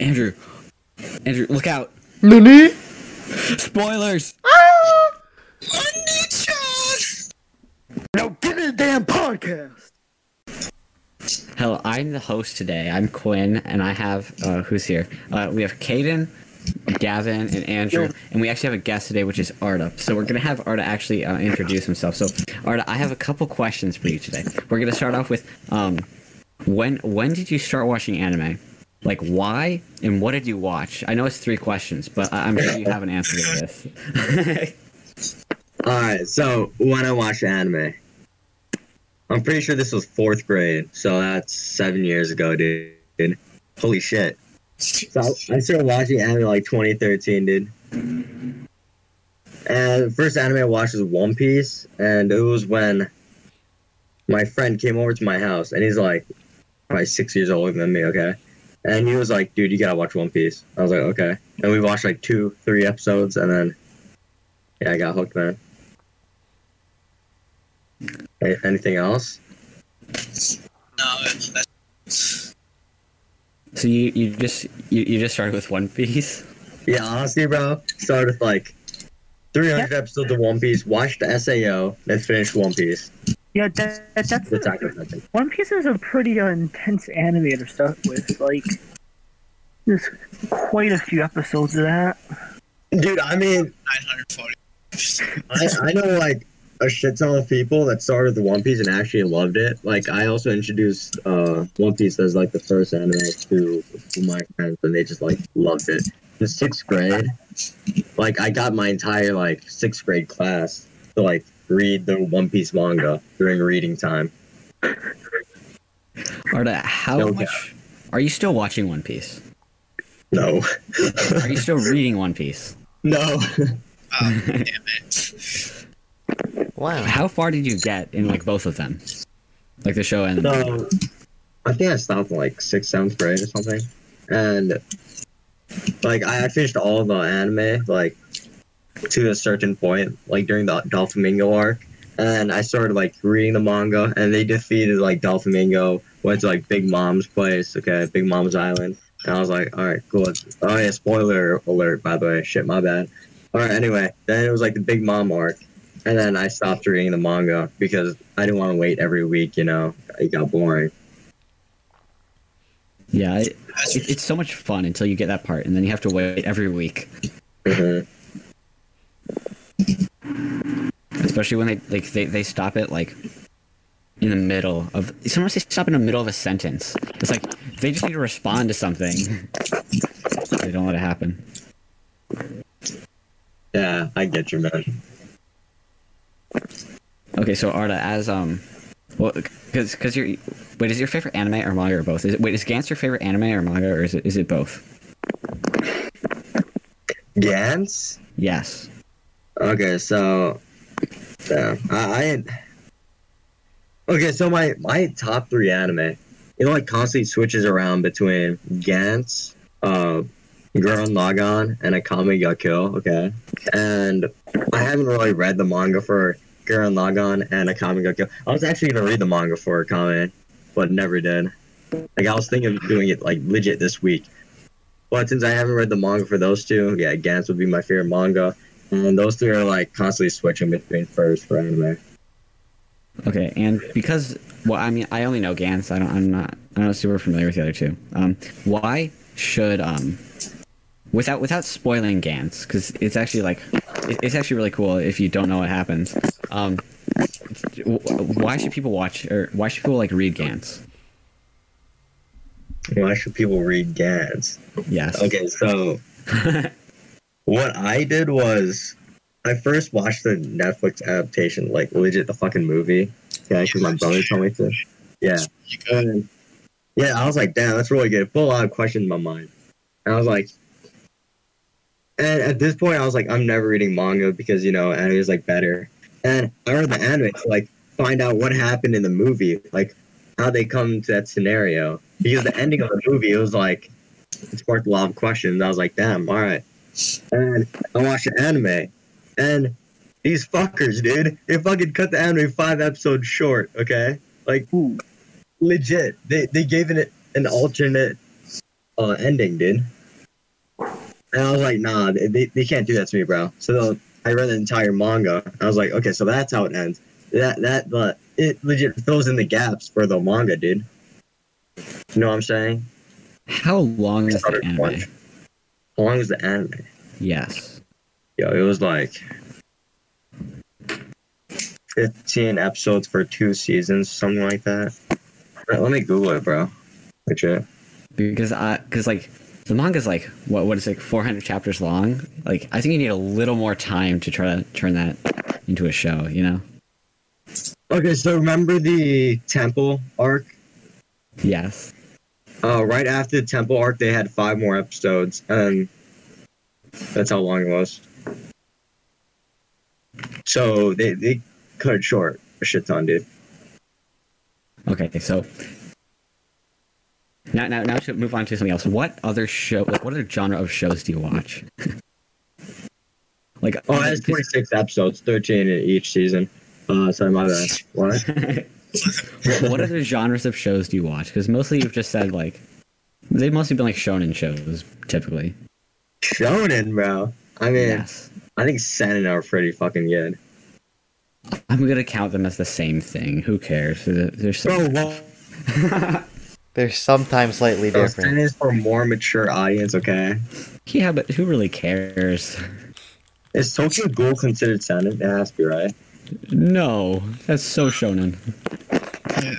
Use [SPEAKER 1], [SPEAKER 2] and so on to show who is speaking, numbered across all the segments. [SPEAKER 1] Andrew, Andrew, look out!
[SPEAKER 2] Nani?
[SPEAKER 1] Spoilers!
[SPEAKER 2] Now get in the damn podcast.
[SPEAKER 1] Hello, I'm the host today. I'm Quinn, and I have uh, who's here? Uh, we have Caden, Gavin, and Andrew, and we actually have a guest today, which is Arda. So we're gonna have Arda actually uh, introduce himself. So Arda, I have a couple questions for you today. We're gonna start off with um, when when did you start watching anime? Like why and what did you watch? I know it's three questions, but I- I'm sure you have an answer to this.
[SPEAKER 3] Alright, so when I watched anime, I'm pretty sure this was fourth grade, so that's seven years ago, dude. Holy shit. So I- I started watching anime like 2013, dude. And the first anime I watched was One Piece, and it was when my friend came over to my house, and he's like probably six years older than me, okay? And he was like, dude, you gotta watch One Piece. I was like, okay. And we watched like two, three episodes, and then, yeah, I got hooked, man. A- Anything else?
[SPEAKER 4] No, that's
[SPEAKER 1] so you, you just you, you just started with One Piece.
[SPEAKER 3] Yeah, honestly, bro, started with like 300 episodes of One Piece, watched the SAO, then finished One Piece.
[SPEAKER 2] Yeah, that, that, that's
[SPEAKER 3] The Attack on Titan.
[SPEAKER 2] One Piece is a pretty uh, intense anime to start with. Like, there's quite a few episodes of that.
[SPEAKER 3] Dude, I mean,
[SPEAKER 4] 940.
[SPEAKER 3] I, I know like a shit ton of people that started the One Piece and actually loved it. Like, I also introduced uh, One Piece as like the first anime to, to my friends, and they just like loved it. In sixth grade, like, I got my entire like sixth grade class to like read the One Piece manga during reading time.
[SPEAKER 1] Arda, how
[SPEAKER 3] No
[SPEAKER 1] much are you still watching One Piece?
[SPEAKER 3] No.
[SPEAKER 1] Are you still reading One Piece?
[SPEAKER 3] No.
[SPEAKER 4] Oh, damn it.
[SPEAKER 5] Wow.
[SPEAKER 1] How far did you get in like both of them? Like the show and
[SPEAKER 3] No. uh, I think I stopped in like sixth, seventh grade or something. And like I had finished all the anime, like to a certain point, like during the Dolphamingo arc. And I started like reading the manga and they defeated like Dolphamingo, went to like Big Mom's place, okay, Big Mom's Island. And I was like, Alright, cool. Oh yeah, spoiler alert by the way. Shit, my bad. Alright, anyway, then it was like the Big Mom arc. And then I stopped reading the manga because I didn't want to wait every week, you know. It got boring.
[SPEAKER 1] yeah, it, it- it's so much fun until you get that part, and then you have to wait every week,
[SPEAKER 3] Mhm.
[SPEAKER 1] especially when they like they, they stop it like in the middle of sometimes they stop in the middle of a sentence. It's like they just need to respond to something. they don't let it happen.
[SPEAKER 3] Yeah, I get you, man.
[SPEAKER 1] Okay, so Arda, as um, well, because because you're wait, is your favorite anime or manga or both? Is it wait, is Gantz your favorite anime or manga or is it is it both?
[SPEAKER 3] Gans?
[SPEAKER 1] Yes.
[SPEAKER 3] Okay, so yeah, I, I okay. So my my top three anime, it like constantly switches around between Gantz, uh, Gurren Lagann, and Akame ga Kill. Okay, and I haven't really read the manga for Gurren Lagann and Akame ga Kill. I was actually gonna read the manga for Akame, but never did. Like I was thinking of doing it like legit this week, but since I haven't read the manga for those two, yeah, Gantz would be my favorite manga. And those three are like constantly switching between first for anime.
[SPEAKER 1] Okay, and because well, I mean, I only know Gans. I don't. I'm not. I'm not super familiar with the other two. Um, why should um, without without spoiling Gans, because it's actually like, it- it's actually really cool if you don't know what happens. Um, w- why should people watch or why should people like read Gans?
[SPEAKER 3] Why should people read Gans?
[SPEAKER 1] Yes.
[SPEAKER 3] Okay, so what I did was I first watched the Netflix adaptation, like legit the fucking movie. Yeah, because my brother told me to. Yeah.
[SPEAKER 4] You go.
[SPEAKER 3] And, yeah, I was like, damn, that's really good. Put a lot of questions in my mind. And I was like, and at this point, I was like, I'm never reading manga because, you know, anime is like better. And I read the anime to like find out what happened in the movie, like how they come to that scenario. Because the ending of the movie, it was like, it sparked a lot of questions. I was like, damn, all right. And I watched the anime. And these fuckers, dude, they fucking cut the anime five episodes short, okay? Like,
[SPEAKER 2] Ooh,
[SPEAKER 3] legit. They they gave it an alternate uh, ending, dude. And I was like, nah, they, they- they can't do that to me, bro. So they'll- I read the entire manga. I was like, okay, so that's how it ends. That that but it legit fills in the gaps for the manga, dude. You know what I'm saying?
[SPEAKER 1] How long is the
[SPEAKER 3] Started
[SPEAKER 1] anime?
[SPEAKER 3] watch. How long is the anime?
[SPEAKER 1] Yes.
[SPEAKER 3] Yo, it was like fifteen episodes for two seasons, something like that. Let- Let me Google it, bro. Legit.
[SPEAKER 1] Because I, because like the manga's like what what is it, like 400 chapters long. Like I think you need a little more time to try to turn that into a show. You know?
[SPEAKER 3] Okay, so remember the temple arc?
[SPEAKER 1] Yes.
[SPEAKER 3] Uh, right after the temple arc, they had five more episodes, and that's how long it was. So they, they cut it short a shit ton, dude.
[SPEAKER 1] Okay. So now now now we should move on to something else. What other show? Like what other genre of shows do you watch? like
[SPEAKER 3] Oh, that's 26 episodes, 13 in each season. Uh, sorry, my bad. What?
[SPEAKER 1] what, what other genres of shows do you watch? Because mostly you've just said like they've mostly been like shonen shows typically.
[SPEAKER 3] Shonen, bro. I mean,
[SPEAKER 1] Yes,
[SPEAKER 3] I think Sen and are pretty fucking good.
[SPEAKER 1] I'm gonna count them as the same thing. Who cares? They're, they're so
[SPEAKER 3] Bro, well,
[SPEAKER 5] They're sometimes slightly
[SPEAKER 3] bro, Sen
[SPEAKER 5] different.
[SPEAKER 3] is for a more mature audience, okay?
[SPEAKER 1] yeah, but who really cares?
[SPEAKER 3] Is Tokyo Ghoul considered Sen? It has to be, right?
[SPEAKER 1] No, that's so shonen.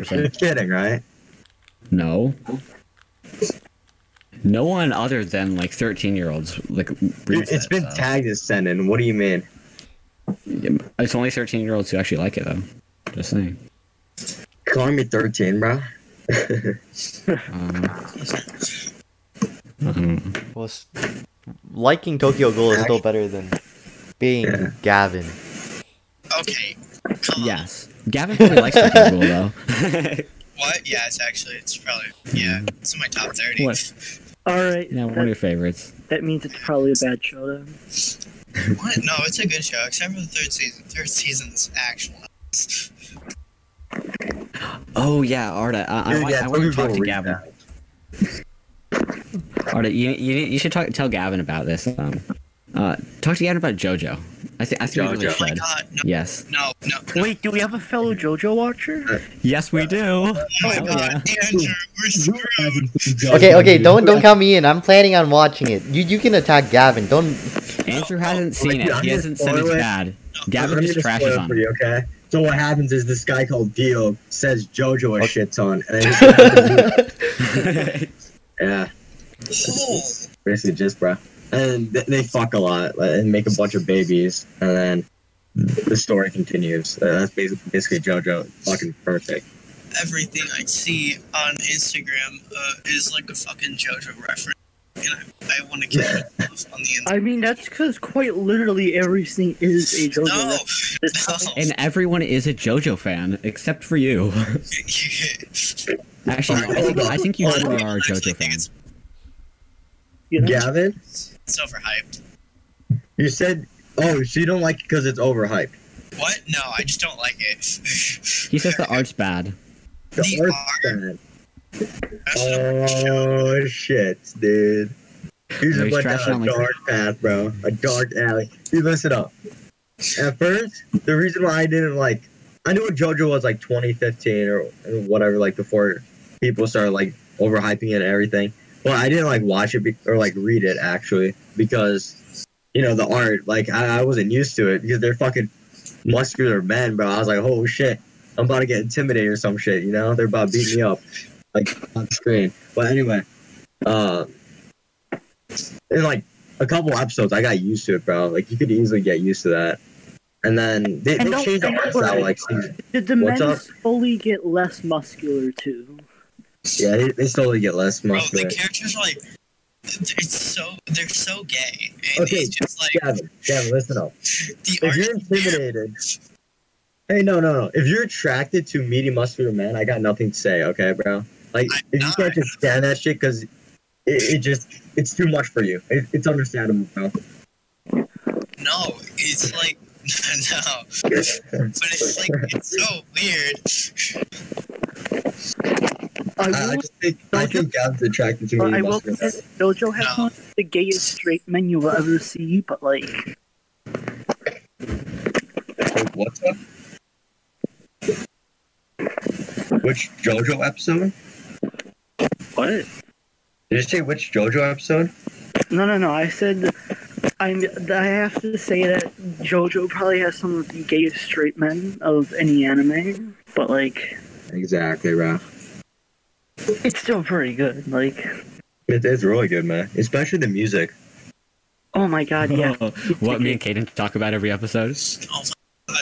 [SPEAKER 3] You're kidding, right?
[SPEAKER 1] No. No one other than like 13 year olds like
[SPEAKER 3] Dude,
[SPEAKER 1] reads
[SPEAKER 3] it's
[SPEAKER 1] that
[SPEAKER 3] been
[SPEAKER 1] stuff.
[SPEAKER 3] tagged as Senin. What do you mean?
[SPEAKER 1] It's only 13 year olds who actually like it though. Just saying.
[SPEAKER 3] Calling me 13, bro.
[SPEAKER 1] Um, um,
[SPEAKER 5] Well, s- liking Tokyo Ghoul is still
[SPEAKER 3] Actually-
[SPEAKER 5] better than being
[SPEAKER 3] Yeah.
[SPEAKER 5] Gavin.
[SPEAKER 4] Okay. Come on.
[SPEAKER 1] yes, Gavin probably likes the rule though. Hmm.
[SPEAKER 4] What? Yeah, it's actually it's probably yeah. It's in my top thirty.
[SPEAKER 1] What?
[SPEAKER 4] What?
[SPEAKER 2] All right.
[SPEAKER 1] Yeah, one of
[SPEAKER 2] that,
[SPEAKER 1] your favorites.
[SPEAKER 2] that means it's probably a bad show then.
[SPEAKER 4] No, it's a good show except for the third season. Third season's actual.
[SPEAKER 1] Oh yeah, Arda. I, I,
[SPEAKER 3] Dude,
[SPEAKER 1] want-
[SPEAKER 3] yeah,
[SPEAKER 1] I want to
[SPEAKER 3] Tokyo
[SPEAKER 1] talk
[SPEAKER 3] Ghoul
[SPEAKER 1] to
[SPEAKER 3] reads
[SPEAKER 1] Gavin.
[SPEAKER 3] that.
[SPEAKER 1] Arda, you, you, you should talk, tell Gavin about this. Um, uh, talk to Gavin about JoJo. I think I think we really
[SPEAKER 3] JoJo.
[SPEAKER 4] Oh my
[SPEAKER 1] should.
[SPEAKER 4] god, no,
[SPEAKER 1] Yes.
[SPEAKER 4] no, no. no.
[SPEAKER 2] Wait, do we have a fellow JoJo watcher?
[SPEAKER 1] Yes, we do.
[SPEAKER 4] Oh my god, Andrew, we're screwed.
[SPEAKER 5] Okay, okay, don't don't count me in. I'm planning on watching it. You you can attack Gavin. Don't
[SPEAKER 1] Andrew
[SPEAKER 4] Oh,
[SPEAKER 1] hasn't
[SPEAKER 3] oh,
[SPEAKER 1] seen
[SPEAKER 3] dude,
[SPEAKER 1] it.
[SPEAKER 3] I'm
[SPEAKER 1] He
[SPEAKER 3] gonna
[SPEAKER 1] hasn't said it's
[SPEAKER 3] spoil it.
[SPEAKER 1] bad.
[SPEAKER 3] I'm
[SPEAKER 1] Gavin
[SPEAKER 3] gonna
[SPEAKER 1] just
[SPEAKER 3] spoil
[SPEAKER 1] trashes
[SPEAKER 3] it
[SPEAKER 1] on.
[SPEAKER 3] for
[SPEAKER 1] it.
[SPEAKER 3] you, okay? So what happens is this guy called Dio says JoJo a shit ton, and then just, yeah,
[SPEAKER 4] Oh,
[SPEAKER 3] basically just bro. And th- they fuck a lot like, and make a bunch of babies, and then the story continues. Uh, that's basically, basically JoJo. Fucking perfect.
[SPEAKER 4] everything I see on Instagram uh, is like a fucking JoJo reference, and I, I want to kill myself on the internet.
[SPEAKER 2] I mean, that's because quite literally everything is a JoJo.
[SPEAKER 4] No,
[SPEAKER 2] reference.
[SPEAKER 4] no.
[SPEAKER 1] And everyone is a JoJo fan except for you. Actually, no, I think I think you really are a JoJo
[SPEAKER 4] think
[SPEAKER 1] fan.
[SPEAKER 4] it's
[SPEAKER 2] You know?
[SPEAKER 3] Gavin,
[SPEAKER 4] it's overhyped.
[SPEAKER 3] you said, oh, so you don't like it because it's overhyped.
[SPEAKER 4] What? No, I just don't like it.
[SPEAKER 1] He says the art's bad.
[SPEAKER 3] The
[SPEAKER 4] The
[SPEAKER 3] Earth's
[SPEAKER 4] art-
[SPEAKER 3] bad.
[SPEAKER 4] That's not-
[SPEAKER 3] Oh shit, dude. You
[SPEAKER 1] No,
[SPEAKER 3] just
[SPEAKER 1] he's
[SPEAKER 3] went
[SPEAKER 1] trashing on,
[SPEAKER 3] down a
[SPEAKER 1] like-
[SPEAKER 3] dark path, bro. A dark alley. Dude, listen up. At first, the reason why I didn't like I knew what JoJo was like 2015 or whatever, like before people started like overhyping it and everything. But I didn't like watch it be- or like read it actually because you know the art. Like I, I wasn't used to it because they're fucking muscular men, bro. I was like, oh shit, I'm about to get intimidated or some shit. You know, they're about to beat me up like on screen. But anyway, uh, in like a couple episodes, I got used to it, bro. Like you could easily get used to that. And then they,
[SPEAKER 2] And
[SPEAKER 3] they
[SPEAKER 2] don't-
[SPEAKER 3] changed the
[SPEAKER 2] and
[SPEAKER 3] art
[SPEAKER 2] don't
[SPEAKER 3] style
[SPEAKER 2] worry.
[SPEAKER 3] like season
[SPEAKER 2] Did the
[SPEAKER 3] What's
[SPEAKER 2] men
[SPEAKER 3] up?
[SPEAKER 2] slowly get less muscular too?
[SPEAKER 3] Yeah, they, they slowly get less
[SPEAKER 4] Bro,
[SPEAKER 3] muscular.
[SPEAKER 4] the characters are like, it's so they're so gay, and
[SPEAKER 3] Okay,
[SPEAKER 4] it's just like
[SPEAKER 3] Gavin, Gavin, listen up.
[SPEAKER 4] the
[SPEAKER 3] If you're
[SPEAKER 4] art.
[SPEAKER 3] intimidated, hey, no, no, no. If you're attracted to meaty muscular men, I got nothing to say, okay, bro. Like,
[SPEAKER 4] I'm
[SPEAKER 3] if you
[SPEAKER 4] not.
[SPEAKER 3] can't just stand that shit, because it, it just it's too much for you. It, it's understandable, bro.
[SPEAKER 4] No, it's like no, but it's like it's so weird.
[SPEAKER 2] I
[SPEAKER 3] I, I
[SPEAKER 2] will,
[SPEAKER 3] just think I think Gab's attracted to me.
[SPEAKER 2] I will
[SPEAKER 3] That's-
[SPEAKER 2] admit, Dojo has
[SPEAKER 4] No.
[SPEAKER 2] one of the gayest straight men you'll ever see, but like,
[SPEAKER 3] What's up? Which JoJo episode?
[SPEAKER 2] what?
[SPEAKER 3] Did you say which JoJo episode?
[SPEAKER 2] No, no, no. I said I'm. I have to say that JoJo probably has some of the gayest straight men of any anime, but like,
[SPEAKER 3] Exactly, bro.
[SPEAKER 2] it's still pretty good. Like,
[SPEAKER 3] It is really good, man. Especially the music.
[SPEAKER 2] oh my god, yeah,
[SPEAKER 1] Oh, what me and Caden talk about every episode.
[SPEAKER 4] Oh my god.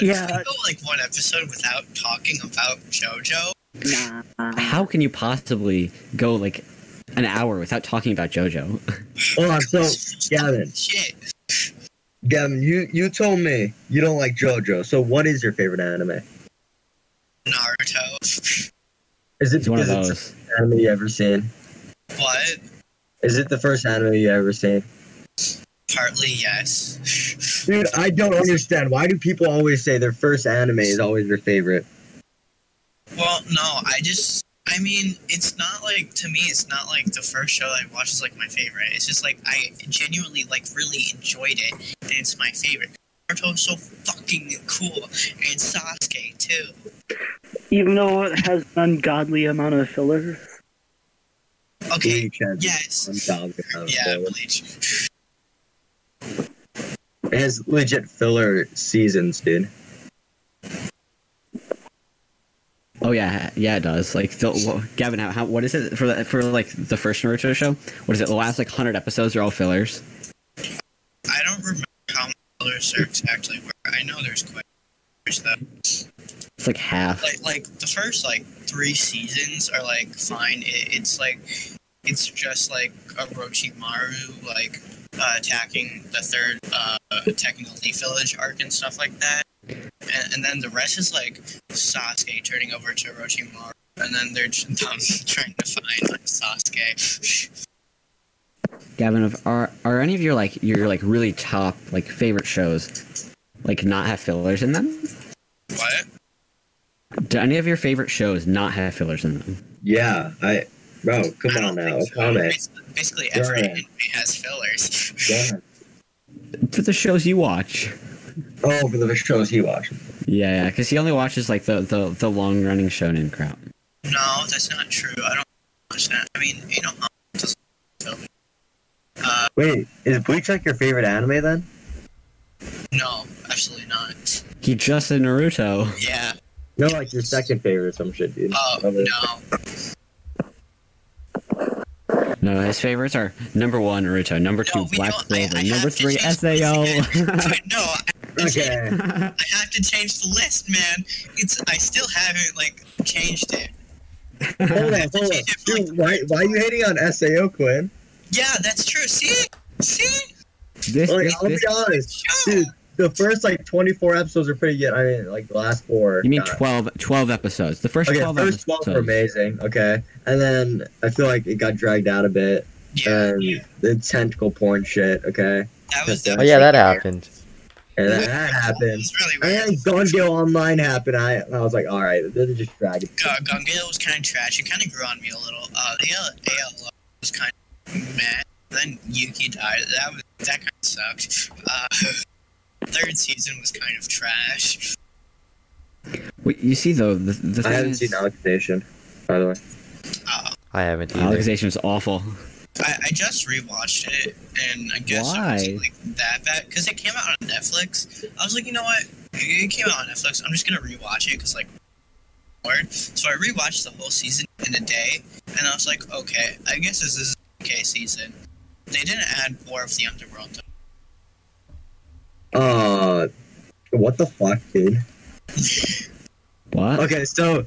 [SPEAKER 2] Yeah.
[SPEAKER 4] Can we go like one episode without talking about JoJo?
[SPEAKER 2] nah.
[SPEAKER 1] How can you possibly go like an hour without talking about JoJo?
[SPEAKER 3] Hold on, so Gavin,
[SPEAKER 4] Shit.
[SPEAKER 3] Gavin, you you told me you don't like JoJo. So what is your favorite anime?
[SPEAKER 4] Naruto.
[SPEAKER 3] Is it
[SPEAKER 1] It's one of
[SPEAKER 3] because it's
[SPEAKER 1] those.
[SPEAKER 3] the first anime you ever seen?
[SPEAKER 4] What?
[SPEAKER 3] Is it the first anime you ever seen?
[SPEAKER 4] Partly yes.
[SPEAKER 3] Dude, I don't understand. Why do people always say their first anime is always their favorite?
[SPEAKER 4] Well, no, I just. I mean, it's not like to me. It's not like the first show I watched is like my favorite. It's just like I genuinely like really enjoyed it, and it's my favorite. Naruto's so fucking cool, and Sasuke too.
[SPEAKER 2] Even though it has an ungodly amount of filler,
[SPEAKER 4] Okay.
[SPEAKER 3] Bleach has one
[SPEAKER 4] Yes.
[SPEAKER 3] thousand times
[SPEAKER 4] Yeah,
[SPEAKER 3] more.
[SPEAKER 4] Bleach.
[SPEAKER 3] It has legit filler seasons, dude.
[SPEAKER 1] Oh yeah, yeah, it does. Like, the, wha- Gavin, how, how what is it for the, for like the first Naruto show? What is it? The last like hundred episodes are all fillers.
[SPEAKER 4] I don't remember how many colors there exactly were. I know there's quite a few, though.
[SPEAKER 1] It's like half.
[SPEAKER 4] like like the first like three seasons are like fine. It, it's like it's just like Orochimaru like uh, attacking the third uh, attacking the Leaf Village arc and stuff like that. And, and then the rest is like Sasuke turning over to Orochimaru, and then they're just, um, trying to find like Sasuke.
[SPEAKER 1] Gavin, if- are are any of your like your like really top like favorite shows like not have fillers in them?
[SPEAKER 4] What?
[SPEAKER 1] Do any of your favorite shows not have fillers in them?
[SPEAKER 3] Yeah, I bro, come
[SPEAKER 4] I
[SPEAKER 3] on
[SPEAKER 4] don't
[SPEAKER 3] now,
[SPEAKER 4] think so.
[SPEAKER 3] Okame.
[SPEAKER 4] Basically, basically every
[SPEAKER 3] Yeah.
[SPEAKER 4] anime has fillers.
[SPEAKER 3] Yeah.
[SPEAKER 1] For the shows you watch.
[SPEAKER 3] Oh, for the shows he watched.
[SPEAKER 1] Yeah, yeah, because he only watches like the the, the long running shonen crap.
[SPEAKER 4] No, that's not true. I don't watch that. I mean, you know, um, doesn't tell me. Uh,
[SPEAKER 3] Wait, is Bleach like your favorite anime then?
[SPEAKER 4] no, absolutely not.
[SPEAKER 1] He just said Naruto.
[SPEAKER 4] Yeah.
[SPEAKER 3] No, like your second favorite or some shit, dude.
[SPEAKER 4] Oh
[SPEAKER 3] Love it.
[SPEAKER 4] no.
[SPEAKER 1] No, his favorites are number one Naruto, number two
[SPEAKER 4] No, we
[SPEAKER 1] Black
[SPEAKER 4] don't. I,
[SPEAKER 1] Clover,
[SPEAKER 4] I
[SPEAKER 1] number
[SPEAKER 4] have to
[SPEAKER 1] three
[SPEAKER 4] change the list
[SPEAKER 1] Sao.
[SPEAKER 4] again. Wait, no, I have, to change,
[SPEAKER 3] Okay.
[SPEAKER 4] I have to change the list, man. It's I still haven't like changed it.
[SPEAKER 3] hold on, hold on. Dude, why, why are you hating on Sao, Quinn?
[SPEAKER 4] Yeah, that's true. See, see.
[SPEAKER 1] this,
[SPEAKER 3] Like,
[SPEAKER 1] this,
[SPEAKER 3] I'll be
[SPEAKER 1] this-
[SPEAKER 3] honest, dude. The first like 24 episodes are pretty good. I mean, like the last four.
[SPEAKER 1] you mean
[SPEAKER 3] God.
[SPEAKER 1] 12, 12 episodes? The first
[SPEAKER 3] Okay,
[SPEAKER 1] twelve
[SPEAKER 3] first 12
[SPEAKER 1] episodes.
[SPEAKER 3] were amazing. Okay, and then I feel like it got dragged out a bit.
[SPEAKER 4] Yeah,
[SPEAKER 3] and the tentacle porn shit. Okay,
[SPEAKER 4] that was
[SPEAKER 5] Oh
[SPEAKER 4] definitely.
[SPEAKER 5] yeah, that happened.
[SPEAKER 3] and that, that
[SPEAKER 4] It
[SPEAKER 3] happened.
[SPEAKER 4] was really
[SPEAKER 3] And
[SPEAKER 4] weird.
[SPEAKER 3] then Gun Gale Online happened. I, I was like, all right, this is just dragging.
[SPEAKER 4] Gun- Gun Gale was kind of trash. It kind of grew on me a little. Uh, the AL, AL was kind of meh. Then Yuki died. That was that kind of sucked. Uh, third season was kind of trash.
[SPEAKER 1] Wait, you see though, the, the thing
[SPEAKER 3] I haven't
[SPEAKER 1] is,
[SPEAKER 3] seen Allocation, by the way.
[SPEAKER 4] Uh,
[SPEAKER 5] I haven't either.
[SPEAKER 1] Alexization's awful.
[SPEAKER 4] I, I just rewatched it, and I guess I
[SPEAKER 1] Why?
[SPEAKER 4] wasn't like that bad because it came out on Netflix. I was like, you know what? It came out on Netflix. I'm just gonna rewatch it because like, bored. So I rewatched the whole season in a day, and I was like, okay, I guess this is an okay season. They didn't add more of the underworld. Though.
[SPEAKER 3] Uh, what the fuck, dude?
[SPEAKER 1] What?
[SPEAKER 3] Okay, so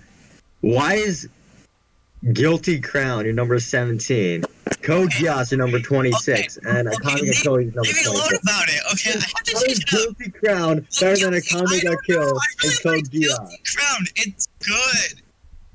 [SPEAKER 3] why is Guilty Crown your number 17? Code Geass your number 26, and
[SPEAKER 4] okay,
[SPEAKER 3] Akame
[SPEAKER 4] leave-
[SPEAKER 3] got killed your number
[SPEAKER 4] Leave me alone
[SPEAKER 3] 24.
[SPEAKER 4] about it, okay? I have to
[SPEAKER 3] How is
[SPEAKER 4] change it up.
[SPEAKER 3] Guilty Crown better than Akame
[SPEAKER 4] I don't
[SPEAKER 3] got killed
[SPEAKER 4] know, I
[SPEAKER 3] and
[SPEAKER 4] really
[SPEAKER 3] Code
[SPEAKER 4] like Guilty
[SPEAKER 3] Geass?
[SPEAKER 4] Crown. It's good.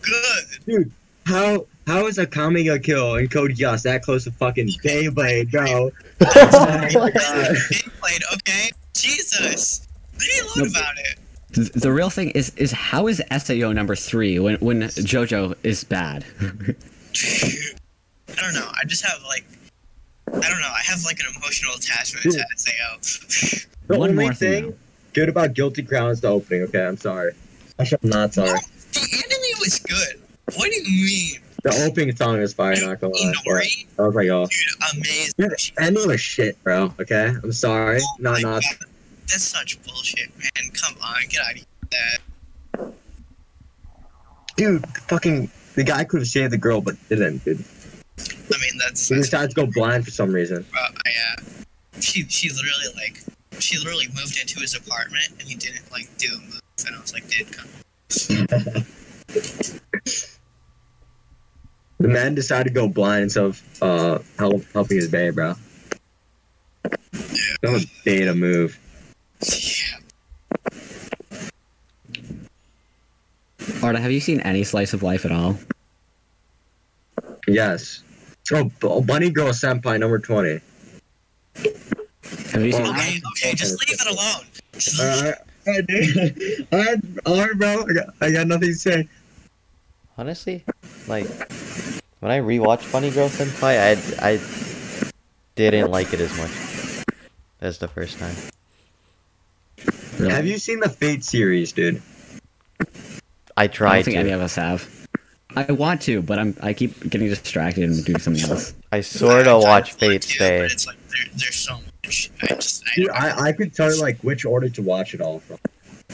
[SPEAKER 4] Good.
[SPEAKER 3] Dude, how how is Akame got killed and Code Geass that close to fucking Beyblade, bro?
[SPEAKER 5] oh my
[SPEAKER 3] God.
[SPEAKER 4] Uh, Big played, okay? Jesus. Leave me alone
[SPEAKER 1] No, but-
[SPEAKER 4] about it.
[SPEAKER 1] th- the real thing is is how is Sao number three when when JoJo is bad?
[SPEAKER 4] I don't know. I just have like, I don't know. I have like an emotional attachment to Sao.
[SPEAKER 3] The
[SPEAKER 1] One
[SPEAKER 3] only
[SPEAKER 1] more thing,
[SPEAKER 3] thing good about Guilty Crown is the opening. Okay, I'm sorry. Actually, I'm not sorry.
[SPEAKER 4] The anime was good. What do you mean?
[SPEAKER 3] The opening song is fire. Not gonna lie. but
[SPEAKER 4] Inori,
[SPEAKER 3] I was like, oh,
[SPEAKER 4] dude, amazing.
[SPEAKER 3] Dude, end of the shit, bro. Okay, I'm sorry.
[SPEAKER 4] Oh
[SPEAKER 3] Not
[SPEAKER 4] my
[SPEAKER 3] not.
[SPEAKER 4] God. That's such bullshit, man. Come on, get out of here. with That.
[SPEAKER 3] Dude, fucking the guy could have saved the girl, but didn't. Dude,
[SPEAKER 4] I mean, that's,
[SPEAKER 3] he
[SPEAKER 4] that's
[SPEAKER 3] decided to go blind for some reason.
[SPEAKER 4] uh, I, uh, she she literally like she literally moved into his apartment and he didn't like do a move, and I was like, dude, come.
[SPEAKER 3] The man decided to go blind instead of uh help, helping his bae, bro. That was data move.
[SPEAKER 4] Yeah.
[SPEAKER 1] Arda, have you seen any slice of life at all?
[SPEAKER 3] Yes. Oh, B- Bunny Girl Senpai number twenty.
[SPEAKER 1] Have you seen?
[SPEAKER 3] Well,
[SPEAKER 4] Okay, okay, just leave it alone. Just leave it
[SPEAKER 3] Alright, alright, dude. Alright, alright, bro. I got, I got nothing to say.
[SPEAKER 5] Honestly, like when I rewatched Funny Girl Senpai, I I didn't like it as much as the first time.
[SPEAKER 1] really?
[SPEAKER 3] Have you seen the Fate series, dude?
[SPEAKER 5] I
[SPEAKER 1] I
[SPEAKER 5] tried
[SPEAKER 1] don't think any
[SPEAKER 5] to.
[SPEAKER 1] of us have. I want to, but I'm I keep getting distracted and doing something else.
[SPEAKER 5] I sort of
[SPEAKER 4] I
[SPEAKER 5] watched
[SPEAKER 4] tried
[SPEAKER 5] Fate
[SPEAKER 4] to,
[SPEAKER 5] Stay.
[SPEAKER 4] but It's like there, there's so much. I just, I,
[SPEAKER 3] Dude, I, I could tell you like which order to watch it all from.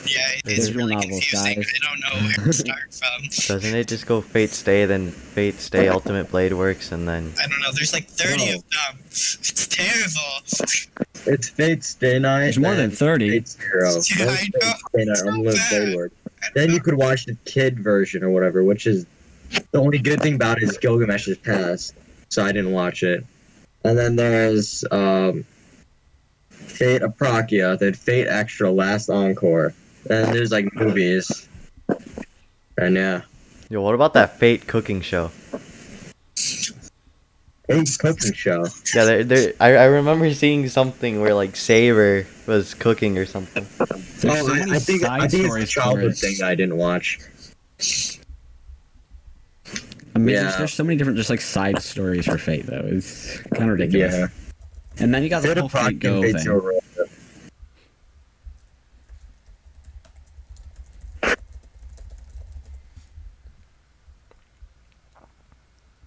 [SPEAKER 4] yeah, it-
[SPEAKER 1] The
[SPEAKER 4] it's
[SPEAKER 1] visual
[SPEAKER 4] really
[SPEAKER 1] novels,
[SPEAKER 4] confusing.
[SPEAKER 1] guys.
[SPEAKER 4] I don't know where to start from.
[SPEAKER 5] Doesn't it just go Fate Stay, then Fate Stay Ultimate Blade Works, and then
[SPEAKER 4] I don't know. There's like 30 of them. It's
[SPEAKER 1] Oh,
[SPEAKER 4] terrible.
[SPEAKER 3] It's Fate's Day Night.
[SPEAKER 1] There's more than
[SPEAKER 3] and
[SPEAKER 1] thirty.
[SPEAKER 3] Fate's Hero.
[SPEAKER 4] Yeah,
[SPEAKER 3] Those
[SPEAKER 4] I
[SPEAKER 3] Fate's
[SPEAKER 4] know.
[SPEAKER 3] Day Night are
[SPEAKER 4] So
[SPEAKER 3] unlimited
[SPEAKER 4] bad.
[SPEAKER 3] Blade Word.
[SPEAKER 4] I don't
[SPEAKER 3] Then
[SPEAKER 4] know.
[SPEAKER 3] you could watch the kid version or whatever, which is the only good thing about it is Gilgamesh is past, so I didn't watch it. And then there's um, Fate Aprakia, then Fate Extra, Last Encore. And there's like movies. And yeah.
[SPEAKER 5] yo, what about that Fate cooking show?
[SPEAKER 3] Fate Cooking Show.
[SPEAKER 5] Yeah, there, there. I, I remember seeing something where like Saber was cooking or something.
[SPEAKER 1] There's
[SPEAKER 3] oh,
[SPEAKER 1] so
[SPEAKER 3] I,
[SPEAKER 1] many
[SPEAKER 3] I think,
[SPEAKER 1] side
[SPEAKER 3] I think it's the
[SPEAKER 1] stories for
[SPEAKER 3] childhood
[SPEAKER 1] it.
[SPEAKER 3] thing that I didn't watch.
[SPEAKER 1] I mean, there's,
[SPEAKER 3] Yeah.
[SPEAKER 1] there's so many different just like side stories for Fate though. It's kind of ridiculous.
[SPEAKER 3] Yeah.
[SPEAKER 1] And then you got the
[SPEAKER 3] Fate
[SPEAKER 1] whole Fate
[SPEAKER 3] Aprakia
[SPEAKER 1] Go
[SPEAKER 3] and Fate
[SPEAKER 1] thing.
[SPEAKER 3] Zero.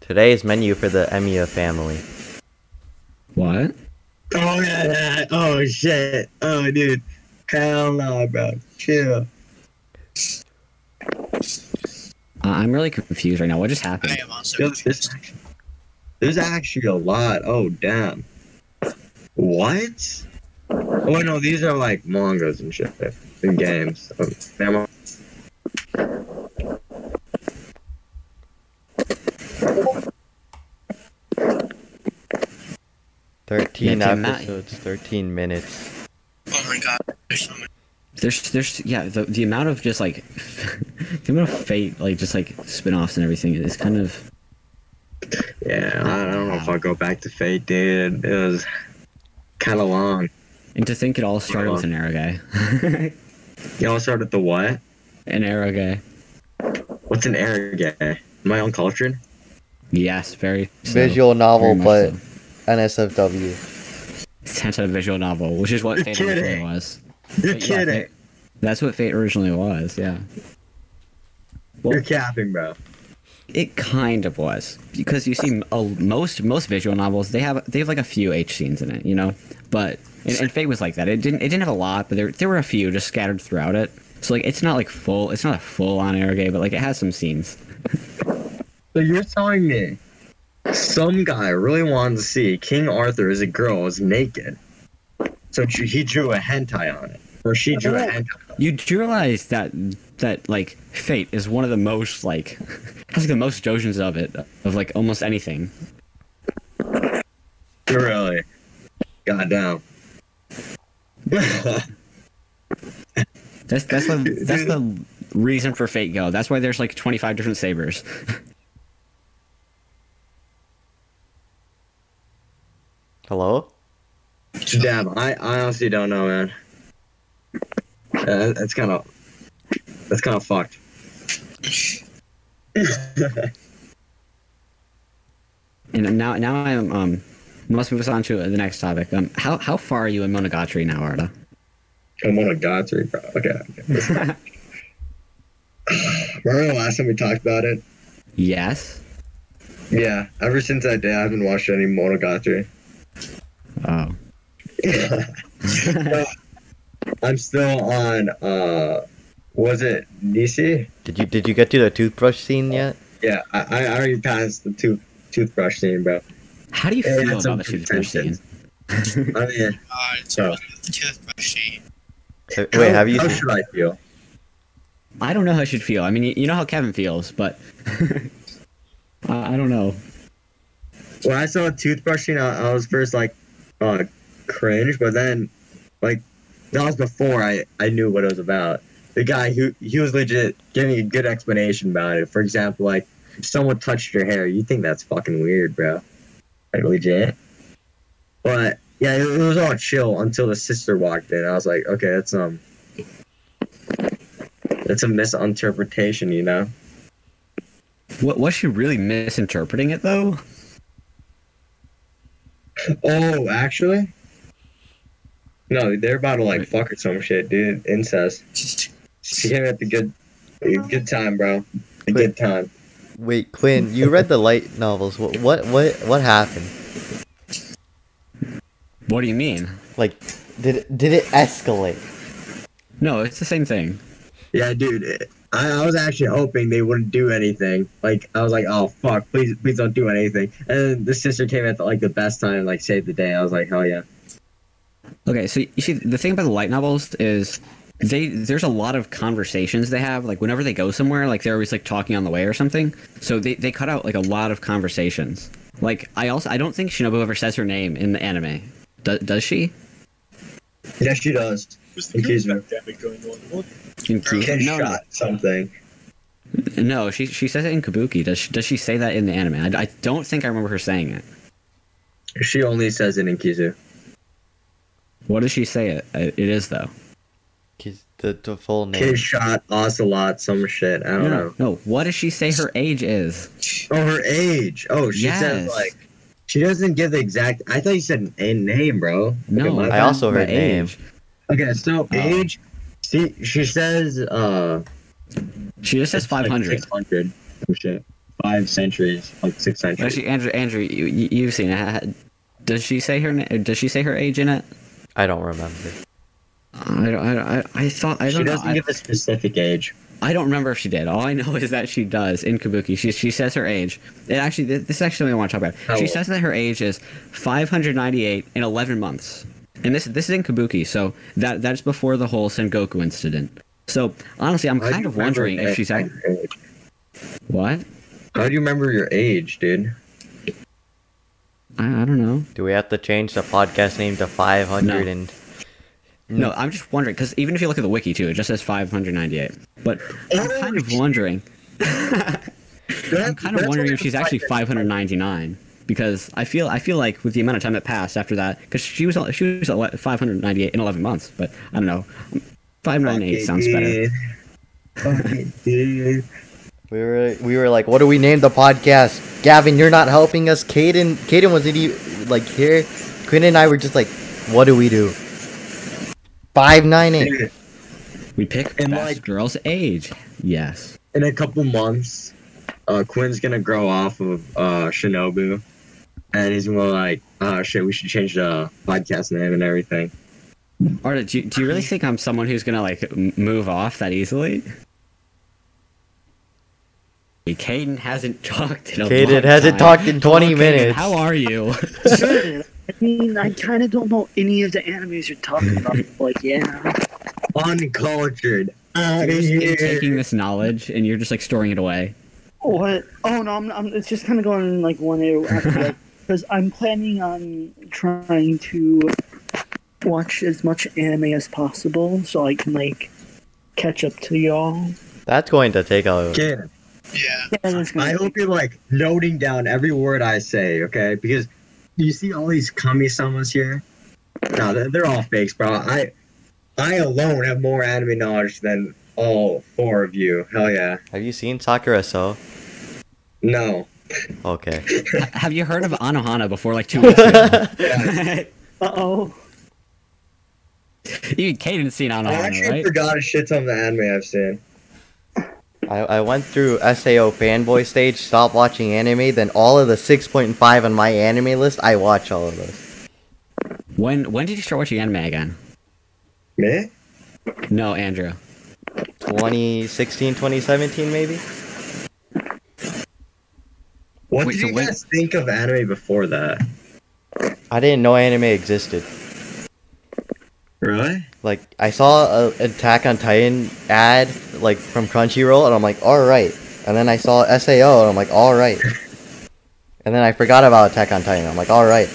[SPEAKER 5] Today's menu for the Emiya family.
[SPEAKER 1] What?
[SPEAKER 3] Oh yeah, yeah. Oh shit. Oh dude. Hell no, bro. Chill.
[SPEAKER 1] Uh, I'm really confused right now. What just happened?
[SPEAKER 4] I am also.
[SPEAKER 3] Yo, There's,
[SPEAKER 4] confused.
[SPEAKER 3] there's actually a lot. Oh damn. What? Oh no, these are like mangas and shit and games. Oh, never mind.
[SPEAKER 5] Thirteen
[SPEAKER 1] Yeah, Tim, that-
[SPEAKER 5] episodes, thirteen minutes.
[SPEAKER 4] Oh my god. There's so much.
[SPEAKER 1] There's there's yeah the, the amount of just like the amount of Fate like just like spin-offs and everything is kind of
[SPEAKER 3] Yeah, I don't know if I'll go back to Fate, dude. It was kind of long.
[SPEAKER 1] and to think it all started with an arrow guy.
[SPEAKER 3] Y'all started the what?
[SPEAKER 1] an arrow guy.
[SPEAKER 3] What's an error guy? Am I uncultured?
[SPEAKER 1] Yes, very so.
[SPEAKER 5] Visual novel,
[SPEAKER 1] Very much
[SPEAKER 5] but
[SPEAKER 1] so.
[SPEAKER 5] NSFW.
[SPEAKER 1] It's anti visual novel, which is what
[SPEAKER 3] You're
[SPEAKER 1] Fate
[SPEAKER 3] kidding.
[SPEAKER 1] originally was.
[SPEAKER 3] You're
[SPEAKER 1] But yeah,
[SPEAKER 3] kidding.
[SPEAKER 1] Fate- that's what Fate originally was, yeah. Well,
[SPEAKER 3] You're capping, bro.
[SPEAKER 1] it kind of was because you see uh, most most visual novels they have they have like a few H scenes in it, you know. But and, and Fate was like that. It didn't it didn't have a lot, but there there were a few just scattered throughout it. So like it's not like full it's not a full on eroge, but like it has some scenes.
[SPEAKER 3] So you're telling me some guy really wanted to see King Arthur as a girl is naked. So she- he drew a hentai on it. Or she drew a hentai.
[SPEAKER 1] You do realize that that like Fate is one of the most like has like the most dojins of it of like almost anything.
[SPEAKER 3] Really? Goddamn.
[SPEAKER 1] That's that's the that's the reason for Fate Go. That's why there's like 25 different sabers.
[SPEAKER 5] Hello.
[SPEAKER 3] Damn, I, I honestly don't know, man. Uh, that's kind of That's kind of fucked.
[SPEAKER 1] And now, now I am. Um, let's move us on to the next topic. Um, how how far are you in Monogatari now, Arda?
[SPEAKER 3] I'm on Oh, a god three, bro. Okay. okay. Remember the last time we talked about it?
[SPEAKER 1] yes.
[SPEAKER 3] Yeah. Ever since that day, I haven't watched any Monogatari.
[SPEAKER 1] Oh.
[SPEAKER 3] I'm still on. uh Was it Nishi?
[SPEAKER 5] Did you did you get to the toothbrush scene yet?
[SPEAKER 3] Yeah, I, I already passed the tooth toothbrush scene, bro.
[SPEAKER 1] How do you
[SPEAKER 3] Yeah,
[SPEAKER 1] feel
[SPEAKER 3] it's a
[SPEAKER 1] about the toothbrush scene?
[SPEAKER 3] different I mean,
[SPEAKER 4] God, it's
[SPEAKER 3] Oh.
[SPEAKER 4] oh. the toothbrush scene.
[SPEAKER 5] Uh, Wait,
[SPEAKER 3] how-
[SPEAKER 5] have you
[SPEAKER 3] How
[SPEAKER 5] seen?
[SPEAKER 3] should I feel?
[SPEAKER 1] I don't know how I should feel. I mean, you, you know how Kevin feels, but I, I don't know.
[SPEAKER 3] When I saw toothbrush scene, I, I was first like, uh, cringe, but then, like, that was before I I knew what it was about. The guy who he was legit giving a good explanation about it. For example, like if someone touched your hair, you think that's fucking weird, bro. Like legit. But yeah, it, it was all chill until the sister walked in. I was like, okay, that's um, that's a misinterpretation, you know.
[SPEAKER 1] What was she really misinterpreting it though?
[SPEAKER 3] Oh, actually? No, they're about to like
[SPEAKER 1] Wait.
[SPEAKER 3] fuck or some shit, dude. Incest.
[SPEAKER 4] Just
[SPEAKER 3] She came at the good, a good time, bro. The good time.
[SPEAKER 5] Wait, Quinn, you read the light novels. What what what what happened?
[SPEAKER 1] What do you mean?
[SPEAKER 5] Like, did it, did it escalate?
[SPEAKER 1] No, it's the same thing.
[SPEAKER 3] Yeah, dude. it- I, I was actually hoping they wouldn't do anything. Like, I was like, oh fuck, please, please don't do anything. And then the sister came at the, like the best time, like saved the day. I was like, hell yeah.
[SPEAKER 1] Okay, so you see, the thing about the light novels is they there's a lot of conversations they have. Like whenever they go somewhere, like they're always like talking on the way or something. So they, they cut out like a lot of conversations. Like I also I don't think Shinobu ever says her name in the anime. Do, does she?
[SPEAKER 3] Yeah, she does.
[SPEAKER 6] Who's the Excuse
[SPEAKER 3] Excuse me.
[SPEAKER 6] pandemic going on? What?
[SPEAKER 1] In Ku-
[SPEAKER 3] Get
[SPEAKER 1] no, no,
[SPEAKER 3] shot something.
[SPEAKER 1] no. She she says it in Kabuki. Does she, does she say that in the anime? I, I don't think I remember her saying it.
[SPEAKER 3] She only says it in Kizu.
[SPEAKER 1] What does she say? It uh, it is though.
[SPEAKER 5] 'Cause the, the full name.
[SPEAKER 3] Kid shot ocelot, some shit. I don't
[SPEAKER 1] No,
[SPEAKER 3] know.
[SPEAKER 1] no, no. What does she say her age is?
[SPEAKER 3] Oh, her age. Oh, she said
[SPEAKER 1] Yes.
[SPEAKER 3] like she doesn't give the exact. I thought you said a name, bro. Okay,
[SPEAKER 1] No,
[SPEAKER 3] my
[SPEAKER 5] I
[SPEAKER 3] bad.
[SPEAKER 5] also heard
[SPEAKER 1] The
[SPEAKER 5] name.
[SPEAKER 1] age.
[SPEAKER 3] Okay, so
[SPEAKER 1] Oh.
[SPEAKER 3] age. See, she says uh.
[SPEAKER 1] She just says five hundred.
[SPEAKER 3] Six hundred. Oh shit. Five centuries, like six centuries.
[SPEAKER 1] Actually, Andrew, Andrew, you, you- you've seen it. Ha- Does she say her? na- Does she say her age in it?
[SPEAKER 5] I don't remember.
[SPEAKER 1] I don't. I, don't- I, I thought. I
[SPEAKER 3] she
[SPEAKER 1] don't know.
[SPEAKER 3] doesn't
[SPEAKER 1] I,
[SPEAKER 3] give a specific age.
[SPEAKER 1] I don't remember if she did. All I know is that she does in Kabuki. She she says her age. And actually, this, this is actually something I want to talk
[SPEAKER 3] How
[SPEAKER 1] about. She
[SPEAKER 3] old?
[SPEAKER 1] says that her age is 598 and 11 months. And this this is in Kabuki, so that that's before the whole Sengoku incident. So honestly, I'm
[SPEAKER 3] How do
[SPEAKER 1] kind
[SPEAKER 3] you
[SPEAKER 1] of
[SPEAKER 3] remember
[SPEAKER 1] wondering
[SPEAKER 3] your
[SPEAKER 1] if she's act-
[SPEAKER 3] age?
[SPEAKER 1] what?
[SPEAKER 3] How do you remember your age, dude?
[SPEAKER 1] I, I don't know.
[SPEAKER 5] Do we have to change the podcast name to 500
[SPEAKER 1] No.
[SPEAKER 5] and
[SPEAKER 1] No, I'm just wondering because even if you look at the wiki too, it just says 598. But I'm kind of wondering. I'm kind of wondering if she's actually 599 because I feel I feel like with the amount of time that passed after that because she was she was ele- 598 in 11 months, but I don't know. 598 sounds better.
[SPEAKER 3] Dude.
[SPEAKER 5] we were we were like, what do we name the podcast? Gavin, you're not helping us. Caden, Caden wasn't even like here. Quinn and I were just like, what do we do? Five nine eight.
[SPEAKER 1] We pick
[SPEAKER 3] And,
[SPEAKER 1] best
[SPEAKER 3] like-
[SPEAKER 1] girl's age. Yes.
[SPEAKER 3] in a couple months, uh, Quinn's gonna grow off of uh, Shinobu, and he's gonna be like, "Oh shit, we should change the podcast name and everything."
[SPEAKER 1] Arda, do you, do you really think I'm someone who's gonna like m- move off that easily? Caden hasn't talked in a
[SPEAKER 5] Caden
[SPEAKER 1] long
[SPEAKER 5] hasn't
[SPEAKER 1] time.
[SPEAKER 5] talked in 20
[SPEAKER 1] Hello, Caden,
[SPEAKER 5] minutes.
[SPEAKER 1] How are you?
[SPEAKER 2] I mean, I kind of don't know any of the animes you're talking about. Like, yeah,
[SPEAKER 3] Uncultured, out
[SPEAKER 1] You're
[SPEAKER 3] of
[SPEAKER 1] just
[SPEAKER 3] here.
[SPEAKER 1] taking this knowledge and you're just like storing it away.
[SPEAKER 2] what? Oh no, I'm, I'm it's just kind of going in like one ear after the because I'm planning on trying to watch as much anime as possible so I can like catch up to y'all.
[SPEAKER 5] That's going to take a.
[SPEAKER 3] Kid,
[SPEAKER 4] yeah.
[SPEAKER 2] Yeah, that's gonna
[SPEAKER 3] I
[SPEAKER 2] be-
[SPEAKER 3] hope you're like noting down every word I say, okay? Because you see all these kami-samas here. No, they're, they're all fakes, bro. I, I alone have more anime knowledge than all four of you. Hell yeah.
[SPEAKER 5] Have you seen Sakura So?
[SPEAKER 3] No.
[SPEAKER 5] Okay.
[SPEAKER 1] H- have you heard of Anohana before like two weeks ago?
[SPEAKER 2] Uh oh.
[SPEAKER 1] Even Caden's seen
[SPEAKER 3] I
[SPEAKER 1] Anohana,
[SPEAKER 3] actually
[SPEAKER 1] right?
[SPEAKER 3] forgot a shit ton of the anime I've seen.
[SPEAKER 5] I, I went through SAO fanboy stage, stopped watching anime, then all of the 6.5 on my anime list, I watch all of those.
[SPEAKER 1] When when did you start watching anime again?
[SPEAKER 3] Me?
[SPEAKER 1] No, Andrew.
[SPEAKER 5] 2016, 2017 maybe?
[SPEAKER 3] What
[SPEAKER 1] Wait,
[SPEAKER 3] did
[SPEAKER 1] so
[SPEAKER 3] you
[SPEAKER 1] when-
[SPEAKER 3] guys think of anime before that?
[SPEAKER 5] I didn't know anime existed.
[SPEAKER 3] Really?
[SPEAKER 5] Like, I saw a Attack on Titan ad, like, from Crunchyroll, and I'm like, alright. And then I saw SAO, and I'm like, alright. And then I forgot about Attack on Titan. I'm like, alright.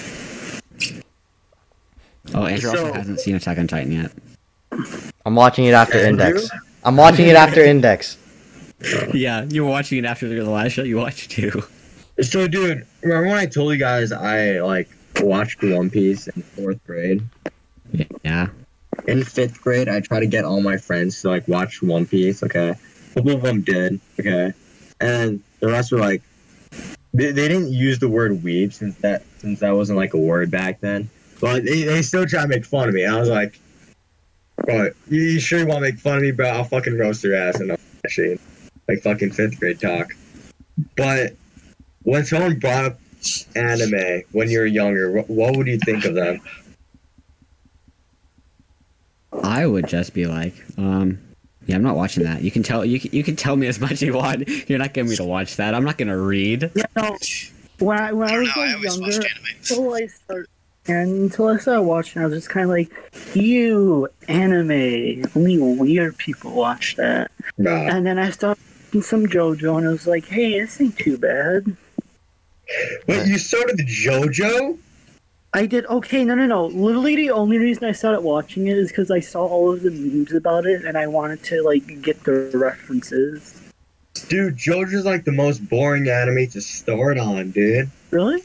[SPEAKER 1] Oh, Andrew also
[SPEAKER 3] So-
[SPEAKER 1] hasn't seen Attack on Titan yet.
[SPEAKER 5] I'm watching it after
[SPEAKER 3] Andrew?
[SPEAKER 5] Index. I'm watching it after Index.
[SPEAKER 1] Yeah, you were watching it after the last show you watched too.
[SPEAKER 3] So, dude, remember when I told you guys I like watched One Piece in fourth grade?
[SPEAKER 1] Yeah.
[SPEAKER 3] In fifth grade, I tried to get all my friends to like watch One Piece. Okay, a couple of them did. Okay, and the rest were like, they, they didn't use the word weeb since that since that wasn't like a word back then. But they, they still try to make fun of me. I was like, "Bro, you, you sure you want to make fun of me, bro? I'll fucking roast your ass and all that shit." Like fucking fifth grade talk. But when someone brought up anime when you were younger, what, what would you think of them?
[SPEAKER 1] I would just be like, um, yeah, I'm not watching that. You can tell you can, you can tell me as much you want. You're not getting me to watch that. I'm not gonna read.
[SPEAKER 2] Yeah, no. When I when
[SPEAKER 4] I
[SPEAKER 2] I
[SPEAKER 4] don't
[SPEAKER 2] was
[SPEAKER 4] know. I
[SPEAKER 2] like,
[SPEAKER 4] always watched
[SPEAKER 2] younger,
[SPEAKER 4] anime.
[SPEAKER 2] until I start and until I started watching, I was just kind of like, "You anime, only weird people watch that."
[SPEAKER 3] Nah.
[SPEAKER 2] And then I started watching some JoJo, and I was like, "Hey, this ain't too bad."
[SPEAKER 3] Wait, you started the JoJo?
[SPEAKER 2] I did okay. No, no, no. Literally, the only reason I started watching it is because I saw all of the memes about it, and I wanted to like get the references.
[SPEAKER 3] Dude, JoJo's like the most boring anime to start on, dude.
[SPEAKER 2] Really?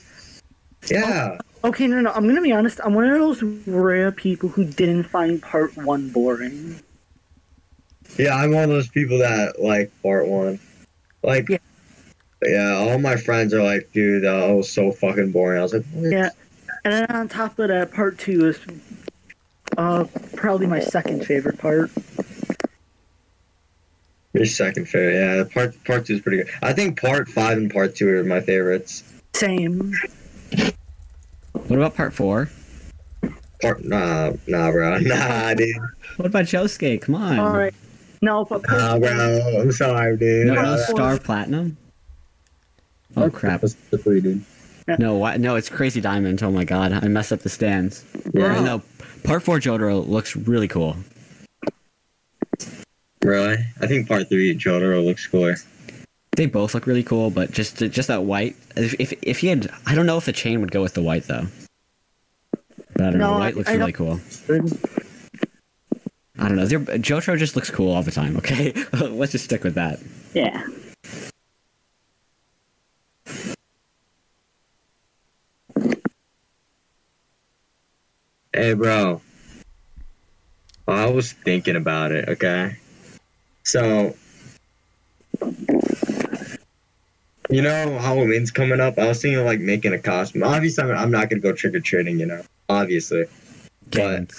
[SPEAKER 3] Yeah.
[SPEAKER 2] Okay, no, no. I'm gonna be honest. I'm one of those rare people who didn't find part one boring.
[SPEAKER 3] Yeah, I'm one of those people that like part one. Like,
[SPEAKER 2] Yeah.
[SPEAKER 3] yeah, all my friends are like, dude, that was so fucking boring. I was like, what?
[SPEAKER 2] Yeah. And then on top of that, part two is uh, probably my second favorite part.
[SPEAKER 3] Your second favorite. Yeah, part part two is pretty good. I think part five and part two are my favorites.
[SPEAKER 2] Same.
[SPEAKER 1] What about part four?
[SPEAKER 3] Part nah, nah, bro, nah, dude,
[SPEAKER 1] What about Josuke? Come on.
[SPEAKER 2] All right. No, but part
[SPEAKER 3] nah, bro. I'm sorry, dude.
[SPEAKER 1] No,
[SPEAKER 3] Nah,
[SPEAKER 1] no
[SPEAKER 3] that-
[SPEAKER 1] star platinum. Oh crap!
[SPEAKER 3] That's quickly, dude.
[SPEAKER 1] No, why, no, it's crazy diamond. Oh my god, I messed up the stands.
[SPEAKER 3] Yeah.
[SPEAKER 1] I know. Part four Jotaro looks really cool.
[SPEAKER 3] Really? I think part three JoJo looks cooler.
[SPEAKER 1] They both look really cool, but just just that white. If if, if he had, I don't know if the chain would go with the white though. But I don't
[SPEAKER 2] No,
[SPEAKER 1] know.
[SPEAKER 2] I-
[SPEAKER 1] White looks
[SPEAKER 2] I
[SPEAKER 1] really
[SPEAKER 2] don't-
[SPEAKER 1] cool.
[SPEAKER 2] two.
[SPEAKER 1] I don't know. They're, Jotaro just looks cool all the time. Okay, let's just stick with that.
[SPEAKER 2] Yeah.
[SPEAKER 3] Hey, bro. I was thinking about it, okay? So, you know, Halloween's coming up. I was thinking of, like, making a costume. Obviously, I'm, I'm not going to go trick or treating, you know? Obviously. But-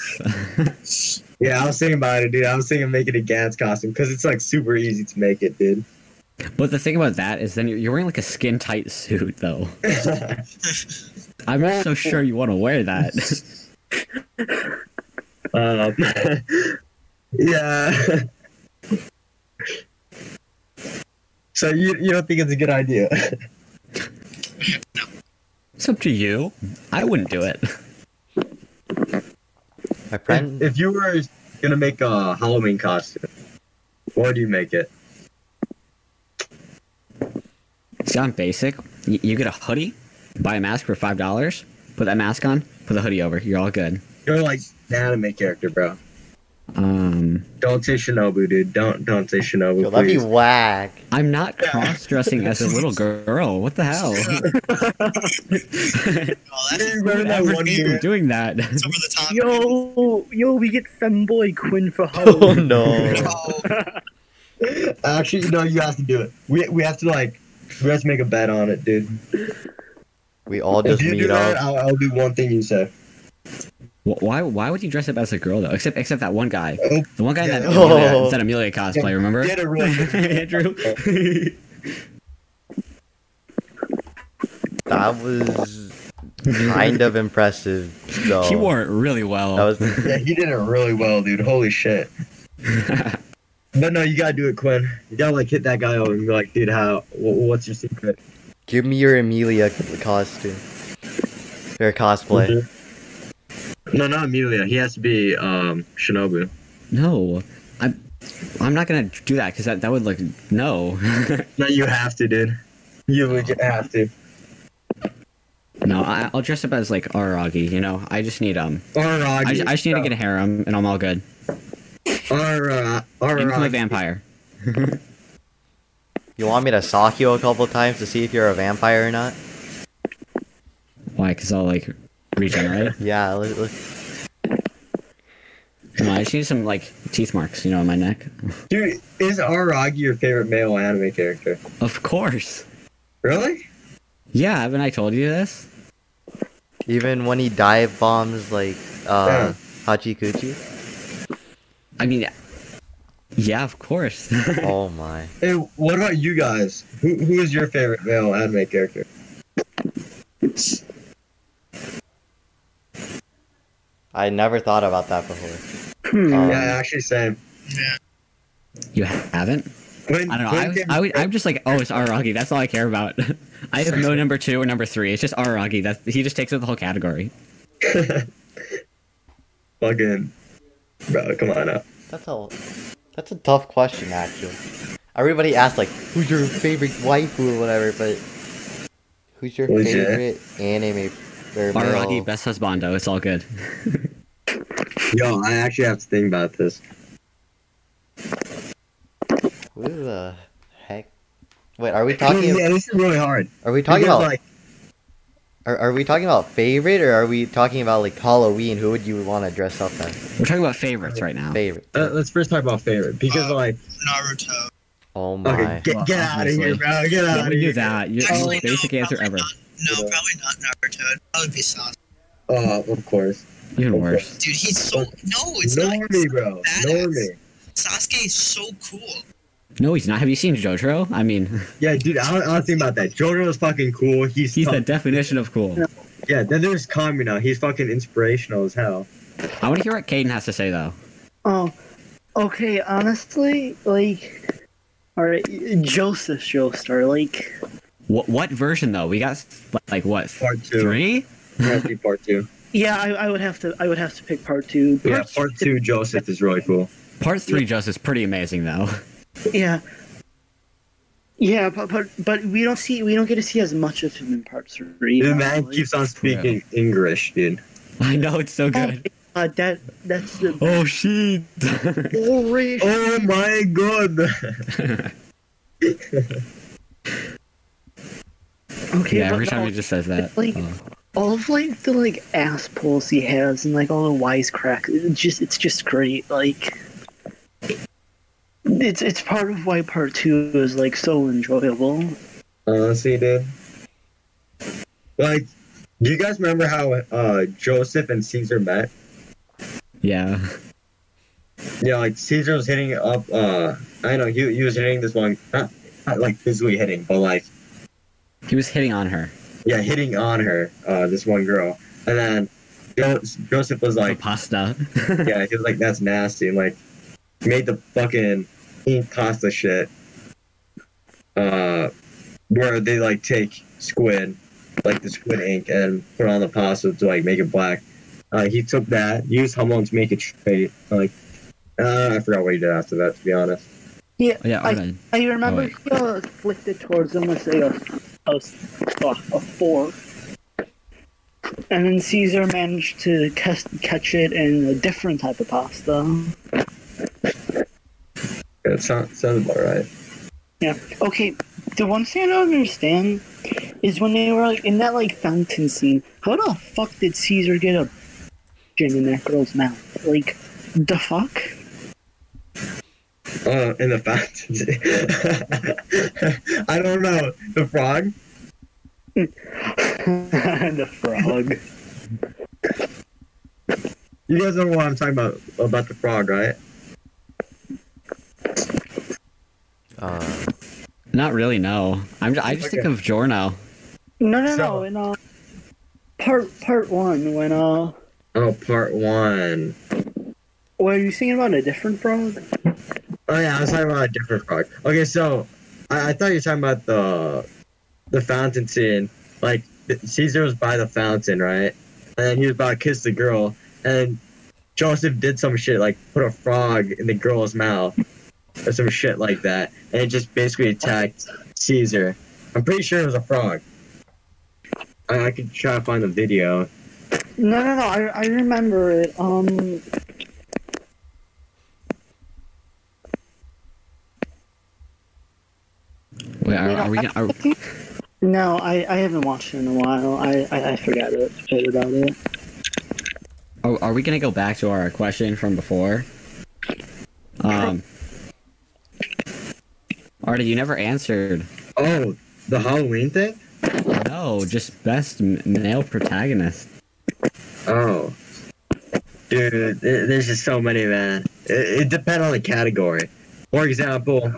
[SPEAKER 3] Yeah, I was thinking about it, dude. I was thinking of making a Gans costume because it's, like, super easy to make it, dude.
[SPEAKER 1] But the thing about that is, then you're, you're wearing like a skin tight suit, though. I'm not so sure you want to wear that.
[SPEAKER 3] Um, yeah. so, you, you don't think it's a good idea?
[SPEAKER 1] it's up to you. I wouldn't do it.
[SPEAKER 5] My friend
[SPEAKER 3] If, if you were gonna make a Halloween costume, what would you make it?
[SPEAKER 1] See, I'm basic. You, you get a hoodie, buy a mask for five dollars, put that mask on, put the hoodie over. You're all good.
[SPEAKER 3] You're like an anime character, bro.
[SPEAKER 1] Um,
[SPEAKER 3] Don't say Shinobu, dude. Don't don't say Shinobu.
[SPEAKER 5] Yo, that'd be
[SPEAKER 3] please.
[SPEAKER 5] whack.
[SPEAKER 1] I'm not cross dressing as a little girl. What the hell?
[SPEAKER 4] Oh, that's
[SPEAKER 3] You
[SPEAKER 4] it's
[SPEAKER 3] remember that
[SPEAKER 1] Ever
[SPEAKER 3] one
[SPEAKER 1] think
[SPEAKER 3] year?
[SPEAKER 1] of doing that?
[SPEAKER 4] over the top.
[SPEAKER 2] Yo, yo, we get femboy Quinn for
[SPEAKER 5] Oh
[SPEAKER 2] home.
[SPEAKER 5] no.
[SPEAKER 4] Oh,
[SPEAKER 3] Actually, no, you have to do it. We we have to like we have to make a bet on it, dude.
[SPEAKER 5] We all
[SPEAKER 3] If
[SPEAKER 5] just
[SPEAKER 3] you do
[SPEAKER 5] meet
[SPEAKER 3] that,
[SPEAKER 5] up.
[SPEAKER 3] I'll, I'll do one thing you say.
[SPEAKER 1] Wh- Why? Why would you dress up as a girl though? Except except that one guy.
[SPEAKER 3] Oh,
[SPEAKER 1] The one guy in that,
[SPEAKER 3] yeah.
[SPEAKER 1] the one that-
[SPEAKER 5] Oh.
[SPEAKER 1] that Amelia cosplay. Remember?
[SPEAKER 3] Get it real quick.
[SPEAKER 1] Andrew.
[SPEAKER 5] That was kind of impressive. Though.
[SPEAKER 3] Oh.
[SPEAKER 1] She wore it really well.
[SPEAKER 5] That was
[SPEAKER 3] Yeah, he did it really well, dude. Holy shit. but no, you gotta do it, Quinn. You gotta like hit that guy over and be like, dude, how? wh- What's your secret?
[SPEAKER 5] Give me your Amelia costume. Or cosplay.
[SPEAKER 3] Mm-hmm. No, not Amelia. He has to be um Shinobu.
[SPEAKER 1] no, I'm. I'm not gonna do that because that, that would look no,
[SPEAKER 3] No, you have to, dude. You
[SPEAKER 1] Oh.
[SPEAKER 3] legit have to.
[SPEAKER 1] no. I, I'll dress up as like Aragi. You know, I just need um.
[SPEAKER 3] Or
[SPEAKER 1] I just, I just need to get a harem and I'm all good.
[SPEAKER 3] Or uh, or
[SPEAKER 1] And become a
[SPEAKER 3] uh,
[SPEAKER 1] vampire.
[SPEAKER 5] You want me to sock you a couple times to see if you're a vampire or not?
[SPEAKER 1] Why? Because I'll like regenerate.
[SPEAKER 5] Yeah, let, let,
[SPEAKER 1] no, I just need some like teeth marks. You know, on my neck.
[SPEAKER 3] dude. Is Aragi your favorite male anime character?
[SPEAKER 1] Of course.
[SPEAKER 3] Really?
[SPEAKER 1] Yeah, haven't I told you this?
[SPEAKER 5] even when he dive bombs like uh,
[SPEAKER 3] Yeah.
[SPEAKER 5] Hachikuchi.
[SPEAKER 1] I mean, yeah, of course.
[SPEAKER 5] Oh my.
[SPEAKER 3] Hey, what about you guys? Who who is your favorite male anime character?
[SPEAKER 5] I never thought about that before.
[SPEAKER 2] Hmm.
[SPEAKER 5] Um,
[SPEAKER 3] yeah, actually, same.
[SPEAKER 1] you haven't?
[SPEAKER 3] Quinn,
[SPEAKER 1] I don't know.
[SPEAKER 3] Quinn
[SPEAKER 1] I was,
[SPEAKER 3] came-
[SPEAKER 1] I was, I'm just like, oh, it's Aragi. That's all I care about. I have no number two or number three. It's just Aragi. That's he just takes up the whole category.
[SPEAKER 3] Fucking bro, come on up.
[SPEAKER 5] That's a that's a tough question actually. Everybody asks like, who's your favorite waifu or whatever, but who's your
[SPEAKER 3] Who's your-
[SPEAKER 5] favorite anime or male?
[SPEAKER 1] Aragi, best husbando. It's all good.
[SPEAKER 3] Yo, I actually have to think about this.
[SPEAKER 5] Who the heck? Wait, are we
[SPEAKER 3] Dude,
[SPEAKER 5] talking?
[SPEAKER 3] yeah, this is really hard.
[SPEAKER 5] Are we talking
[SPEAKER 3] Because,
[SPEAKER 5] about?
[SPEAKER 3] like,
[SPEAKER 5] Are, are we talking about favorite or are we talking about like Halloween? Who would you want to dress up as?
[SPEAKER 1] We're talking about favorites right now.
[SPEAKER 5] Favorite.
[SPEAKER 3] uh, let's first talk about favorite because
[SPEAKER 4] Uh,
[SPEAKER 3] like
[SPEAKER 4] Naruto.
[SPEAKER 5] Oh my.
[SPEAKER 3] okay, get, get out of here,
[SPEAKER 1] Obviously.
[SPEAKER 3] bro. Get out
[SPEAKER 1] Yeah,
[SPEAKER 3] of
[SPEAKER 1] we
[SPEAKER 3] here.
[SPEAKER 1] knew that. Your
[SPEAKER 4] Actually,
[SPEAKER 1] most basic
[SPEAKER 4] no,
[SPEAKER 1] answer ever.
[SPEAKER 4] probably Not, no, probably not Naruto. It'd probably be Sasuke.
[SPEAKER 3] Oh, of course.
[SPEAKER 1] Even worse.
[SPEAKER 4] Dude, he's so no, it's not.
[SPEAKER 3] Normie, bro.
[SPEAKER 4] Badass.
[SPEAKER 3] Normie.
[SPEAKER 4] Sasuke is so cool.
[SPEAKER 1] No, he's not. Have you seen JoJo? I mean,
[SPEAKER 3] Yeah, dude, I don't, I don't think about that. Jojo is fucking cool. He's,
[SPEAKER 1] he's
[SPEAKER 3] tough.
[SPEAKER 1] the definition of cool.
[SPEAKER 3] yeah. Then there's Kamina. He's fucking inspirational as hell.
[SPEAKER 1] I want to hear what Caden has to say though.
[SPEAKER 2] Oh, okay. Honestly, like, all right, Joseph Joestar, like,
[SPEAKER 1] What what version though? We got like what
[SPEAKER 3] Part two.
[SPEAKER 1] three?
[SPEAKER 3] That's the part two.
[SPEAKER 2] yeah, I, I would have to, I would have to pick part two.
[SPEAKER 3] Yeah, part two. Joseph is really cool.
[SPEAKER 1] Part three just is pretty amazing though.
[SPEAKER 2] Yeah. Yeah, but, but but we don't see we don't get to see as much of him in part three.
[SPEAKER 3] The man
[SPEAKER 2] honestly.
[SPEAKER 3] keeps on speaking English, dude.
[SPEAKER 1] I know it's so good.
[SPEAKER 2] Uh, that that's the
[SPEAKER 1] Oh shit!
[SPEAKER 2] Orish.
[SPEAKER 3] Oh my god.
[SPEAKER 2] okay,
[SPEAKER 1] yeah,
[SPEAKER 2] but
[SPEAKER 1] every time
[SPEAKER 2] no,
[SPEAKER 1] he just says that.
[SPEAKER 2] it's like-
[SPEAKER 1] oh.
[SPEAKER 2] all of like the like ass pulls he has and like all the wisecracks, it's just it's just great. Like it's it's part of why part two is like so enjoyable.
[SPEAKER 3] Honestly, dude. Like, do you guys remember how uh, Joseph and Caesar met?
[SPEAKER 1] Yeah.
[SPEAKER 3] Yeah, like Caesar was hitting up. uh I know he, he was hitting this one, not, not like physically hitting, but like
[SPEAKER 1] He was hitting on her.
[SPEAKER 3] yeah, hitting on her. Uh, this one girl, and then jo- Joseph was
[SPEAKER 1] Like,
[SPEAKER 3] like,
[SPEAKER 1] pasta.
[SPEAKER 3] yeah, he was like, that's nasty, and like made the fucking eat pasta shit. Uh, where they like take squid, like the squid ink, and put on the pasta to like make it black. Uh, he took that, used hamon to make it straight. Like, uh, I forgot what he did after that. To be honest.
[SPEAKER 2] Yeah,
[SPEAKER 1] Yeah,
[SPEAKER 2] I-
[SPEAKER 1] alright.
[SPEAKER 2] I remember
[SPEAKER 1] Oh, wait.
[SPEAKER 2] he uh, flicked it towards him with like a, a, a fork. And then Caesar managed to ca- catch it in a different type of pasta.
[SPEAKER 3] It sounds, sounds about right.
[SPEAKER 2] Yeah. Okay. The one thing I don't understand is when they were like in that like fountain scene. How the fuck did Caesar get a gin in that girl's mouth? Like, the fuck?
[SPEAKER 3] Oh, in the fountain. I don't know. The frog?
[SPEAKER 2] the frog.
[SPEAKER 3] You guys know what I'm talking about about the frog, right?
[SPEAKER 5] Uh,
[SPEAKER 1] Not really. No, I'm. Just, I just think
[SPEAKER 3] Okay.
[SPEAKER 1] of Jorno.
[SPEAKER 2] No,
[SPEAKER 3] So-
[SPEAKER 2] no, no. In uh, part part one, when uh,
[SPEAKER 3] Oh, part one.
[SPEAKER 2] were you singing about a different frog?
[SPEAKER 3] Oh yeah, I was talking about a different frog. Okay, so I, I thought you were talking about the the fountain scene. Like th- Caesar was by the fountain, right? And he was about to kiss the girl, and Joseph did some shit like put a frog in the girl's mouth or some shit like that, and it just basically attacked Caesar. I'm pretty sure it was a frog. I, I could try to find the video.
[SPEAKER 2] No, no, no. I, I remember it. Um.
[SPEAKER 1] Wait, are,
[SPEAKER 2] you know,
[SPEAKER 1] are we? Gonna, are,
[SPEAKER 2] I think- no, I, I haven't watched it in a while. I, I, I forgot it, forgot about it.
[SPEAKER 1] Oh, are, are we gonna go back to our question from before? Um. Arda, you never answered.
[SPEAKER 3] Oh, the Halloween thing.
[SPEAKER 1] No, just best m- male protagonist.
[SPEAKER 3] Oh, dude, th- there's just so many, man. It, it depends on the category. For example,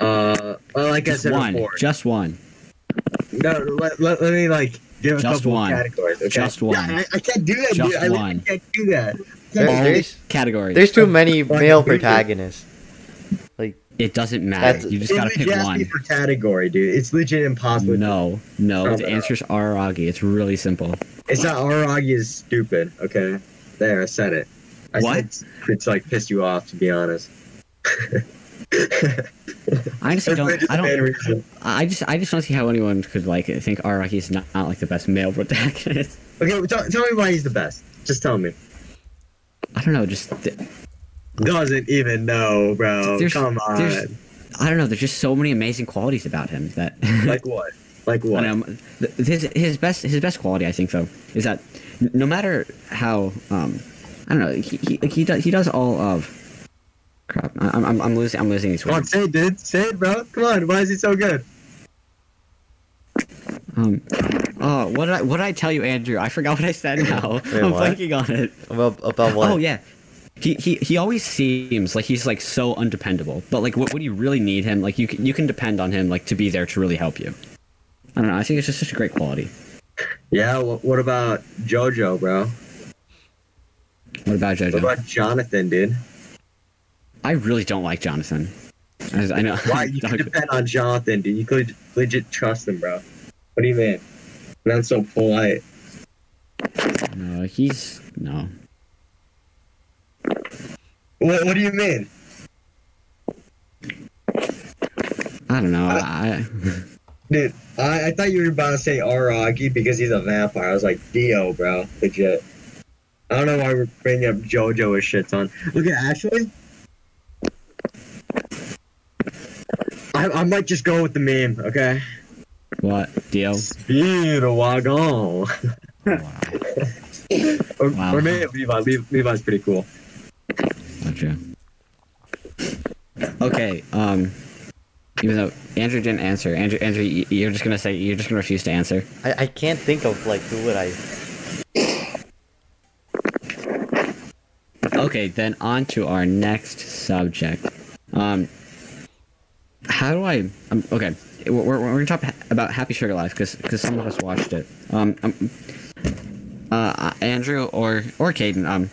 [SPEAKER 3] uh, well, like I
[SPEAKER 1] Just
[SPEAKER 3] said
[SPEAKER 1] one.
[SPEAKER 3] before,
[SPEAKER 1] Just one.
[SPEAKER 3] no, let, let, let me like give a
[SPEAKER 1] Just
[SPEAKER 3] couple
[SPEAKER 1] one.
[SPEAKER 3] categories. Okay?
[SPEAKER 1] Just one.
[SPEAKER 3] Yeah, I, I can't do that,
[SPEAKER 1] Just
[SPEAKER 3] dude. I literally
[SPEAKER 1] one.
[SPEAKER 3] can't do that.
[SPEAKER 5] there-
[SPEAKER 3] Can't do
[SPEAKER 5] there's
[SPEAKER 1] Category.
[SPEAKER 5] there's too many
[SPEAKER 3] Like,
[SPEAKER 5] male
[SPEAKER 3] who do you-
[SPEAKER 5] protagonists.
[SPEAKER 1] It doesn't matter.
[SPEAKER 5] That's-
[SPEAKER 1] You
[SPEAKER 3] that.
[SPEAKER 1] just gotta
[SPEAKER 3] It
[SPEAKER 1] pick
[SPEAKER 3] legit has to
[SPEAKER 1] one.
[SPEAKER 3] be for category, dude. It's legit impossible.
[SPEAKER 1] No, no.
[SPEAKER 3] No,
[SPEAKER 1] The
[SPEAKER 3] no.
[SPEAKER 1] answers are Aragi. It's really simple.
[SPEAKER 3] It's not Aragi is stupid. Okay, there I said it. I
[SPEAKER 1] What?
[SPEAKER 3] Said, it's like pissed you off, to be honest.
[SPEAKER 1] I just
[SPEAKER 3] That's
[SPEAKER 1] don't.
[SPEAKER 3] legit
[SPEAKER 1] I
[SPEAKER 3] the main
[SPEAKER 1] don't.
[SPEAKER 3] reason.
[SPEAKER 1] I just. I just don't see how anyone could like think Araki is not, not like the best male protagonist.
[SPEAKER 3] Okay, well, tell, tell me why he's the best. Just tell me.
[SPEAKER 1] I don't know. Just. th-
[SPEAKER 3] Doesn't even know, bro.
[SPEAKER 1] There's-
[SPEAKER 3] Come on.
[SPEAKER 1] there's- I don't know. There's just so many amazing qualities about him that.
[SPEAKER 3] Like what? Like
[SPEAKER 1] I
[SPEAKER 3] what?
[SPEAKER 1] don't know, um, th- his his best his best quality, I think, though, is that n- no matter how um, I don't know, he he, like, he does he does all of. Crap, I- I'm I'm, I'm losing I'm losing these
[SPEAKER 3] Come on,
[SPEAKER 1] words.
[SPEAKER 3] say it, dude. Say it, bro. Come on. Why is he so good?
[SPEAKER 1] Um, oh, what did I what did I tell you, Andrew? I forgot what I said now. I'm
[SPEAKER 5] what?
[SPEAKER 1] blanking on it.
[SPEAKER 5] About, about what?
[SPEAKER 1] Oh yeah. He, he, he always seems like he's like so undependable, but like what when you really need him, like you can, you can depend on him like to be there to really help you. I don't know. I think it's just such a great quality.
[SPEAKER 3] Yeah. What, what about JoJo, bro?
[SPEAKER 1] What about JoJo?
[SPEAKER 3] What about Jonathan, dude?
[SPEAKER 1] I really don't like Jonathan. I, I know.
[SPEAKER 3] Why you can depend on Jonathan, dude? You could legit trust him, bro. What do you mean? Not so polite.
[SPEAKER 1] no, he's no.
[SPEAKER 3] What, what do you mean?
[SPEAKER 1] I don't know. I,
[SPEAKER 3] Dude, I, I thought you were about to say Araki because he's a vampire. I was like, Dio, bro. Legit. I don't know why we're bringing up JoJo as shit ton. Look at Ashley. I, I might just go with the meme, okay?
[SPEAKER 1] what Dio?
[SPEAKER 3] Speed wagon. or,
[SPEAKER 1] Wow.
[SPEAKER 3] or maybe Levi. Levi- Levi's pretty cool.
[SPEAKER 1] Gotcha. Okay. Um. Even though Andrew didn't answer, Andrew, Andrew, y- you're just gonna say you're just gonna refuse to answer.
[SPEAKER 5] I, I can't think of like who would I.
[SPEAKER 1] Okay, then on to our next subject. Um, how do I? Um, okay, we're, we're we're gonna talk ha- about Happy Sugar Life because some of us watched it. Um, um uh, Andrew or or Caden. Um,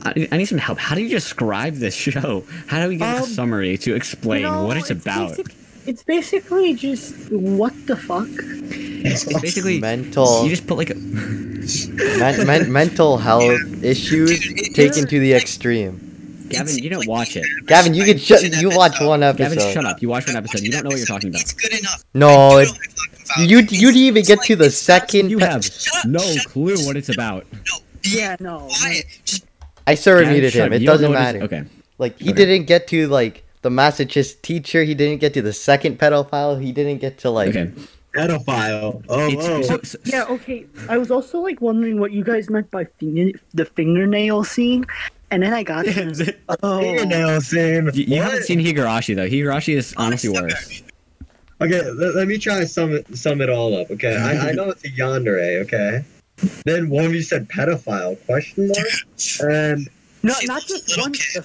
[SPEAKER 1] I, I need some help. How do you describe this show? How do we give a
[SPEAKER 2] Um,
[SPEAKER 1] summary to explain what it's, about?
[SPEAKER 2] basic- it's basically just what the fuck.
[SPEAKER 1] it's basically
[SPEAKER 5] Mental-
[SPEAKER 1] You just put like a,
[SPEAKER 5] Men, men, mental health issues
[SPEAKER 4] Dude, it-
[SPEAKER 5] taken to the extreme.
[SPEAKER 1] Gavin. You didn't watch it.
[SPEAKER 5] Gavin, you
[SPEAKER 4] I
[SPEAKER 5] can
[SPEAKER 4] watched
[SPEAKER 5] shut.
[SPEAKER 4] an
[SPEAKER 5] You watch
[SPEAKER 4] episode.
[SPEAKER 5] one
[SPEAKER 1] Gavin,
[SPEAKER 5] episode.
[SPEAKER 1] shut up. You watched
[SPEAKER 4] I
[SPEAKER 1] one
[SPEAKER 4] watched
[SPEAKER 1] episode. You
[SPEAKER 4] an
[SPEAKER 1] don't know what you're
[SPEAKER 4] episode.
[SPEAKER 1] talking about.
[SPEAKER 4] It's good enough.
[SPEAKER 5] No,
[SPEAKER 4] I
[SPEAKER 5] it-
[SPEAKER 4] do know what I'm talking about.
[SPEAKER 5] You you
[SPEAKER 4] It's-
[SPEAKER 5] didn't even
[SPEAKER 4] it's
[SPEAKER 5] get
[SPEAKER 4] like-
[SPEAKER 5] to the
[SPEAKER 4] it's not-
[SPEAKER 5] second.
[SPEAKER 6] You
[SPEAKER 5] pa-
[SPEAKER 6] have
[SPEAKER 4] Shut up,
[SPEAKER 6] no
[SPEAKER 4] shut up,
[SPEAKER 6] clue
[SPEAKER 4] just-
[SPEAKER 6] what it's about.
[SPEAKER 4] No, be
[SPEAKER 2] Yeah, no.
[SPEAKER 4] quiet. Just
[SPEAKER 5] I
[SPEAKER 6] Yeah,
[SPEAKER 5] server muted
[SPEAKER 6] shut
[SPEAKER 5] him.
[SPEAKER 6] up.
[SPEAKER 5] It
[SPEAKER 6] You don't
[SPEAKER 5] doesn't
[SPEAKER 6] know what
[SPEAKER 5] matter.
[SPEAKER 6] it's- Okay.
[SPEAKER 5] Like he
[SPEAKER 6] Okay.
[SPEAKER 5] didn't get to like the Massachusetts teacher. He didn't get to the second pedophile. He didn't get to like.
[SPEAKER 6] Okay.
[SPEAKER 3] Pedophile. Oh,
[SPEAKER 1] It's-
[SPEAKER 3] whoa.
[SPEAKER 1] so- so-
[SPEAKER 2] Yeah, okay. I was also like wondering what you guys meant by finger- the fingernail scene, and then I got to oh,
[SPEAKER 3] Fingernail scene.
[SPEAKER 1] You, you haven't
[SPEAKER 3] What?
[SPEAKER 1] seen Higurashi though. Higurashi is honestly
[SPEAKER 4] Honest to
[SPEAKER 1] worse.
[SPEAKER 3] Okay, let, let me try to sum it, sum it all up. Okay, I, I know it's a yandere. Okay, then one of you said pedophile question mark, and
[SPEAKER 2] no,
[SPEAKER 4] She's
[SPEAKER 2] not
[SPEAKER 4] a
[SPEAKER 2] just
[SPEAKER 4] little
[SPEAKER 2] one
[SPEAKER 4] kid.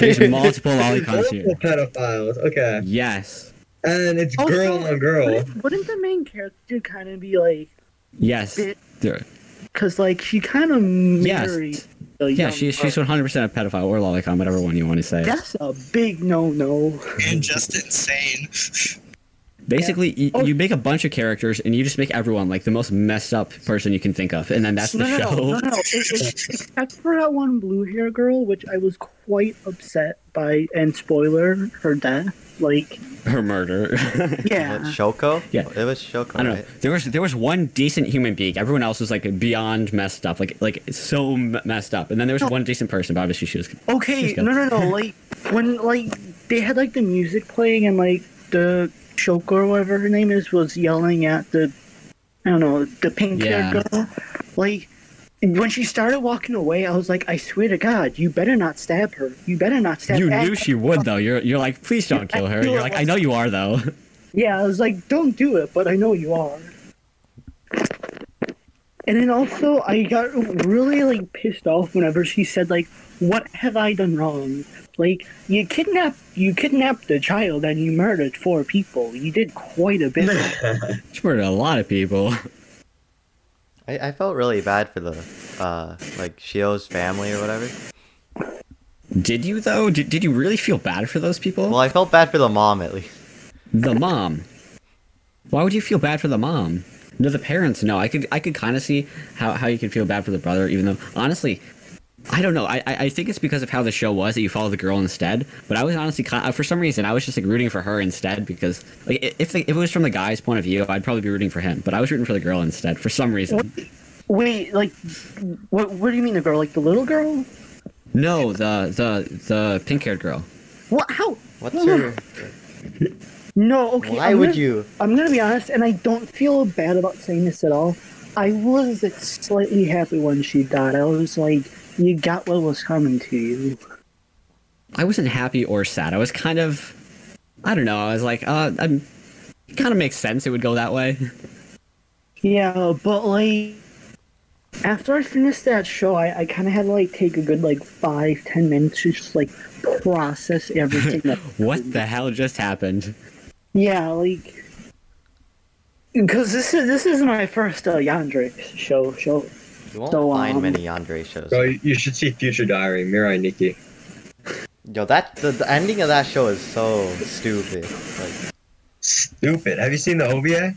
[SPEAKER 1] There's multiple lolicons here.
[SPEAKER 3] multiple pedophiles. Okay,
[SPEAKER 1] Yes,
[SPEAKER 3] and it's
[SPEAKER 2] Also,
[SPEAKER 3] girl on girl.
[SPEAKER 2] Wouldn't, wouldn't the main character kind of be like,
[SPEAKER 1] yes, There-
[SPEAKER 2] because like she kind of
[SPEAKER 1] yes,
[SPEAKER 2] married? a
[SPEAKER 1] yeah.
[SPEAKER 2] young
[SPEAKER 1] She's she's
[SPEAKER 2] girl.
[SPEAKER 1] 100 percent a pedophile or lolicon, whatever one you want to say.
[SPEAKER 2] That's a big no-no.
[SPEAKER 4] and just insane.
[SPEAKER 1] Basically, y
[SPEAKER 2] Oh.
[SPEAKER 1] you, make a bunch of characters and you just make everyone like the most messed up person you can think of, and then that's the
[SPEAKER 2] no, no,
[SPEAKER 1] show.
[SPEAKER 2] no, no, no, no. It- it- except for that one blue hair girl, which I was quite upset by. And spoiler, her death. Like,
[SPEAKER 1] Her murder.
[SPEAKER 5] Was it
[SPEAKER 2] yeah,
[SPEAKER 5] Shoko?
[SPEAKER 1] Yeah.
[SPEAKER 5] It was Shoko.
[SPEAKER 1] I don't know.
[SPEAKER 5] right?
[SPEAKER 1] There was there was one decent human being. Everyone else was like beyond messed up, like like so m- messed up. And then there was
[SPEAKER 2] No.
[SPEAKER 1] one decent person, but obviously she was.
[SPEAKER 2] okay,
[SPEAKER 1] She's
[SPEAKER 2] no, no, no. Like when like they had like the music playing and like the Shoko or whatever her name is was yelling at the I don't know the pink
[SPEAKER 1] Yeah.
[SPEAKER 2] haired girl. Like when she started walking away, I was like, I swear to God, you better not stab her. You better not stab.
[SPEAKER 1] You
[SPEAKER 2] her."
[SPEAKER 1] knew she would though. You're you're like, please don't kill her. You're like, I know you are though.
[SPEAKER 2] Yeah, I was like, don't do it, but I know you are. And then also, I got really like pissed off whenever she said like, "What have I done wrong? Like, you kidnapped you kidnapped a child and you murdered four people. You did quite a bit."
[SPEAKER 1] She murdered a lot of people.
[SPEAKER 5] I, I felt really bad for the uh like Shio's family or whatever.
[SPEAKER 1] Did you though? Did, did you really feel bad for those people?
[SPEAKER 5] Well, I felt bad for the mom at least.
[SPEAKER 1] The mom. Why would you feel bad for the mom? No, the parents. No, I could I could kind of see how how you could feel bad for the brother, even though honestly. I don't know. I, I I think it's because of how the show was that you follow the girl instead. But I was honestly, ki- uh, for some reason, I was just like rooting for her instead because like i- if, the, if it was from the guy's point of view, I'd probably be rooting for him. But I was rooting for the girl instead for some reason.
[SPEAKER 2] Wait, like, what? What do you mean the girl? Like the little girl?
[SPEAKER 1] No, the the the pink haired girl.
[SPEAKER 2] What? How?
[SPEAKER 5] What's her?
[SPEAKER 2] No. Okay.
[SPEAKER 5] Why
[SPEAKER 2] I'm
[SPEAKER 5] would
[SPEAKER 2] gonna-
[SPEAKER 5] you?
[SPEAKER 2] I'm gonna be honest, and I don't feel bad about saying this at all. I was slightly happy when she died. I was like, you got what was coming to you.
[SPEAKER 1] I wasn't happy or sad. I was kind of, I don't know. I was like, uh, I'm, it kind of makes sense. It would go that way.
[SPEAKER 2] Yeah, but like, after I finished that show, I, I kind of had to like take a good like five, ten minutes to just like process everything. That
[SPEAKER 1] What the hell just happened?
[SPEAKER 2] Yeah, like, because this is this is my first uh, Yandere show show.
[SPEAKER 5] You won't
[SPEAKER 2] So,
[SPEAKER 5] find
[SPEAKER 2] um,
[SPEAKER 5] many Yandere shows.
[SPEAKER 3] Bro, you, you should see Future Diary, Mirai Nikki.
[SPEAKER 5] Yo, that the, the ending of that show is so stupid. Like,
[SPEAKER 3] Stupid. Have you seen the OVA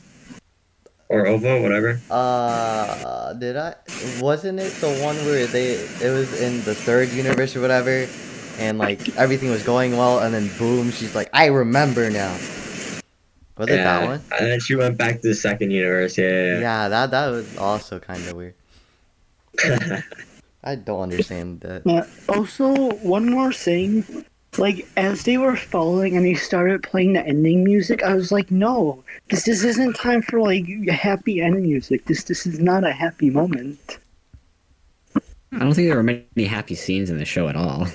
[SPEAKER 3] or OVA, whatever?
[SPEAKER 5] uh, did I? Wasn't it the one where they? It was in the third universe or whatever, and like everything was going well, and then boom, she's like, I remember now. Was it that one?
[SPEAKER 3] And then she went back to the second universe. Yeah. yeah,
[SPEAKER 5] Yeah, that that was also kind of weird. I don't understand that.
[SPEAKER 2] Yeah. Also, one more thing. Like, as they were falling and they started playing the ending music, I was like, no, this, this isn't time for, like, happy end music. This this is not a happy moment.
[SPEAKER 1] I don't think there were many happy scenes in the show at all.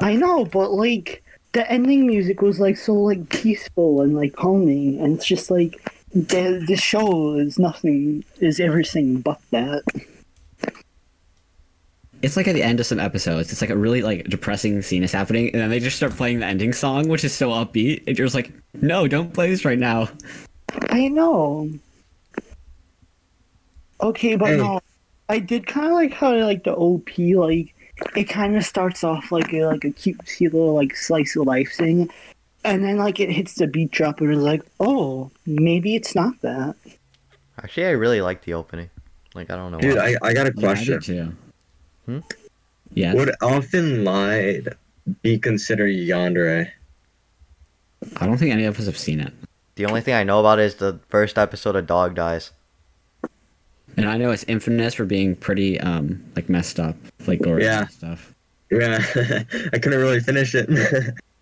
[SPEAKER 2] I know, but, like, the ending music was, like, so, like, peaceful and, like, calming. And it's just, like, the, the show is nothing, is everything but that.
[SPEAKER 1] It's like at the end of some episodes, it's like a really like depressing scene is happening, and then they just start playing the ending song, which is so upbeat. And you're just like, no, don't play this right now.
[SPEAKER 2] I know. Okay, but
[SPEAKER 3] Hey.
[SPEAKER 2] no, I did kind of like how like the OP like it kind of starts off like a, like a cutesy little like slice of life thing, and then like it hits the beat drop and it's like, oh, maybe it's not that.
[SPEAKER 5] Actually, I really like the opening. Like, I don't know.
[SPEAKER 3] dude,
[SPEAKER 5] why.
[SPEAKER 3] I, I got a
[SPEAKER 1] Yeah, I
[SPEAKER 3] question.
[SPEAKER 1] did too.
[SPEAKER 5] Hmm?
[SPEAKER 1] Yeah,
[SPEAKER 3] Would Elfin Lied be considered yandere?
[SPEAKER 1] I don't think any of us have seen it.
[SPEAKER 5] The only thing I know about is the first episode of Dog Dies.
[SPEAKER 1] And I know it's infamous for being pretty um like messed up, like gory
[SPEAKER 3] Yeah.
[SPEAKER 1] and stuff.
[SPEAKER 3] Yeah, I couldn't really finish it.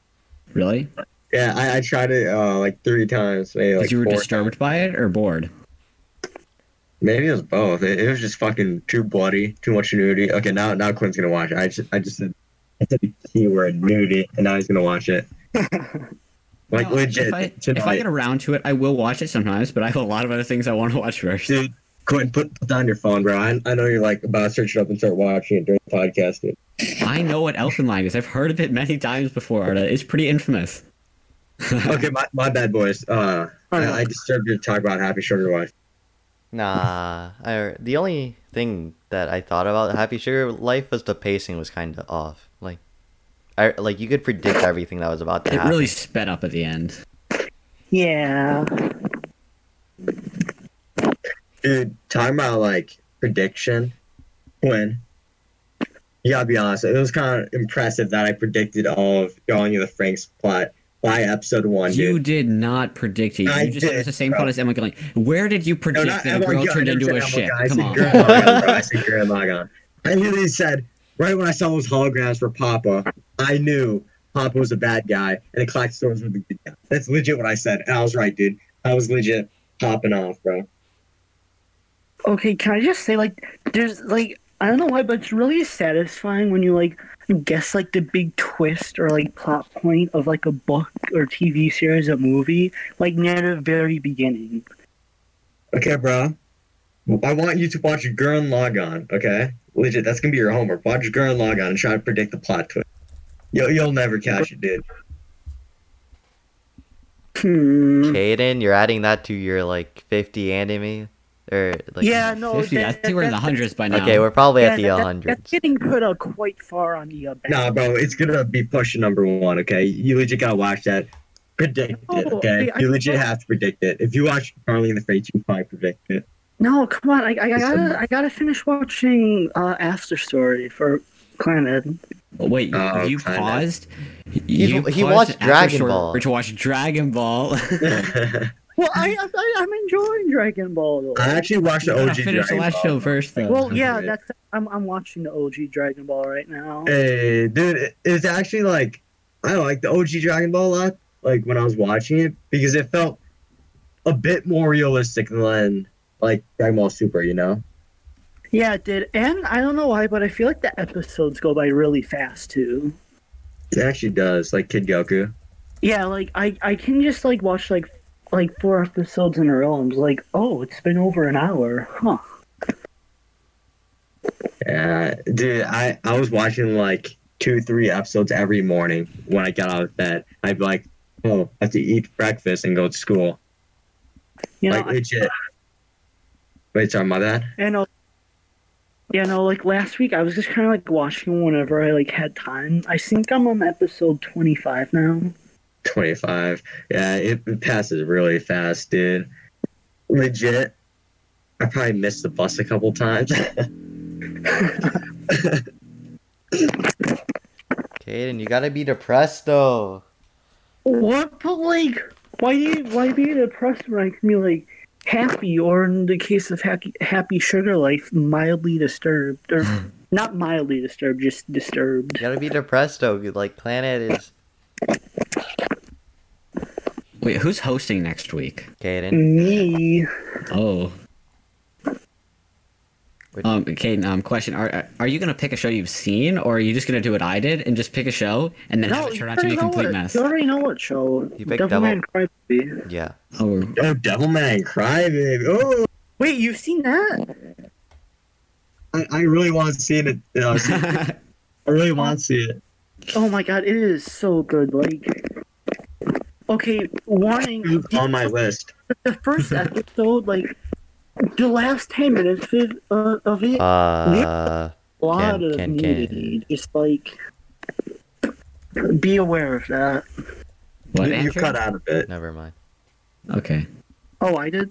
[SPEAKER 1] Really?
[SPEAKER 3] yeah, I, I tried it uh, like three times. Maybe
[SPEAKER 1] Because
[SPEAKER 3] like
[SPEAKER 1] you were
[SPEAKER 3] four.
[SPEAKER 1] disturbed by it or bored?
[SPEAKER 3] Maybe it was both. It, it was just fucking too bloody, too much nudity. Okay, now now Quinn's gonna watch it. I just I just said I said the key word nudity, and now he's gonna watch it. like
[SPEAKER 1] No,
[SPEAKER 3] legit
[SPEAKER 1] If I,
[SPEAKER 3] tonight.
[SPEAKER 1] if I get around to it, I will watch it sometimes. But I have a lot of other things I want to watch first.
[SPEAKER 3] Dude, Quinn, put, put down your phone, bro. I, I know you're like about to search it up and start watching it during the podcast. Dude.
[SPEAKER 1] I know what Elfenlight is. I've heard of it many times before. Arda. It's pretty infamous.
[SPEAKER 3] Okay, my, my bad, boys. Uh,
[SPEAKER 2] Oh,
[SPEAKER 3] I,
[SPEAKER 2] no.
[SPEAKER 3] I disturbed you to talk about Happy Sugar Wife.
[SPEAKER 5] Nah, I, the only thing that I thought about Happy Sugar Life was the pacing was kind of off. Like, I like you could predict everything that was about to
[SPEAKER 1] It
[SPEAKER 5] happen.
[SPEAKER 1] really sped up at the end.
[SPEAKER 2] Yeah.
[SPEAKER 3] Dude, talking about like prediction, when you gotta be honest, it was kind of impressive that I predicted all of Going You the Franks plot by episode one,
[SPEAKER 1] You
[SPEAKER 3] dude.
[SPEAKER 1] did not predict it. You
[SPEAKER 3] I
[SPEAKER 1] just said it was
[SPEAKER 3] did,
[SPEAKER 1] the same
[SPEAKER 3] bro.
[SPEAKER 1] plot as Emma Gilling. Where did you
[SPEAKER 3] No,
[SPEAKER 1] predict
[SPEAKER 3] not
[SPEAKER 1] that a
[SPEAKER 3] Emma
[SPEAKER 1] girl
[SPEAKER 3] Gunn,
[SPEAKER 1] turned
[SPEAKER 3] I didn't
[SPEAKER 1] into a
[SPEAKER 3] say
[SPEAKER 1] ship?
[SPEAKER 3] Emma Gunn, I
[SPEAKER 1] Come
[SPEAKER 3] said
[SPEAKER 1] on.
[SPEAKER 3] Grandma Gunn, bro. I said Grandma Gunn. I literally said right when I saw those holograms for Papa, I knew Papa was a bad guy and the Clock Stores were the good guy. That's legit what I said, and I was right, dude. I was legit popping off, bro.
[SPEAKER 2] Okay, can I just say like there's like I don't know why, but it's really satisfying when you like guess like the big twist or like plot point of like a book or TV series, a movie, like near the very beginning.
[SPEAKER 3] Okay, bro. I want you to watch Gurren Lagann. Okay, legit. That's gonna be your homework. Watch Gurren Lagann and try to predict the plot twist. You'll you'll never catch it, dude.
[SPEAKER 2] Hmm.
[SPEAKER 5] Kaden, you're adding that to your like 50 anime or like
[SPEAKER 2] yeah, no,
[SPEAKER 1] 50, I
[SPEAKER 2] that-
[SPEAKER 1] think we're in the
[SPEAKER 2] that-
[SPEAKER 1] hundreds by now.
[SPEAKER 5] Okay, we're probably
[SPEAKER 2] yeah,
[SPEAKER 5] at the
[SPEAKER 2] that- that-
[SPEAKER 5] 100s.
[SPEAKER 2] That's getting put out quite far on the uh, back.
[SPEAKER 3] Nah, bro. It's gonna be pushing number one. Okay, you legit gotta watch that. Predict it.
[SPEAKER 2] No,
[SPEAKER 3] Okay,
[SPEAKER 2] I- I-
[SPEAKER 3] you legit have to predict it. If you watch Charlie and the Fates, you probably predict it.
[SPEAKER 2] No, come on, I, I, I gotta I gotta finish watching uh, After Story for Planet.
[SPEAKER 1] Oh, Wait,
[SPEAKER 3] Oh,
[SPEAKER 1] you
[SPEAKER 3] kinda.
[SPEAKER 1] paused?
[SPEAKER 5] he watched
[SPEAKER 1] after
[SPEAKER 5] Dragon
[SPEAKER 1] Sword
[SPEAKER 5] Ball.
[SPEAKER 1] Art To watch Dragon Ball.
[SPEAKER 2] Well, I, I I'm enjoying Dragon Ball though.
[SPEAKER 3] I actually watched the
[SPEAKER 1] You gotta
[SPEAKER 3] OG
[SPEAKER 1] finish the
[SPEAKER 3] Dragon
[SPEAKER 1] last
[SPEAKER 3] Ball.
[SPEAKER 1] show first, though.
[SPEAKER 2] Well, yeah,
[SPEAKER 3] Right.
[SPEAKER 2] that's I'm I'm watching the OG Dragon Ball right now.
[SPEAKER 3] Hey, Eh, dude, it's actually like I like the OG Dragon Ball a lot. Like when I was watching it, because it felt a bit more realistic than like Dragon Ball Super. You know?
[SPEAKER 2] Yeah, it did, and I don't know why, but I feel like the episodes go by really fast too.
[SPEAKER 3] It actually does. Like Kid Goku.
[SPEAKER 2] Yeah, like I I can just like watch like like four episodes in a row. and I'm like, oh, it's been over an hour, huh?
[SPEAKER 3] Yeah, dude, I I was watching like two, three episodes every morning when I got out of bed. I'd be like, oh, I have to eat breakfast and go to school.
[SPEAKER 2] You know,
[SPEAKER 3] like legit. Wait, sorry, my bad.
[SPEAKER 2] I, I know. Yeah, no, like last week I was just kind of like watching whenever I like had time. I think I'm on episode 25 now.
[SPEAKER 3] 25. Yeah, it, it passes really fast, dude. Legit. I probably missed the bus a couple times.
[SPEAKER 5] Kaden, you gotta be depressed though.
[SPEAKER 2] What? But like, why do you, why be depressed when I can be like happy, or in the case of happy, happy sugar life, mildly disturbed, or
[SPEAKER 1] Hmm.
[SPEAKER 2] not mildly disturbed, just disturbed.
[SPEAKER 5] You gotta be depressed though. Like Planet is
[SPEAKER 1] Wait, who's hosting next week?
[SPEAKER 5] Kaden.
[SPEAKER 2] Me,
[SPEAKER 1] Oh.
[SPEAKER 5] Which-
[SPEAKER 1] Um, Caden, um, question: Are are you gonna pick a show you've seen, or are you just gonna do what I did and just pick a show and then have it
[SPEAKER 2] you
[SPEAKER 1] turn out to be
[SPEAKER 2] already
[SPEAKER 1] a
[SPEAKER 2] know
[SPEAKER 1] complete
[SPEAKER 2] what-
[SPEAKER 1] mess?
[SPEAKER 2] You already know what show.
[SPEAKER 5] You picked
[SPEAKER 2] Devilman Crybaby.
[SPEAKER 5] Yeah.
[SPEAKER 1] Oh,
[SPEAKER 3] oh, Devilman Crybaby. Oh,
[SPEAKER 2] Wait, you've seen that?
[SPEAKER 3] I, I really want to see it. uh, see- I really want to see it.
[SPEAKER 2] Oh my god, it is so good. Like, okay, warning.
[SPEAKER 3] It's on my list.
[SPEAKER 2] The first episode, like, the last ten minutes of it, uh, of it
[SPEAKER 5] Uh,
[SPEAKER 2] a lot
[SPEAKER 5] Can-
[SPEAKER 2] of
[SPEAKER 5] can- can.
[SPEAKER 2] nudity. Just like be aware of that.
[SPEAKER 1] what?
[SPEAKER 3] you, you
[SPEAKER 1] Andrew?
[SPEAKER 3] cut out of it.
[SPEAKER 5] never mind.
[SPEAKER 1] Okay.
[SPEAKER 2] Oh, I did.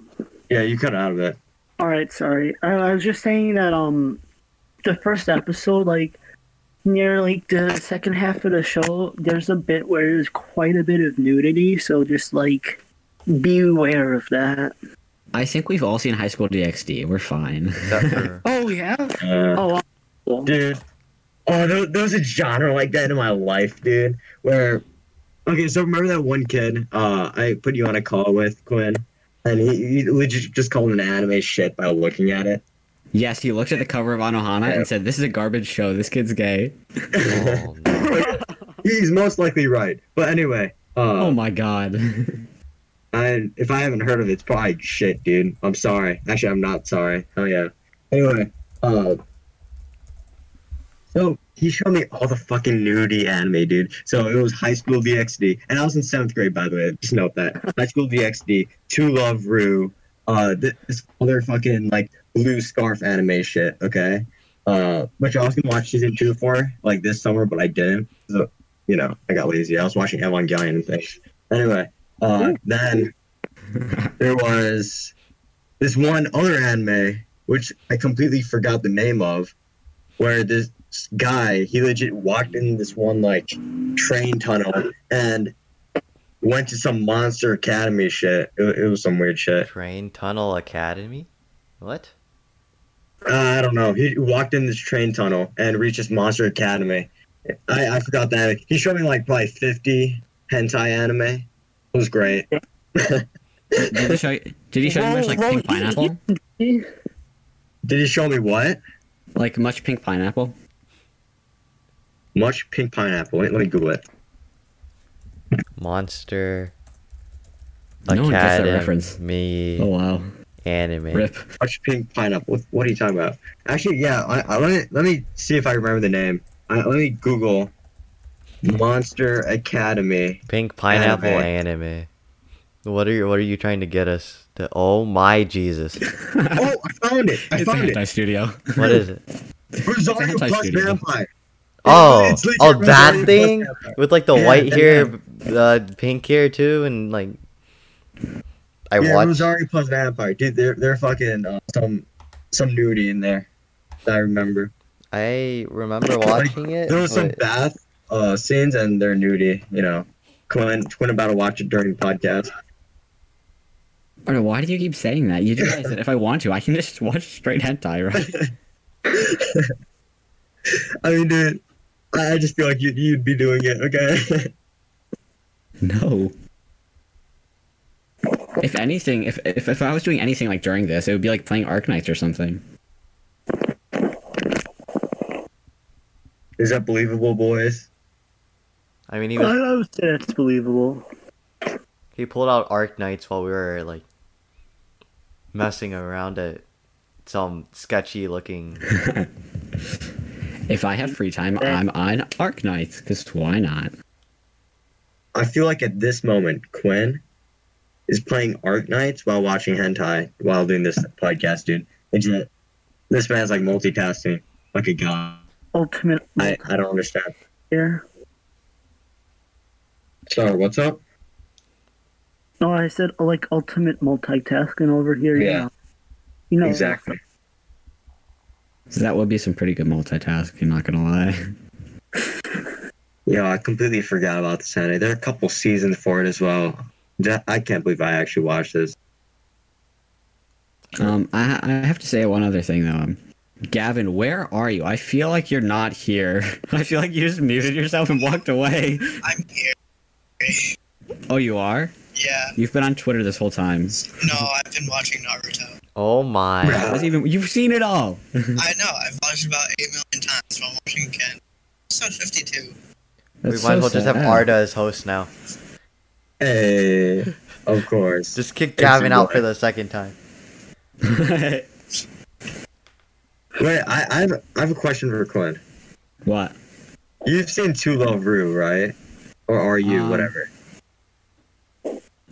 [SPEAKER 3] Yeah, you cut out of it.
[SPEAKER 2] All right, sorry. I, I was just saying that um, the first episode, like near like the second half of the show, there's a bit where there's quite a bit of nudity. So just like Beware of that.
[SPEAKER 1] I think we've all seen High School DxD. We're fine.
[SPEAKER 5] Except for
[SPEAKER 2] Oh yeah.
[SPEAKER 3] Uh,
[SPEAKER 2] Oh. well.
[SPEAKER 3] dude. Oh, there, there was a genre like that in my life, dude. Where, okay, so remember that one kid uh, I put you on a call with, Quinn, and he, he legit just called an anime shit by looking at it.
[SPEAKER 1] yes, he looked at the cover of Anohana and said, "This is a garbage show. This kid's gay."
[SPEAKER 5] oh, no.
[SPEAKER 3] He's most likely right. But anyway,
[SPEAKER 1] Oh
[SPEAKER 3] uh,
[SPEAKER 1] my god.
[SPEAKER 3] I, if I haven't heard of it, it's probably shit, dude. I'm sorry. Actually, I'm not sorry. Hell yeah. Anyway, uh, so he showed me all the fucking nudity anime, dude. So it was High School DxD, and I was in seventh grade, by the way. Just note that High School DxD, To Love Rue, uh, th- this other fucking like blue scarf anime shit. Okay, uh, which I was gonna watch season two for like this summer, but I didn't. So you know, I got lazy. I was watching Evangelion and things. Anyway, uh, then there was this one other anime which I completely forgot the name of, where this guy he legit walked in this one like train tunnel and went to some monster academy shit. It, it was some weird shit.
[SPEAKER 5] Train Tunnel Academy? What?
[SPEAKER 3] Uh, I don't know. He walked in this train tunnel and reached this monster academy. I, I forgot that. He showed me like probably fifty hentai anime. It was great.
[SPEAKER 1] did he show you? Did he show you much like
[SPEAKER 2] Well,
[SPEAKER 1] pink
[SPEAKER 2] well, he-
[SPEAKER 1] pineapple?
[SPEAKER 3] Did he show me what?
[SPEAKER 1] Like much pink pineapple?
[SPEAKER 3] Much pink pineapple. Wait, let me Google it.
[SPEAKER 5] Monster
[SPEAKER 1] No one gets that reference.
[SPEAKER 5] Academy
[SPEAKER 1] Oh wow.
[SPEAKER 5] anime.
[SPEAKER 1] Rip.
[SPEAKER 3] Much pink pineapple. What are you talking about? Actually, yeah. I, I, let me let me see if I remember the name. I, let me Google Monster Academy.
[SPEAKER 5] Pink Pineapple anime. What are you, what are you trying to get us to? Oh my Jesus!
[SPEAKER 3] Oh, I found it. I
[SPEAKER 1] It's a
[SPEAKER 3] found it.
[SPEAKER 1] hentai studio.
[SPEAKER 5] What is it?
[SPEAKER 3] Rosario
[SPEAKER 1] It's a hentai
[SPEAKER 3] plus
[SPEAKER 1] studio.
[SPEAKER 3] vampire.
[SPEAKER 5] Oh,
[SPEAKER 3] It's legit
[SPEAKER 5] oh
[SPEAKER 3] Rosario
[SPEAKER 5] that
[SPEAKER 3] plus
[SPEAKER 5] thing
[SPEAKER 3] vampire.
[SPEAKER 5] with like the
[SPEAKER 3] Yeah, and
[SPEAKER 5] white hair, uh, pink hair too, and like I
[SPEAKER 3] yeah,
[SPEAKER 5] watched.
[SPEAKER 3] Rosario plus vampire, dude. They're they're fucking uh, some some nudity in there. That I remember.
[SPEAKER 5] I remember
[SPEAKER 3] Like,
[SPEAKER 5] watching it.
[SPEAKER 3] There was some
[SPEAKER 5] but-
[SPEAKER 3] bath uh, scenes and they're nudity. You know, Quinn Quinn about to watch it during the podcast.
[SPEAKER 1] Arno, why do you keep saying that? You do realize that if I want to, I can just watch straight hentai, right?
[SPEAKER 3] I mean, dude, I, I just feel like you, you'd be doing it. Okay.
[SPEAKER 1] No. If anything, if, if if I was doing anything like during this, it would be like playing Arknights or something.
[SPEAKER 3] Is that believable, boys?
[SPEAKER 5] I mean, he
[SPEAKER 2] I,
[SPEAKER 5] was,
[SPEAKER 2] I would say that's believable.
[SPEAKER 5] he pulled out Arc Knights while we were like messing around at some sketchy looking.
[SPEAKER 1] If I have free time, I'm on Arknights, because why not?
[SPEAKER 3] I feel like at this moment, Quinn is playing Arknights while watching hentai while doing this podcast, dude. Legit. This man's like multitasking like a god.
[SPEAKER 2] Ultimate
[SPEAKER 3] I, I don't understand.
[SPEAKER 2] here.
[SPEAKER 3] Sorry, what's up?
[SPEAKER 2] No, I said uh, like ultimate multitasking over here.
[SPEAKER 3] Yeah.
[SPEAKER 2] Yeah. You know
[SPEAKER 3] Exactly.
[SPEAKER 1] So that would be some pretty good multitasking, not gonna lie.
[SPEAKER 3] Yeah, I completely forgot about this anime. There are a couple seasons for it as well. That- I can't believe I actually watched this.
[SPEAKER 1] Um, I, I have to say one other thing though. Um, Gavin, where are you? I feel like you're not here. I feel like you just muted yourself and walked away.
[SPEAKER 4] I'm here.
[SPEAKER 1] Oh, you are?
[SPEAKER 4] Yeah.
[SPEAKER 1] You've been on Twitter this whole time.
[SPEAKER 4] No, I've been watching Naruto.
[SPEAKER 5] Oh my!
[SPEAKER 3] Bruh.
[SPEAKER 1] That's even you've seen it all.
[SPEAKER 4] I know. I've watched about eight million times. So I'm watching again. Episode Oh 52.
[SPEAKER 5] we
[SPEAKER 1] That's
[SPEAKER 5] might
[SPEAKER 1] so
[SPEAKER 5] as well just have
[SPEAKER 1] sad.
[SPEAKER 5] Arda as host now.
[SPEAKER 3] Hey, of course.
[SPEAKER 5] Just kick
[SPEAKER 3] It's your
[SPEAKER 5] Gavin out
[SPEAKER 3] boy.
[SPEAKER 5] for the second time.
[SPEAKER 3] Wait, I, I, have, I have a question for Quinn.
[SPEAKER 1] what?
[SPEAKER 3] You've seen Two Love Rue, right? Or are you,
[SPEAKER 1] Um,
[SPEAKER 3] whatever.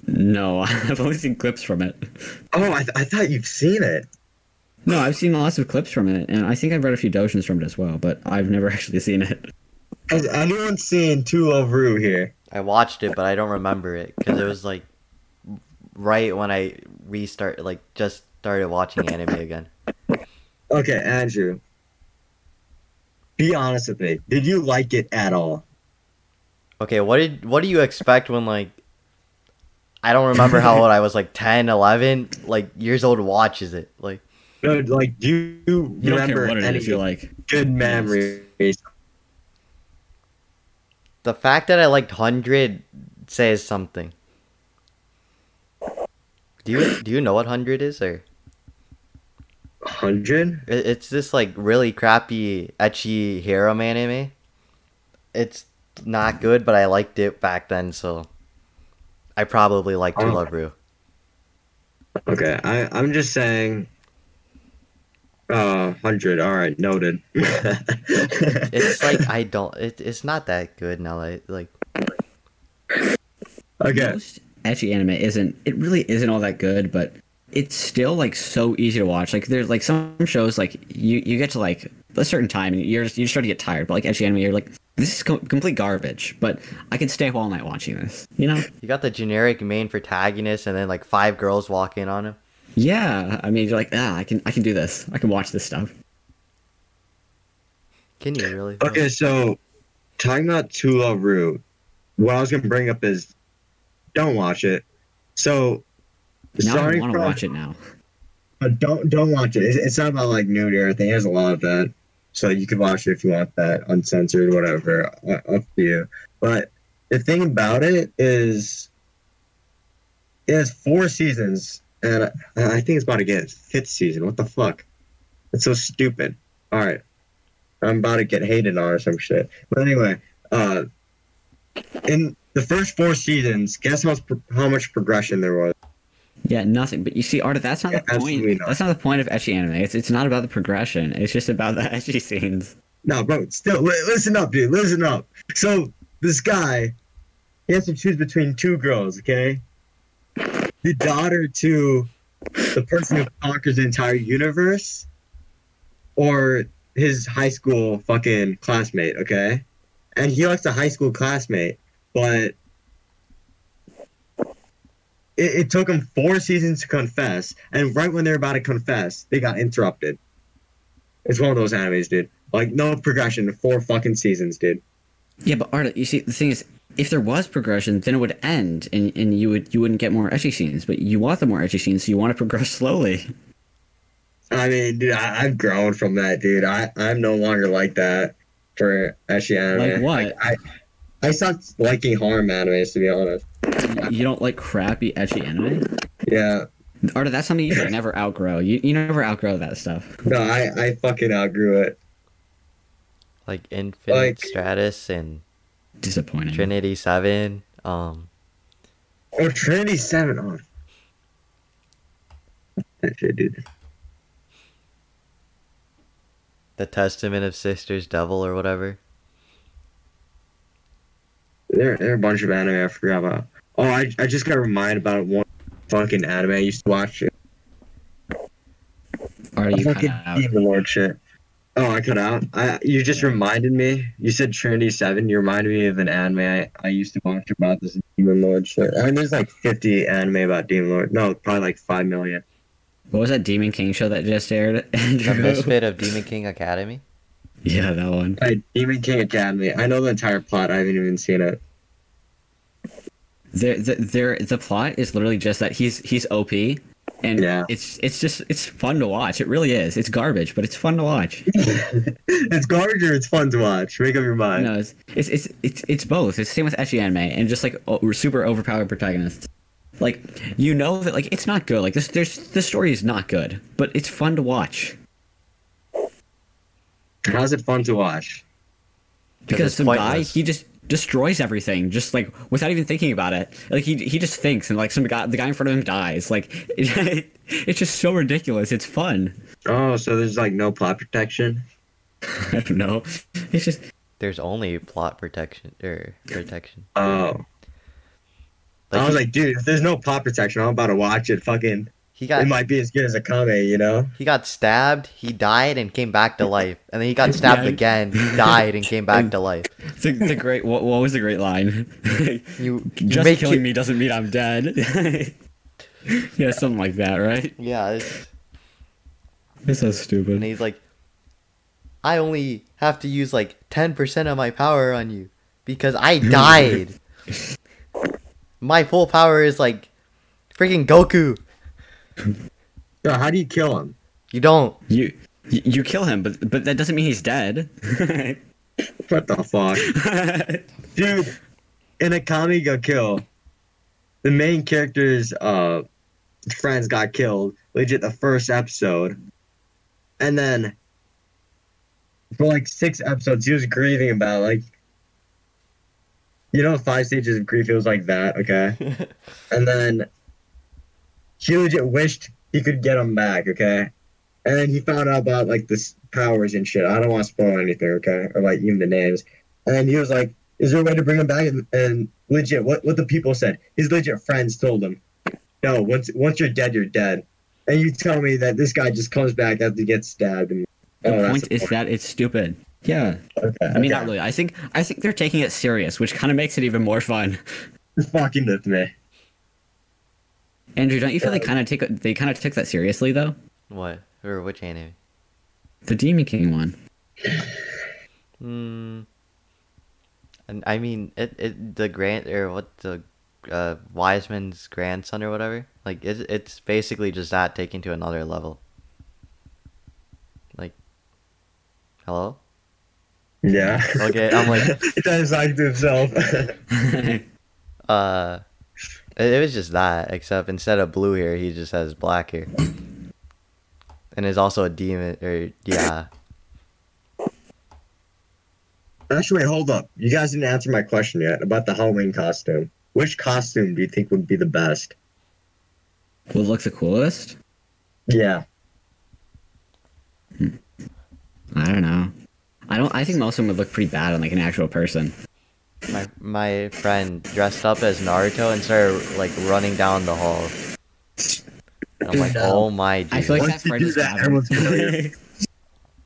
[SPEAKER 1] No, I've only seen clips from it.
[SPEAKER 3] Oh, I, th- I thought you've seen it.
[SPEAKER 1] No, I've seen lots of clips from it, and I think I've read a few dojins from it as well, but I've never actually seen it.
[SPEAKER 3] Has anyone seen Two Love Rue here?
[SPEAKER 5] I watched it, but I don't remember it because it was like right when I restart, like just started watching anime again.
[SPEAKER 3] Okay, Andrew. Be honest with me. Did you like it at all?
[SPEAKER 5] Okay, what did what do you expect when like I don't remember how old I was, like 10, 11, like years old watches it. Like,
[SPEAKER 3] No, like, do
[SPEAKER 1] You
[SPEAKER 3] you,
[SPEAKER 1] don't
[SPEAKER 3] remember
[SPEAKER 1] care what it
[SPEAKER 3] any
[SPEAKER 1] is. You're like,
[SPEAKER 3] good memories?
[SPEAKER 5] the fact that I liked 100 says something. Do you do you know what 100 is or
[SPEAKER 3] Hundred?
[SPEAKER 5] It- It's this like really crappy etchy hero anime. It's not good, but I liked it back then, so I probably liked To
[SPEAKER 3] Oh.
[SPEAKER 5] Love Ru.
[SPEAKER 3] Okay, I, I'm just saying. Uh, hundred. All right, noted.
[SPEAKER 5] It's like I don't. It, it's not that good now. Like, like
[SPEAKER 3] okay.
[SPEAKER 1] most etchy anime isn't it really isn't all that good but it's still like so easy to watch like there's like some shows like you you get to like a certain time and you're just, you start to get tired but like etchy anime you're like this is co- complete garbage but i can stay up all night watching this you know
[SPEAKER 5] you got the generic main protagonist, and then like five girls walk in on him.
[SPEAKER 1] yeah i mean you're like ah i can i can do this i can watch this stuff
[SPEAKER 5] Can you really?
[SPEAKER 3] Okay, so talking about Tula Rue, what I was gonna bring up is don't watch it. So
[SPEAKER 1] now
[SPEAKER 3] sorry
[SPEAKER 1] i want to watch it now
[SPEAKER 3] But Uh, don't don't watch it. It's, it's not about like nude or anything. There's a lot of that, so you can watch it if you want that, uncensored, whatever, uh, up to you. But the thing about it is, it has four seasons, and I, I think it's about to get its fifth season. What the fuck? It's so stupid. All right, I'm about to get hated on or some shit. But anyway, uh, in the first four seasons, guess how much, pro- how much progression there was.
[SPEAKER 1] yeah nothing but you see art that's not
[SPEAKER 3] Yeah,
[SPEAKER 1] the
[SPEAKER 3] absolutely
[SPEAKER 1] point
[SPEAKER 3] not.
[SPEAKER 1] that's not the point of etchy anime it's, it's not about the progression it's just about the etchy scenes
[SPEAKER 3] No, bro, still, li- listen up, dude. Listen up. So, this guy, he has to choose between two girls, okay? The daughter to the person who conquers the entire universe or his high school fucking classmate, okay? And he likes a high school classmate, but it, it took him four seasons to confess. And right when they're about to confess, they got interrupted. It's one of those animes, dude. Like no progression, four fucking seasons, dude.
[SPEAKER 1] Yeah, but Arda, you see, the thing is, if there was progression, then it would end, and, and you would you wouldn't get more etchy scenes. But you want the more etchy scenes, so you want to progress slowly.
[SPEAKER 3] I mean, dude, I, I've grown from that, dude. I I'm no longer like that for actually
[SPEAKER 1] Like
[SPEAKER 3] anime.
[SPEAKER 1] what?
[SPEAKER 3] I I stopped liking harm animes to be honest.
[SPEAKER 1] You don't like crappy etchy anime.
[SPEAKER 3] Yeah,
[SPEAKER 1] Arda, that's something you should never outgrow. You you never outgrow that stuff.
[SPEAKER 3] no, I I fucking outgrew it.
[SPEAKER 5] Like Infinite
[SPEAKER 3] Like- Mm-hmm.
[SPEAKER 5] Stratus and
[SPEAKER 1] Disappointing.
[SPEAKER 5] Trinity Seven. Um,
[SPEAKER 3] Oh, Trinity Seven on. That shit, dude.
[SPEAKER 5] the Testament of Sisters Devil or whatever.
[SPEAKER 3] There, there are a bunch of anime I forgot about. Oh, I, I just got reminded about one fucking anime I used to watch.
[SPEAKER 1] Arda, you
[SPEAKER 3] fucking
[SPEAKER 1] kinda out.
[SPEAKER 3] demon lord shit. Oh, I cut out. I you just reminded me. You said Trinity Seven. You reminded me of an anime I, I used to watch about this demon lord shit. I mean, there's like 50 anime about demon lord. No, probably like five million.
[SPEAKER 1] What was that Demon King show that just aired?
[SPEAKER 5] The
[SPEAKER 1] Andrew?
[SPEAKER 5] Misfit of Demon King Academy.
[SPEAKER 1] Yeah, that one.
[SPEAKER 3] Like Demon King Academy. I know the entire plot. I haven't even seen it.
[SPEAKER 1] There, the, there, the plot is literally just that he's he's OP, and
[SPEAKER 3] Yeah.
[SPEAKER 1] it's it's just it's fun to watch. It really is. It's garbage, but it's fun to watch.
[SPEAKER 3] it's garbage or it's fun to watch. Make up your mind.
[SPEAKER 1] No, it's it's it's it's, it's both. It's the same with etchy anime and just like o- super overpowered protagonists. Like you know that like it's not good. Like this, there's the story is not good, but it's fun to watch
[SPEAKER 3] How's it fun to watch?
[SPEAKER 1] because
[SPEAKER 5] it's
[SPEAKER 1] some guy
[SPEAKER 5] pointless.
[SPEAKER 1] he just destroys everything just like without even thinking about it. Like he he just thinks and like some guy the guy in front of him dies. Like it's just so ridiculous. It's fun.
[SPEAKER 3] Oh, so there's like no plot protection.
[SPEAKER 1] I don't know. It's just
[SPEAKER 5] There's only plot protection or protection.
[SPEAKER 3] Oh, I was
[SPEAKER 5] Like, he,
[SPEAKER 3] like, dude, if there's no plot protection, I'm about to watch it. Fucking,
[SPEAKER 5] he
[SPEAKER 3] it
[SPEAKER 5] got
[SPEAKER 3] might be as good as a comedy, you know.
[SPEAKER 5] he got stabbed, he died and came back to life, and then he got stabbed
[SPEAKER 1] Yeah.
[SPEAKER 5] again, he died and came back to life.
[SPEAKER 1] the, the great. What, what was the great line?
[SPEAKER 5] You you
[SPEAKER 1] Just
[SPEAKER 5] make
[SPEAKER 1] killing
[SPEAKER 5] it-
[SPEAKER 1] me doesn't mean I'm dead. yeah, something like that, right?
[SPEAKER 5] Yeah, it's,
[SPEAKER 1] It's so
[SPEAKER 5] and
[SPEAKER 1] stupid.
[SPEAKER 5] he's like, I only have to use like ten percent of my power on you because I died. my full power is like Freaking Goku.
[SPEAKER 3] So how do you kill him?
[SPEAKER 5] You don't.
[SPEAKER 1] You you you kill him, but but that doesn't mean he's dead.
[SPEAKER 3] What the fuck? Dude, in a Akami Ga Kill, the main character's uh friends got killed, legit the first episode. And then for like six episodes he was grieving about like you know five stages of grief feels like that, okay? and then he legit wished he could get him back, okay? And then he found out about like the s- powers and shit. I don't want to spoil anything, okay? Or like even the names. And then he was like, "Is there a way to bring him back?" And, and legit, what what the people said, his legit friends told him, "No, once once you're dead, you're dead." And you tell me that this guy just comes back after he gets stabbed. And,
[SPEAKER 1] the
[SPEAKER 3] oh, that's
[SPEAKER 1] point
[SPEAKER 3] the
[SPEAKER 1] is that it's stupid. Yeah,
[SPEAKER 3] Okay,
[SPEAKER 1] I mean
[SPEAKER 3] okay.
[SPEAKER 1] not really. I think I think they're taking it serious, which kind of makes it even more fun.
[SPEAKER 3] You're fucking with me.
[SPEAKER 1] Andrew, don't you feel they
[SPEAKER 3] Yeah.
[SPEAKER 1] kind of take they kind of took that seriously though?
[SPEAKER 5] What? Or which anime?
[SPEAKER 1] The Demon King one.
[SPEAKER 5] Hmm. And I mean, it, it the grand or what the uh, Wiseman's grandson or whatever. Like it's it's basically just that taken to another level. Like, hello.
[SPEAKER 3] Yeah.
[SPEAKER 5] Okay, I'm like-
[SPEAKER 3] it does like to himself.
[SPEAKER 5] Uh, it, it was just that. Except instead of blue hair, he just has black hair, and is also a demon. Or yeah,
[SPEAKER 3] Actually, wait, hold up. You guys didn't answer my question yet about the Halloween costume. Which costume do you think would be the best?
[SPEAKER 1] Will look the coolest?
[SPEAKER 3] Yeah.
[SPEAKER 1] I don't know. I don't. I think most of them would look pretty bad on like an actual person.
[SPEAKER 5] my my friend dressed up as Naruto and started like running down the hall. And I'm like, oh my.
[SPEAKER 1] I feel like
[SPEAKER 3] Once
[SPEAKER 1] that
[SPEAKER 3] you
[SPEAKER 1] part
[SPEAKER 3] do
[SPEAKER 1] is
[SPEAKER 3] that,
[SPEAKER 1] bad.
[SPEAKER 3] everyone's gonna know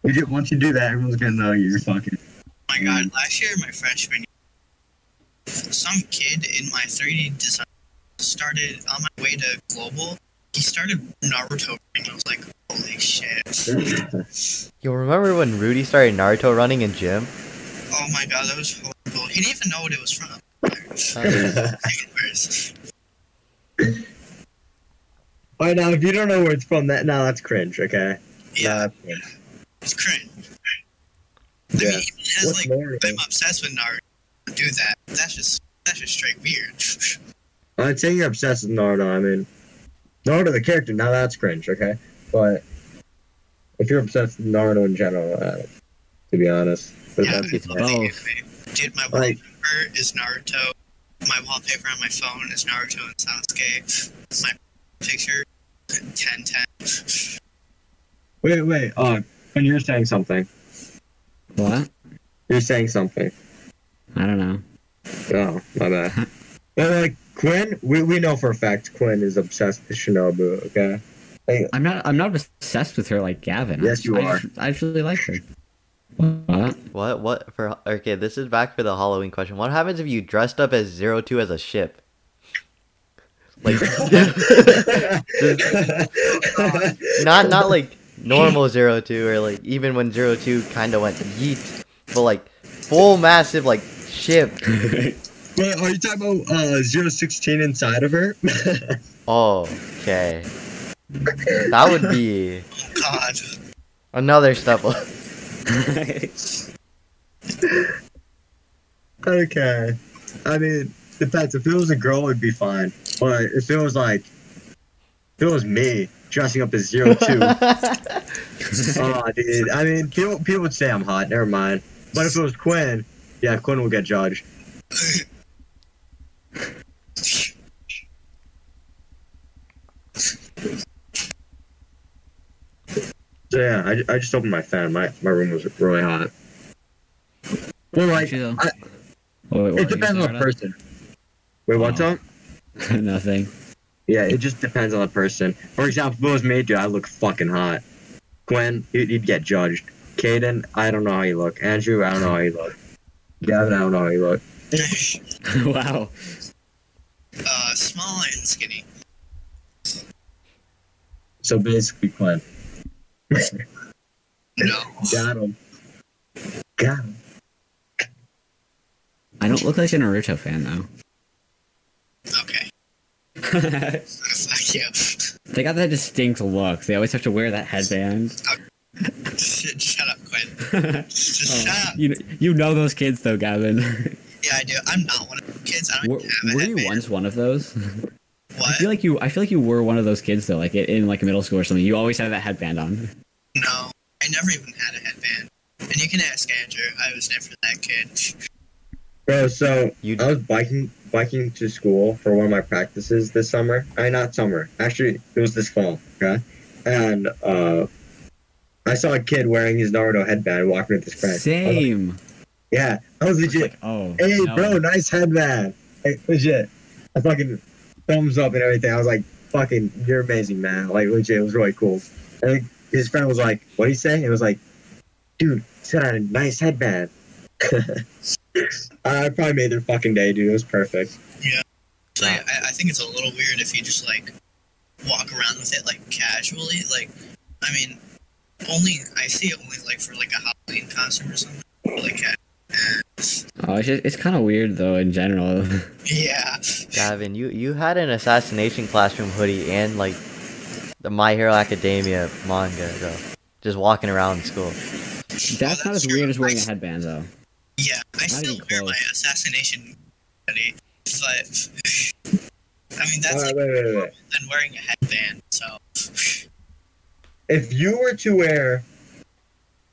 [SPEAKER 3] You do, once you do that, everyone's gonna know you're fucking.
[SPEAKER 4] Oh my
[SPEAKER 6] Mm.
[SPEAKER 4] god, last year in my freshman year, some kid in my 3D design started on my way to global. He started Naruto running. I was like, holy shit.
[SPEAKER 5] You'll remember when Rudy started Naruto running in gym?
[SPEAKER 4] Oh my god, that was horrible. He didn't even know what it was from. Even worse.
[SPEAKER 3] All right, now if you don't know where it's from, that now that's cringe. Okay. Nah,
[SPEAKER 4] Yeah,
[SPEAKER 3] that's
[SPEAKER 4] it's cringe.
[SPEAKER 3] cringe.
[SPEAKER 4] I mean, even as,
[SPEAKER 3] What's
[SPEAKER 4] like,
[SPEAKER 3] more?
[SPEAKER 4] I'm obsessed with Naruto. Do that. That's just that's just straight weird.
[SPEAKER 3] I'd say you're obsessed with Naruto. I mean, Naruto the character. Now that's cringe. Okay, but if you're obsessed with Naruto in general, uh, to be honest, but
[SPEAKER 4] Yeah,
[SPEAKER 3] that's
[SPEAKER 1] it's
[SPEAKER 4] I love
[SPEAKER 1] both.
[SPEAKER 4] the anime. Dude, my
[SPEAKER 3] Like-
[SPEAKER 4] wallpaper is Naruto. My wallpaper on my phone is Naruto and Sasuke. My picture, 1010.
[SPEAKER 3] wait, wait. Uh, when you're saying something,
[SPEAKER 1] What?
[SPEAKER 3] you're saying something.
[SPEAKER 1] I don't know.
[SPEAKER 3] Oh, my bad. but like Quinn, we, we know for a fact Quinn is obsessed with Shinobu. Okay. Like,
[SPEAKER 1] I'm not. I'm not obsessed with her like Gavin.
[SPEAKER 3] Yes,
[SPEAKER 1] I,
[SPEAKER 3] you
[SPEAKER 1] I
[SPEAKER 3] are.
[SPEAKER 1] Just, I just really like her. What?
[SPEAKER 5] What? What? For okay, this is back for the Halloween question. What happens if you dressed up as Zero Two as a ship? Like, not not like normal Zero Two or like even when Zero Two kind of went yeet, but like full massive like ship.
[SPEAKER 3] Wait, are you talking about uh, 016 inside of her?
[SPEAKER 5] Oh, okay. That would be
[SPEAKER 4] Oh god.
[SPEAKER 5] another step. up.
[SPEAKER 3] okay. I mean, depends. If it was a girl, it'd be fine. But if it was like, if it was me dressing up as 02, oh, dude. I mean, people, people would say I'm hot. Never mind. But if it was Quinn, yeah, Quinn will get judged. So yeah, I, I just opened my fan. My my room was really hot. Well, like,
[SPEAKER 1] Chill.
[SPEAKER 3] I,
[SPEAKER 1] Wait, what, you
[SPEAKER 3] it depends on
[SPEAKER 1] started?
[SPEAKER 3] the person. Wait, what's
[SPEAKER 1] Oh.
[SPEAKER 3] up?
[SPEAKER 1] Nothing.
[SPEAKER 3] Yeah, it just depends on the person. For example, if it was me, dude, I look fucking hot. Gwen, you- you'd get judged. Caden, I don't know how you look. Andrew, I don't know how you look. Gavin, I don't know how you look.
[SPEAKER 1] wow.
[SPEAKER 4] Uh, small and skinny.
[SPEAKER 3] So basically, Gwen,
[SPEAKER 4] No.
[SPEAKER 3] got him. Got him.
[SPEAKER 1] I don't look like a Naruto fan though.
[SPEAKER 4] Okay.
[SPEAKER 1] they
[SPEAKER 4] Fuck you.
[SPEAKER 1] got that distinct look. They always have to wear that headband.
[SPEAKER 4] Shit, Shut up, Quinn.
[SPEAKER 1] Oh,
[SPEAKER 4] Just shut up.
[SPEAKER 1] you you know those kids though, Gavin.
[SPEAKER 4] Yeah, I do. I'm not one of the kids. I don't
[SPEAKER 1] were,
[SPEAKER 4] even have a
[SPEAKER 1] were you
[SPEAKER 4] headband.
[SPEAKER 1] once one of those? I
[SPEAKER 4] What?
[SPEAKER 1] feel like you. I feel like you were one of those kids though, like i- in like middle school or something. You always had that headband on.
[SPEAKER 4] No, I never even had a headband. And you can ask Andrew. I was never that kid.
[SPEAKER 3] Bro, so
[SPEAKER 5] You-
[SPEAKER 3] I was biking biking to school for one of my practices this summer. I mean, not summer. Actually, it was this fall. Okay, and uh, I saw a kid wearing his Naruto headband walking with his friend. I was like,
[SPEAKER 1] Same.
[SPEAKER 3] yeah, I was
[SPEAKER 1] It's
[SPEAKER 3] legit.
[SPEAKER 1] like, oh,
[SPEAKER 3] hey,
[SPEAKER 1] no.
[SPEAKER 3] bro, nice headband. Like, legit. I fucking thumbs up and everything. I was like, fucking, you're amazing, man. Like, legit, it was really cool. And like, his friend was like, what do you say? It was like, dude, said I had a nice headband. I probably made their fucking day, dude. It was perfect.
[SPEAKER 4] So yeah, I, I think it's a little weird if you just like walk around with it like casually. Like, I mean, only I see it only like for like a Halloween costume or something. but, Like, ca-
[SPEAKER 1] Oh, it's just, it's kind of weird though in general.
[SPEAKER 4] yeah,
[SPEAKER 5] Gavin, you you had an assassination classroom hoodie and like the My Hero Academia manga though, just walking around in school.
[SPEAKER 1] That's not as
[SPEAKER 4] true.
[SPEAKER 1] weird as wearing
[SPEAKER 4] I
[SPEAKER 1] a
[SPEAKER 4] s-
[SPEAKER 1] headband though.
[SPEAKER 4] yeah. I still
[SPEAKER 1] even
[SPEAKER 4] wear
[SPEAKER 1] close.
[SPEAKER 4] my assassination hoodie, but I mean that's
[SPEAKER 3] Uh,
[SPEAKER 4] like
[SPEAKER 3] wait, wait, wait, wait.
[SPEAKER 4] than wearing a headband. So
[SPEAKER 3] If you were to wear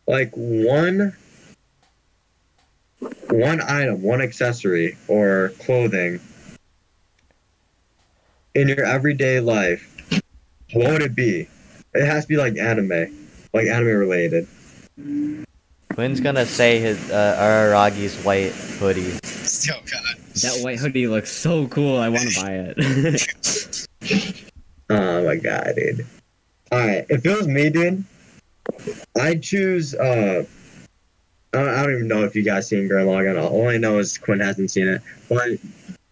[SPEAKER 3] like one one item, one accessory or clothing in your everyday life, what would it be? It has to be like anime, like anime related.
[SPEAKER 5] Quinn's gonna say his uh, Araragi's white hoodie.
[SPEAKER 4] so god.
[SPEAKER 1] That white hoodie looks so cool. I want to buy it.
[SPEAKER 3] Oh my god, dude. Alright, if it was me, dude, I'd choose uh I don't, I don't even know if you guys seen Gurren Lagann. All I know is Quinn hasn't seen it. But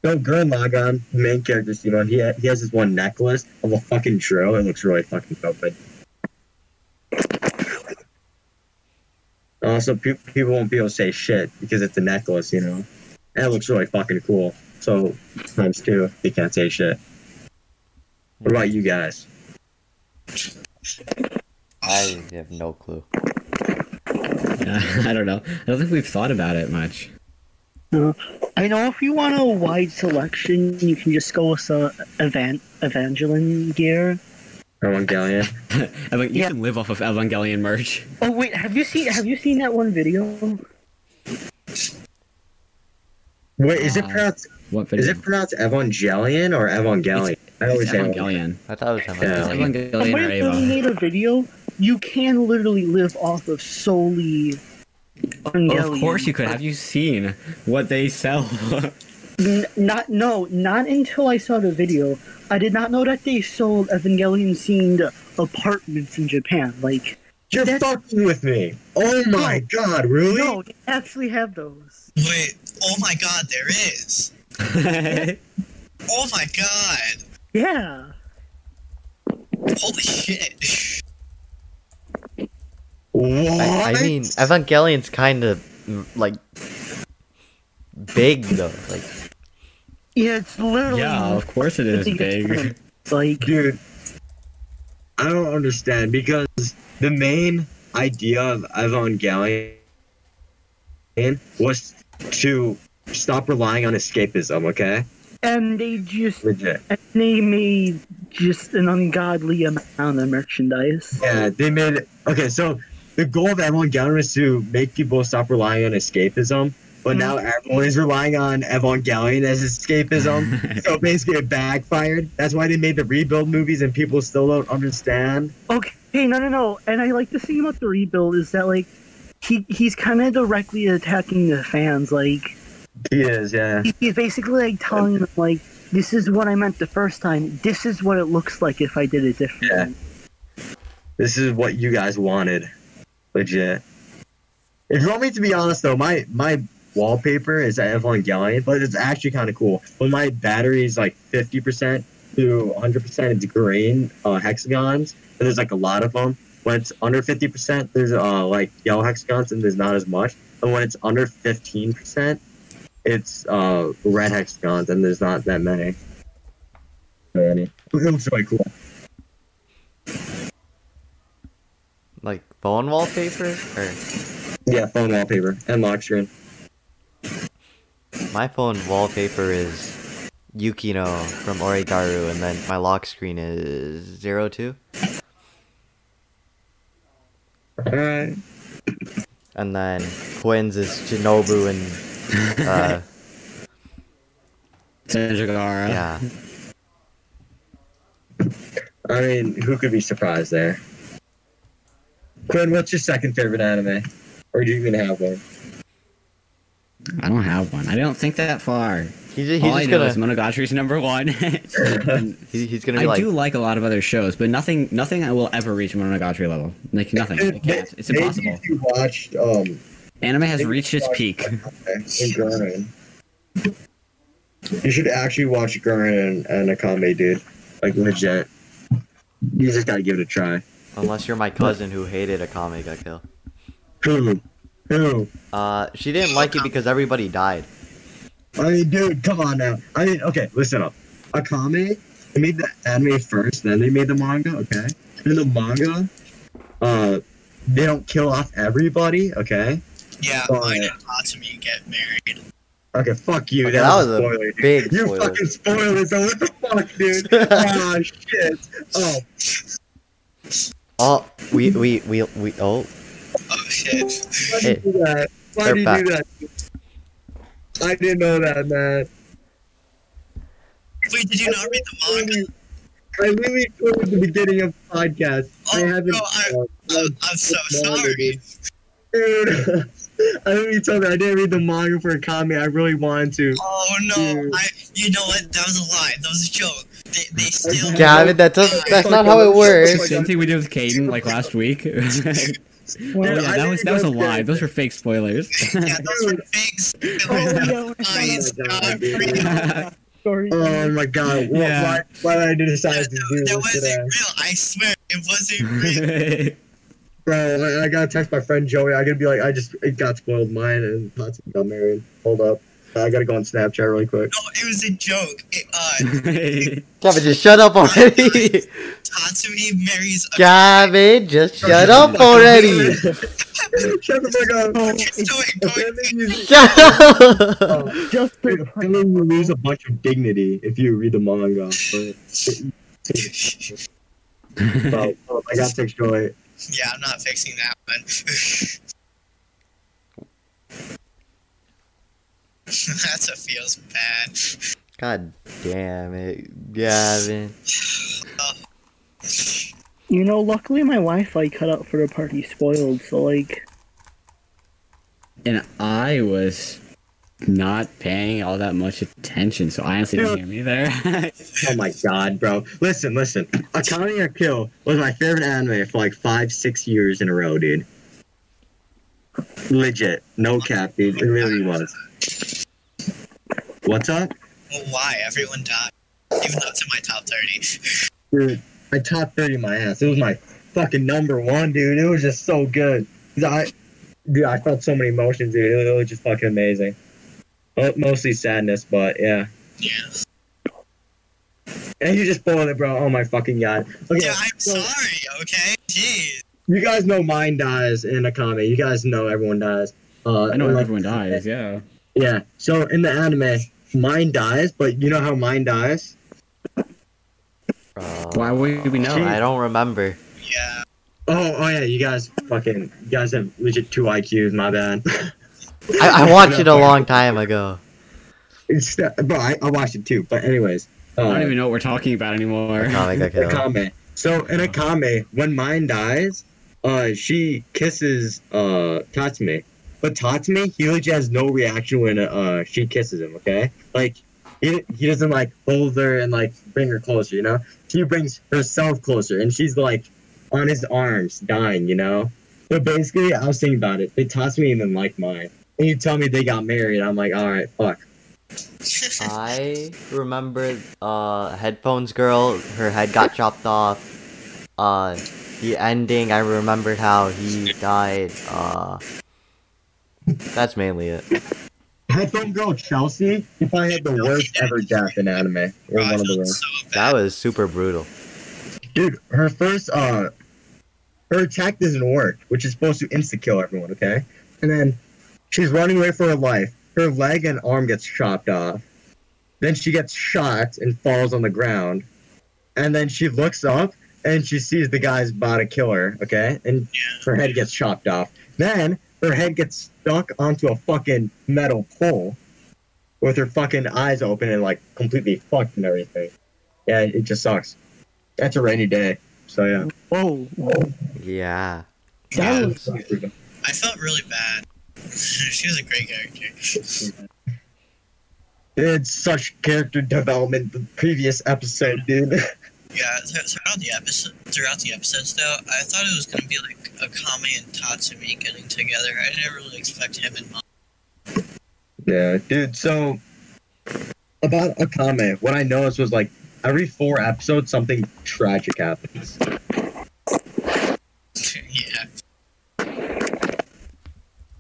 [SPEAKER 3] no, Gurren Lagann, the main character Simon, he he has this one necklace of a fucking drill. It looks really fucking dope. But also, pe- people won't be able to say shit because it's a necklace, you know. And it looks really fucking cool. So times two, they can't say shit. What about you guys?
[SPEAKER 5] I have no clue.
[SPEAKER 1] I don't know. I don't think we've thought about it much.
[SPEAKER 2] I know if you want a wide selection, you can just go with some evan- Evangeline gear.
[SPEAKER 3] Evangelion.
[SPEAKER 1] I'm like, you
[SPEAKER 2] Yeah.
[SPEAKER 1] can live off of Evangelion merch.
[SPEAKER 2] Oh wait, have you seen have you seen that one video?
[SPEAKER 3] Wait, is it
[SPEAKER 1] Uh,
[SPEAKER 3] pronounced
[SPEAKER 1] What video?
[SPEAKER 3] is it pronounced Evangelion or Evangelion? I always
[SPEAKER 1] It's
[SPEAKER 3] say
[SPEAKER 1] Evangelion.
[SPEAKER 5] I thought it was
[SPEAKER 1] It's
[SPEAKER 3] Yeah.
[SPEAKER 5] something. else.
[SPEAKER 1] Evangelion or
[SPEAKER 2] Somebody really
[SPEAKER 1] Ava.
[SPEAKER 2] made a video. You can literally live off of solely.
[SPEAKER 1] of course you could. Have you seen what they sell?
[SPEAKER 2] N- not no, not until I saw the video. I did not know that they sold Evangelion themed apartments in Japan. Like
[SPEAKER 3] You're
[SPEAKER 2] That's-
[SPEAKER 3] fucking with me. Oh my god, really?
[SPEAKER 2] no, they actually have those.
[SPEAKER 4] Wait. Oh my god, there is. Oh my god.
[SPEAKER 2] Yeah.
[SPEAKER 4] Holy shit.
[SPEAKER 3] What?
[SPEAKER 5] I, I mean, Evangelion's kind of like big though. Like
[SPEAKER 2] Yeah, it's literally
[SPEAKER 1] yeah, of course it is big.
[SPEAKER 2] like
[SPEAKER 3] dude, I don't understand because the main idea of Evangelion was to stop relying on escapism. Okay,
[SPEAKER 2] and they just
[SPEAKER 3] legit.
[SPEAKER 2] and they made just an ungodly amount of merchandise.
[SPEAKER 3] Yeah, they made it. Okay, so the goal of Evangelion is to make people stop relying on escapism, but now everyone is relying on Evangelion as escapism. so basically, it backfired. That's why they made the rebuild movies, and people still don't understand.
[SPEAKER 2] Okay, no, no, no. And I like the thing about the rebuild is that like he he's kind of directly attacking the fans. Like
[SPEAKER 3] He is, yeah.
[SPEAKER 2] he- he's basically like telling them like this is what I meant the first time. This is what it looks like if I did it differently.
[SPEAKER 3] This is what you guys wanted, legit. If you want me to be honest, though, my my wallpaper is Evangelion, but it's actually kind of cool. When my battery is like fifty percent to one hundred percent, it's green uh, hexagons, and there's like a lot of them. When it's under fifty percent, there's uh, like yellow hexagons, and there's not as much. And when it's under fifteen percent, it's uh, red hexagons, and there's not that many. already. It looks really cool.
[SPEAKER 5] Like phone wallpaper or
[SPEAKER 3] Yeah, phone wallpaper and lock screen.
[SPEAKER 5] my phone wallpaper is Yukino from Origaru, and then my lock screen is zero two,
[SPEAKER 3] All right.
[SPEAKER 5] and then Quinn's is Shinobu and uh,
[SPEAKER 1] Tanjigara.
[SPEAKER 5] yeah.
[SPEAKER 3] I mean, who could be surprised there? Quinn, what's your second favorite anime? Or do you even have one?
[SPEAKER 1] I don't have one. I don't think that far.
[SPEAKER 5] He's just,
[SPEAKER 1] All I
[SPEAKER 5] he's just
[SPEAKER 1] know is
[SPEAKER 5] gonna
[SPEAKER 1] Monogatari's number one.
[SPEAKER 5] he- he's gonna
[SPEAKER 1] I
[SPEAKER 5] be like
[SPEAKER 1] do like a lot of other shows, but nothing nothing I will ever reach Monogatari level. Like nothing. I can't. It's
[SPEAKER 3] Maybe
[SPEAKER 1] impossible.
[SPEAKER 3] if you watched um,
[SPEAKER 1] Anime has reached its peak.
[SPEAKER 3] in Gurren. You should actually watch Gurren and, and Akame, dude. Like, legit. You just gotta give it a try.
[SPEAKER 5] unless you're my cousin who hated a comic I kill.
[SPEAKER 3] Who? Who?
[SPEAKER 5] Uh, she didn't like it because everybody died.
[SPEAKER 3] I mean, dude, come on now. I mean, okay, listen up. Akame, they made the anime first, then they made the manga, okay? In the manga, uh, they don't kill off everybody, okay?
[SPEAKER 4] Yeah,
[SPEAKER 3] Oh,
[SPEAKER 4] mine
[SPEAKER 3] yeah.
[SPEAKER 4] and Hatsumi get married.
[SPEAKER 3] Okay, fuck you.
[SPEAKER 5] Okay,
[SPEAKER 3] that,
[SPEAKER 5] that
[SPEAKER 3] was, a
[SPEAKER 5] was
[SPEAKER 3] spoiler,
[SPEAKER 5] a
[SPEAKER 3] dude.
[SPEAKER 5] big
[SPEAKER 3] You
[SPEAKER 5] spoiler.
[SPEAKER 3] fucking spoilers. So what the fuck, dude? oh shit. Oh,
[SPEAKER 5] Oh, we we we we oh.
[SPEAKER 4] Oh shit.
[SPEAKER 3] why do
[SPEAKER 5] Hey,
[SPEAKER 3] you do that? Why
[SPEAKER 5] they're
[SPEAKER 3] do you
[SPEAKER 5] back.
[SPEAKER 3] do that? I didn't know that, man.
[SPEAKER 4] Wait, did you not read the
[SPEAKER 3] I
[SPEAKER 4] manga?
[SPEAKER 3] literally- I literally told you at the beginning of the podcast. I
[SPEAKER 4] Oh,
[SPEAKER 3] haven't.
[SPEAKER 4] no, I-
[SPEAKER 3] uh,
[SPEAKER 4] I'm, I'm so
[SPEAKER 3] the manga,
[SPEAKER 4] sorry.
[SPEAKER 3] dude. Dude, I literally told you I didn't read the manga for a comment. I really wanted to.
[SPEAKER 4] Oh no, I. You know what? That was a lie. That was a joke. They, they still.
[SPEAKER 5] Gavin, that does that's not how it works.
[SPEAKER 1] It's the same thing we did with Caden like last week. oh
[SPEAKER 2] Well,
[SPEAKER 1] yeah, that was that was a lie. Those were fake spoilers.
[SPEAKER 4] Yeah, those were figs. It
[SPEAKER 2] oh,
[SPEAKER 4] was-
[SPEAKER 2] no,
[SPEAKER 4] I-
[SPEAKER 2] no,
[SPEAKER 4] it's
[SPEAKER 3] Oh God,
[SPEAKER 4] not
[SPEAKER 3] dude.
[SPEAKER 4] real.
[SPEAKER 2] sorry.
[SPEAKER 3] Oh my god! Why-
[SPEAKER 1] Yeah.
[SPEAKER 3] Why, why did I decide to do
[SPEAKER 4] That
[SPEAKER 3] this
[SPEAKER 4] wasn't
[SPEAKER 3] today?
[SPEAKER 4] real. I swear, it wasn't real.
[SPEAKER 1] That's
[SPEAKER 3] Bro, like, I gotta text my friend Joey. I gotta be like, I just it got spoiled mine and Potsy got married. Hold up. I gotta go on Snapchat really quick.
[SPEAKER 4] No, it was a joke. It, uh,
[SPEAKER 5] Gavin, just shut up already.
[SPEAKER 4] Tatsumi marries a
[SPEAKER 5] Gavin, just shut up already.
[SPEAKER 3] Shut the fuck up.
[SPEAKER 4] Just do it. Go
[SPEAKER 3] And
[SPEAKER 4] ahead.
[SPEAKER 3] then you-
[SPEAKER 5] Shut up.
[SPEAKER 3] oh,
[SPEAKER 2] Just for
[SPEAKER 3] dude, and then you lose a bunch of dignity if you read the manga. But, so, oh, I gotta text Joey.
[SPEAKER 4] Yeah, I'm not fixing that one. That's a feels bad.
[SPEAKER 5] God damn it, Gavin.
[SPEAKER 2] You know, luckily my Wi-Fi cut out for the party spoiled, so like,
[SPEAKER 1] and I was not paying all that much attention, so I honestly didn't hear me there.
[SPEAKER 3] Oh my god, bro. Listen, listen. Akane no Kill was my favorite anime for like five, six years in a row, dude. Legit. No cap, dude. It really was. What's up?
[SPEAKER 4] Well, why? Everyone died. Even though it's in my top 30.
[SPEAKER 3] Dude, I top 30 my ass. It was my fucking number one, dude. It was just so good. 'Cause I, dude, I felt so many emotions, dude. It, was just fucking amazing. Well, Mostly sadness, but yeah.
[SPEAKER 4] Yeah.
[SPEAKER 3] And you just spoiled it, bro. Oh my fucking god. Okay,
[SPEAKER 4] Yeah, I'm
[SPEAKER 3] so-
[SPEAKER 4] sorry, okay? Jeez.
[SPEAKER 3] You guys know mine dies in a comic. You guys know everyone dies. Uh,
[SPEAKER 1] I know
[SPEAKER 3] like-
[SPEAKER 1] everyone dies, yeah.
[SPEAKER 3] Yeah. So in the anime, mine dies, but you know how mine dies?
[SPEAKER 5] Uh,
[SPEAKER 1] Why would we know?
[SPEAKER 5] I don't remember.
[SPEAKER 4] Yeah.
[SPEAKER 3] Oh, oh yeah. You guys fucking, you guys have legit two IQs. My bad.
[SPEAKER 5] I, I watched it a long time ago.
[SPEAKER 3] it's, bro, I, I watched it too. But anyways, uh,
[SPEAKER 1] I don't even know what we're talking about anymore.
[SPEAKER 5] Comic I
[SPEAKER 3] in a
[SPEAKER 5] kill.
[SPEAKER 3] comic. So in a comic, when mine dies, uh, she kisses uh Tatsume, but Tatsume he legit has no reaction when uh she kisses him. Okay, like he, he doesn't like hold her and like bring her closer. You know, she brings herself closer, and she's like on his arms, dying. You know, but basically I was thinking about it. They Tatsume even like mine, and you tell me they got married. I'm like, all right, fuck. Uh,
[SPEAKER 5] I remember uh headphones girl, her head got chopped off. Uh the ending, I remembered how he died. Uh that's mainly it.
[SPEAKER 3] Headphone Girl Chelsea, you probably had the worst ever death in anime. Or
[SPEAKER 4] Bro, I
[SPEAKER 3] one of the
[SPEAKER 4] felt
[SPEAKER 3] worst.
[SPEAKER 4] so bad.
[SPEAKER 5] That was super brutal.
[SPEAKER 3] Dude, her first uh her attack doesn't work, which is supposed to insta kill everyone, okay? And then she's running away for her life. Her leg and arm gets chopped off. Then she gets shot and falls on the ground. And then she looks up and she sees the guy's about to kill her, okay? And her head gets chopped off. Then her head gets stuck onto a fucking metal pole with her fucking eyes open and like completely fucked and everything. Yeah, it just sucks. That's a rainy day. So yeah.
[SPEAKER 2] Whoa, whoa.
[SPEAKER 5] Yeah.
[SPEAKER 2] That
[SPEAKER 4] Yeah.
[SPEAKER 2] was
[SPEAKER 4] I felt really bad. she was a great character.
[SPEAKER 3] It's such character development the previous episode, dude.
[SPEAKER 4] Yeah, th- throughout the episode, throughout the episodes though, I thought it was gonna be like Akame and Tatsumi getting together. I didn't really expect him and Mom.
[SPEAKER 3] Yeah, dude, so about Akame, what I noticed was like every four episodes something tragic happens.
[SPEAKER 4] yeah,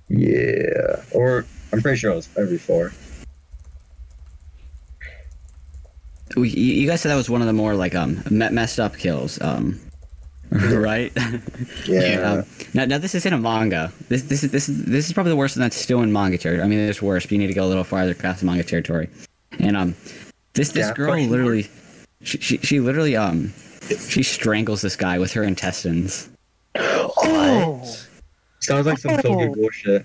[SPEAKER 3] Yeah. Or I'm pretty sure it was every four.
[SPEAKER 1] You- You guys said that was one of the more like um me- messed up kills, um, right? Um, now, now this is in a manga. This this is this is this is probably the worst one that's still in manga territory. I mean, there's worse, but you need to go a little farther past manga territory. And um, this this
[SPEAKER 3] Yeah,
[SPEAKER 1] girl
[SPEAKER 3] question mark.
[SPEAKER 1] literally, she, she she literally um, she strangles this guy with her intestines.
[SPEAKER 2] oh,
[SPEAKER 5] What?
[SPEAKER 3] Sounds like some Tokyo Ghoul shit.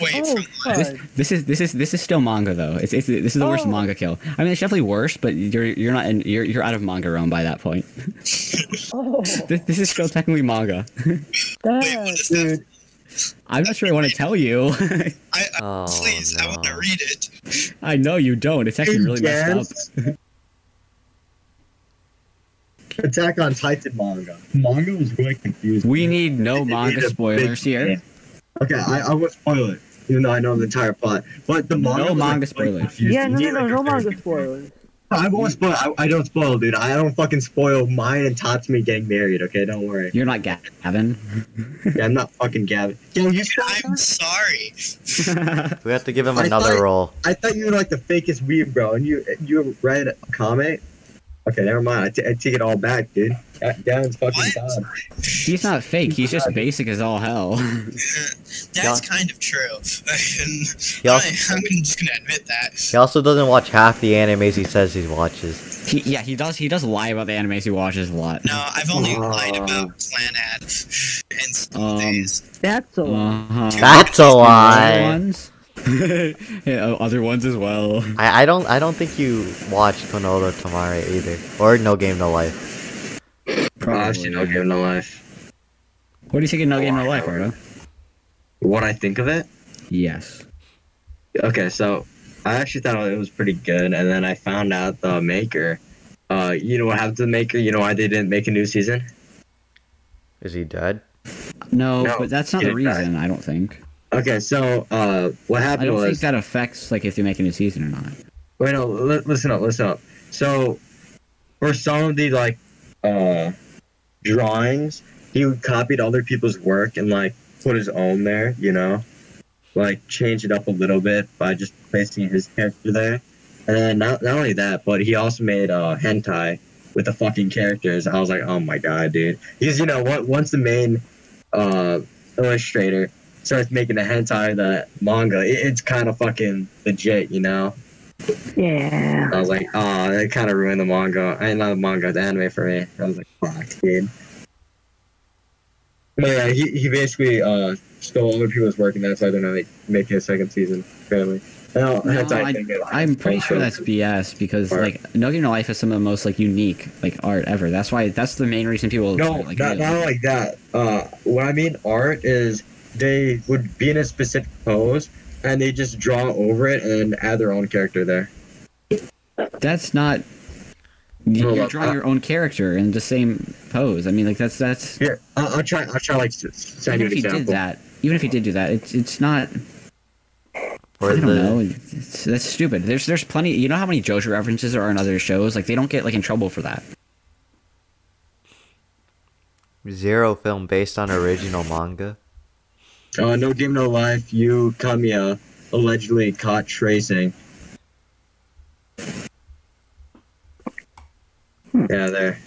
[SPEAKER 4] wait,
[SPEAKER 2] oh,
[SPEAKER 4] from what?
[SPEAKER 1] This,
[SPEAKER 2] God.
[SPEAKER 1] this is this is this is still manga though. It's, it's this is the worst
[SPEAKER 2] Oh.
[SPEAKER 1] manga kill. I mean, it's definitely worse, but you're you're not in, you're you're out of manga realm by that point.
[SPEAKER 2] oh,
[SPEAKER 1] This, this is still technically manga.
[SPEAKER 4] Wait, what
[SPEAKER 2] that.
[SPEAKER 4] is that?
[SPEAKER 3] Dude,
[SPEAKER 1] I'm not sure I want to tell you.
[SPEAKER 4] I, I
[SPEAKER 5] Oh,
[SPEAKER 4] please, I want to
[SPEAKER 5] no.
[SPEAKER 4] read it.
[SPEAKER 1] I know you don't. It's actually really messed up.
[SPEAKER 3] yes. Attack on Titan manga. Manga was really confusing.
[SPEAKER 1] We need no
[SPEAKER 3] It
[SPEAKER 1] Oh, manga
[SPEAKER 3] is a big
[SPEAKER 1] spoilers here.
[SPEAKER 3] fan. Okay, I, I will spoil it, even though I know the entire plot. But the manga.
[SPEAKER 1] No
[SPEAKER 3] was,
[SPEAKER 1] manga
[SPEAKER 3] like,
[SPEAKER 1] spoilers.
[SPEAKER 3] confusing.
[SPEAKER 2] Yeah, no, no,
[SPEAKER 3] Yeah,
[SPEAKER 2] no,
[SPEAKER 3] like,
[SPEAKER 2] no
[SPEAKER 3] very
[SPEAKER 2] manga
[SPEAKER 3] confusing.
[SPEAKER 2] spoilers.
[SPEAKER 3] I won't spoil. I, I don't spoil, dude. I don't fucking spoil mine and Tatsumi getting married. Okay, don't worry.
[SPEAKER 1] You're not Gavin.
[SPEAKER 3] Yeah, I'm not fucking Gavin. Yo, you spoiled
[SPEAKER 4] I'm
[SPEAKER 3] that?
[SPEAKER 4] sorry.
[SPEAKER 5] We have to give him
[SPEAKER 3] I
[SPEAKER 5] another
[SPEAKER 3] thought-
[SPEAKER 5] roll.
[SPEAKER 3] I thought you were like the fakest weeb, bro, and you you read a comment. Okay, never mind. I, t- I take it all back, dude. Ga- Gavin's fucking
[SPEAKER 4] What?
[SPEAKER 3] God.
[SPEAKER 1] He's not fake. He's just basic as all hell.
[SPEAKER 4] That's
[SPEAKER 5] Yeah.
[SPEAKER 4] kind of true.
[SPEAKER 5] He also-
[SPEAKER 4] I, I'm just gonna admit that.
[SPEAKER 5] He also doesn't watch half the animes he says he watches.
[SPEAKER 1] He, yeah, he does. He does lie about the animes he watches a lot.
[SPEAKER 4] No, I've only lied
[SPEAKER 3] Aw.
[SPEAKER 4] about Clan Ad and some
[SPEAKER 1] Um,
[SPEAKER 4] days.
[SPEAKER 2] That's a lot.
[SPEAKER 1] Uh-huh.
[SPEAKER 5] That's a
[SPEAKER 1] Other
[SPEAKER 5] lie.
[SPEAKER 1] ones. yeah, o- other ones as well.
[SPEAKER 5] I, I don't I don't think you watched Konoha Tamare either, or No Game No Life.
[SPEAKER 3] Oh,
[SPEAKER 1] Probably.
[SPEAKER 3] no life.
[SPEAKER 1] What do you think of No Game No Life, Arda?
[SPEAKER 3] What I think of it?
[SPEAKER 1] Yes.
[SPEAKER 3] Okay, so I actually thought it was pretty good, and then I found out the maker. Uh, you know what happened to the maker? You know why they didn't make a new season?
[SPEAKER 5] Is he dead?
[SPEAKER 1] No,
[SPEAKER 3] No,
[SPEAKER 1] but that's not the
[SPEAKER 3] it died.
[SPEAKER 1] reason. I don't think.
[SPEAKER 3] Okay, so uh, what
[SPEAKER 1] I
[SPEAKER 3] happened
[SPEAKER 1] don't think
[SPEAKER 3] was
[SPEAKER 1] that affects like if they make a new season or not.
[SPEAKER 3] wait, no, li- listen up, listen up. So for some of the like uh, drawings, he would copied other people's work and like put his own there, you know, like change it up a little bit by just placing his character there. And then not, not only that, but he also made uh, hentai with the fucking characters. I was like, oh my god, dude, because you know what? Once the main uh, illustrator starts making the hentai, the manga, it, it's kind of fucking legit, you know.
[SPEAKER 2] Yeah.
[SPEAKER 3] I was like, oh, that kind of ruined the manga. I mean, not the manga, the anime for me. I was like, fuck, dude. But yeah, he, he basically uh, stole other people's work, and that's why they're not like, making a second season, apparently. No, that's
[SPEAKER 1] No,
[SPEAKER 3] I
[SPEAKER 1] I-
[SPEAKER 3] think it-
[SPEAKER 1] I'm pretty sure that's BS because
[SPEAKER 3] Or-
[SPEAKER 1] like No Game No Life is some of the most like unique like art ever. That's why that's the main reason people
[SPEAKER 3] No,
[SPEAKER 1] like
[SPEAKER 3] not,
[SPEAKER 1] really
[SPEAKER 3] not
[SPEAKER 1] like-
[SPEAKER 3] like that. Uh, what I mean art is they would be in a specific pose, and they just draw over it and add their own character there.
[SPEAKER 1] that's not you,
[SPEAKER 3] Well,
[SPEAKER 1] you
[SPEAKER 3] uh,
[SPEAKER 1] draw your own character in the same pose. I mean like that's that's
[SPEAKER 3] Here, I'll, I'll try. I'll try like to
[SPEAKER 1] even
[SPEAKER 3] send you
[SPEAKER 1] if
[SPEAKER 3] an
[SPEAKER 1] he did
[SPEAKER 3] example.
[SPEAKER 1] that even if he did do that it's it's not
[SPEAKER 5] Or
[SPEAKER 1] I
[SPEAKER 5] the
[SPEAKER 1] don't know it's, that's stupid. There's there's plenty you know how many JoJo references there are in other shows like they don't get like in trouble for that.
[SPEAKER 5] Zero film based on original manga?
[SPEAKER 3] Uh, no game, no life. You Kamiya allegedly caught tracing. Hmm. Yeah, there.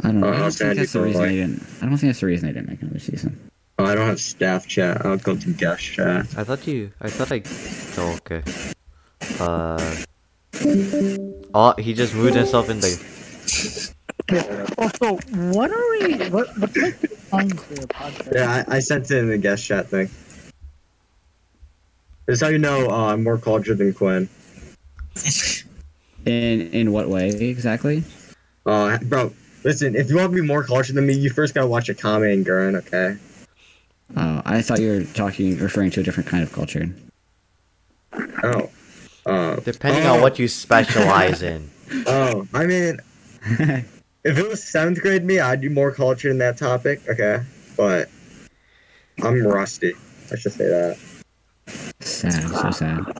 [SPEAKER 1] I don't know.
[SPEAKER 3] Oh,
[SPEAKER 1] I don't
[SPEAKER 3] it's
[SPEAKER 1] think
[SPEAKER 3] gonna be
[SPEAKER 1] that's the
[SPEAKER 3] cool,
[SPEAKER 1] reason
[SPEAKER 3] like-
[SPEAKER 1] I didn't. I don't think that's the reason I didn't make another season.
[SPEAKER 3] Oh, I don't have staff chat. I'll go to guest chat.
[SPEAKER 5] I thought you. I thought I. Oh, okay. Uh. Oh, he just moved himself in the.
[SPEAKER 2] Also, Oh, what are we? What what type of times for the podcast?
[SPEAKER 3] Yeah, I, I sent it in the guest chat thing. That's how you know uh, I'm more cultured than Quinn.
[SPEAKER 1] In in what way exactly?
[SPEAKER 3] Uh, bro, listen, if you want to be more cultured than me, you first gotta watch a comedy and Gurren, okay?
[SPEAKER 1] Oh, I thought you were talking, referring to a different kind of culture.
[SPEAKER 3] Oh. Uh,
[SPEAKER 5] Depending
[SPEAKER 3] oh,
[SPEAKER 5] on what you specialize in.
[SPEAKER 3] Oh, I mean, if it was seventh grade me, I'd be more cultured in that topic, okay? But I'm rusty. I should say that.
[SPEAKER 1] Sad, so sad.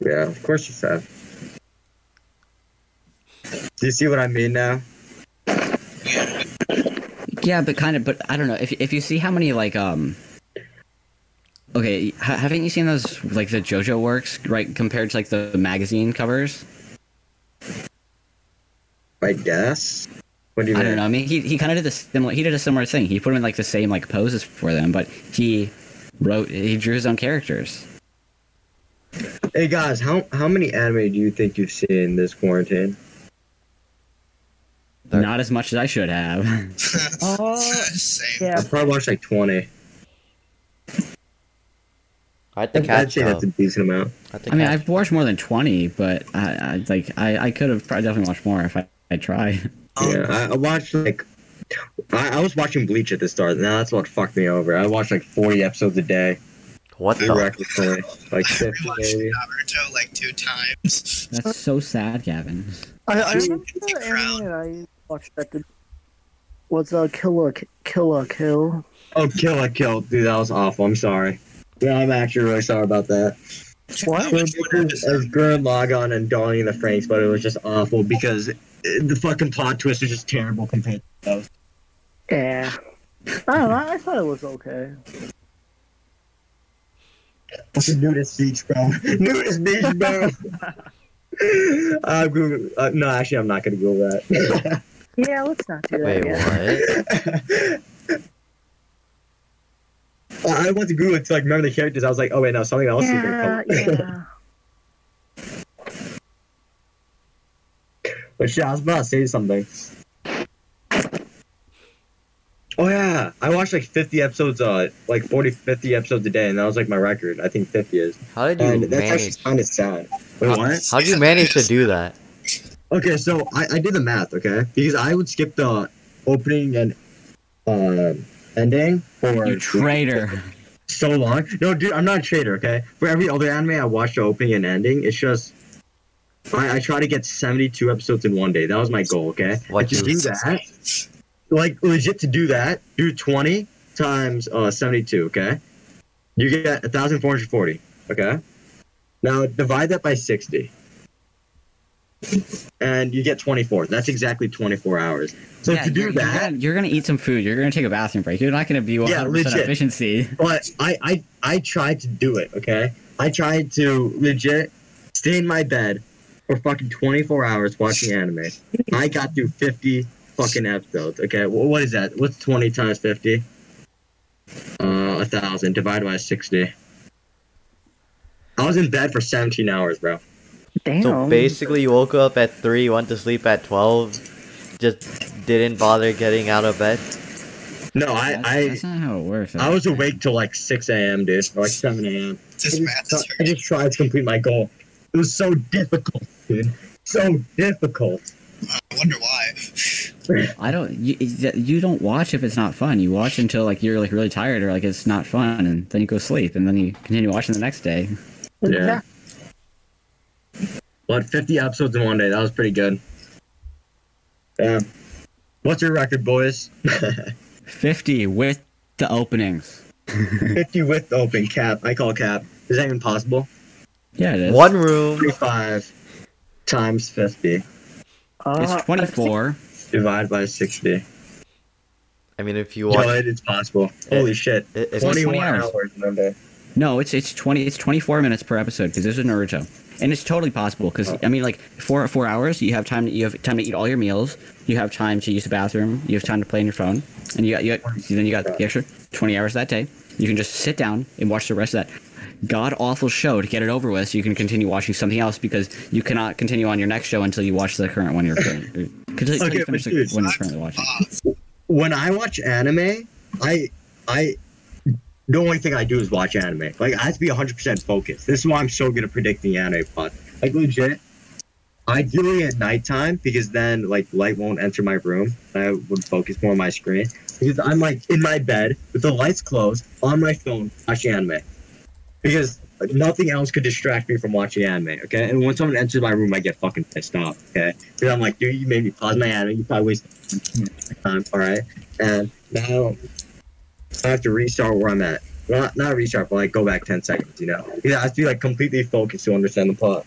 [SPEAKER 3] Yeah, of course you said. Do you see what I mean now?
[SPEAKER 1] Yeah, but kind of, but I don't know. If if you see how many like um. Okay, ha- haven't you seen those like the JoJo works right compared to like the magazine covers?
[SPEAKER 3] I guess. What do you
[SPEAKER 1] I
[SPEAKER 3] mean?
[SPEAKER 1] don't know. I mean, he, he kind of did the similar. He did a similar thing. He put him in like the same like poses for them, but he wrote he drew his own characters.
[SPEAKER 3] Hey guys, how how many anime do you think you've seen this quarantine?
[SPEAKER 5] There-
[SPEAKER 1] Not as much as I should have.
[SPEAKER 4] Same.
[SPEAKER 2] Oh, yeah.
[SPEAKER 3] I've probably watched like twenty.
[SPEAKER 5] I think
[SPEAKER 3] I'd
[SPEAKER 5] catch
[SPEAKER 3] say
[SPEAKER 5] up.
[SPEAKER 3] that's a decent amount.
[SPEAKER 5] I
[SPEAKER 1] I
[SPEAKER 5] think
[SPEAKER 1] mean,
[SPEAKER 5] I-
[SPEAKER 1] I've watched more than twenty, but I, I like I, I could have probably definitely watched more if I, I tried.
[SPEAKER 4] Um,
[SPEAKER 3] yeah, I, I watched like I, I was watching Bleach at the start. Now that's what fucked me over. I watched like forty episodes a day
[SPEAKER 5] What the?
[SPEAKER 3] recklessly, like
[SPEAKER 4] I
[SPEAKER 3] fifty
[SPEAKER 4] rewatched
[SPEAKER 3] maybe.
[SPEAKER 4] Naruto like two times.
[SPEAKER 1] That's so sad, Gavin.
[SPEAKER 2] I, I
[SPEAKER 4] Dude,
[SPEAKER 2] remember um,
[SPEAKER 4] the
[SPEAKER 2] the
[SPEAKER 4] crowd.
[SPEAKER 2] anime that I watched that the, was uh, Kill a Kill a Kill.
[SPEAKER 3] Oh, Kill a Kill, dude, that was awful. I'm sorry. Yeah, I'm actually really sorry about that.
[SPEAKER 4] I
[SPEAKER 3] It
[SPEAKER 4] watched
[SPEAKER 3] was
[SPEAKER 4] one episode.
[SPEAKER 3] Gurren Lagann and Donnie and the Franks, but it was just awful because uh, the fucking plot twist was just terrible compared.
[SPEAKER 2] Yeah. I don't know. I thought it was okay.
[SPEAKER 3] What's a nudist beach, bro? Nudist beach, bro. uh, Google, uh, no, actually, I'm not gonna Google that.
[SPEAKER 2] Yeah, let's not do that.
[SPEAKER 5] Wait,
[SPEAKER 2] again.
[SPEAKER 5] what?
[SPEAKER 3] I I went to Google to like remember the characters. I was like, oh wait, no, something else. is
[SPEAKER 2] Yeah,
[SPEAKER 3] gonna come.
[SPEAKER 2] yeah.
[SPEAKER 3] But shit, I was about to say something. Oh yeah, I watched like 50 episodes, uh, like 40, 50 episodes a day, and that was like my record. I think 50 is,
[SPEAKER 5] How did
[SPEAKER 3] and
[SPEAKER 5] you
[SPEAKER 3] that's
[SPEAKER 5] manage?
[SPEAKER 3] actually kind of sad. Wait,
[SPEAKER 5] How,
[SPEAKER 3] what?
[SPEAKER 5] how'd you manage to do that?
[SPEAKER 3] Okay, so I, I did the math, okay, because I would skip the opening and uh, ending for
[SPEAKER 1] You traitor.
[SPEAKER 3] so long. No, dude, I'm not a traitor, okay? For every other anime I watch the opening and ending, it's just I, I try to get 72 episodes in one day. That was my goal, okay?
[SPEAKER 5] What
[SPEAKER 3] And to
[SPEAKER 5] you-
[SPEAKER 3] do that, like legit to do that, do 20 times uh 72, okay? You get 1440, okay? Now divide that by 60. And you get 24. That's exactly 24 hours. So
[SPEAKER 1] yeah,
[SPEAKER 3] to do
[SPEAKER 1] you're,
[SPEAKER 3] that,
[SPEAKER 1] you're gonna, you're gonna eat some food. You're gonna take a bathroom break. You're not gonna be 100 percent
[SPEAKER 3] legit.
[SPEAKER 1] efficiency.
[SPEAKER 3] but I, I I tried to do it, okay? I tried to legit stay in my bed for fucking 24 hours watching anime. I got through 50 fucking episodes, okay? Wh- what is that? What's 20 times 50? Uh, a thousand divided by 60. I was in bed for 17 hours, bro.
[SPEAKER 2] Damn.
[SPEAKER 5] So basically, you woke up at three, went to sleep at twelve, just didn't bother getting out of bed.
[SPEAKER 3] No,
[SPEAKER 1] that's,
[SPEAKER 3] I
[SPEAKER 1] that's not how it works.
[SPEAKER 3] I, I was awake till like 6 a.m., dude, or like 7 a.m.
[SPEAKER 4] This
[SPEAKER 3] I
[SPEAKER 4] math
[SPEAKER 3] just,
[SPEAKER 4] is
[SPEAKER 3] I
[SPEAKER 4] hurting.
[SPEAKER 3] just tried to complete my goal. It was so difficult, dude. So difficult.
[SPEAKER 4] I wonder why.
[SPEAKER 1] I don't. You, you don't watch if it's not fun. You watch until like you're like really tired or like it's not fun, and then you go sleep, and then you continue watching the next day.
[SPEAKER 3] Yeah. But 50 episodes in one day, that was pretty good. Yeah. What's your record, boys?
[SPEAKER 1] 50 with the openings.
[SPEAKER 3] 50 with open cap. I call cap. Is that even possible?
[SPEAKER 1] Yeah, it is.
[SPEAKER 5] One room.
[SPEAKER 3] 35 times 50
[SPEAKER 2] Uh,
[SPEAKER 1] It's 24.
[SPEAKER 3] divided by 60.
[SPEAKER 5] I mean, if you
[SPEAKER 3] Yo,
[SPEAKER 5] want,
[SPEAKER 3] it is possible. Holy shit.
[SPEAKER 5] i- if,
[SPEAKER 1] 20
[SPEAKER 5] you-
[SPEAKER 3] 21
[SPEAKER 1] hours.
[SPEAKER 3] hours in one day.
[SPEAKER 1] No, it's it's twenty it's twenty four minutes per episode because this is Naruto, and it's totally possible because I mean like four four hours you have time you have time to eat all your meals you have time to use the bathroom you have time to play on your phone and you got you got then you got the extra twenty hours that day you can just sit down and watch the rest of that god awful show to get it over with so you can continue watching something else because you cannot continue on your next show until you watch the current one you're current, until until
[SPEAKER 3] Okay,
[SPEAKER 1] you finish
[SPEAKER 3] but
[SPEAKER 1] the
[SPEAKER 3] dude,
[SPEAKER 1] one you're currently watching.
[SPEAKER 4] off.
[SPEAKER 3] when I watch anime, I I the only thing I do is watch anime. Like I have to be 100% focused. This is why I'm so good at predicting anime plot. Like legit, I do it at nighttime because then like light won't enter my room. And I would focus more on my screen because I'm like in my bed with the lights closed on my phone watching anime because like, nothing else could distract me from watching anime. Okay, and when someone enters my room, I get fucking pissed off. Okay, because I'm like, dude, you made me pause my anime. You probably wasted time. All right, and now I have to restart where I'm at. Well, not, not restart, but like go back ten seconds. You know, yeah, I have to be like completely focused to understand the plot.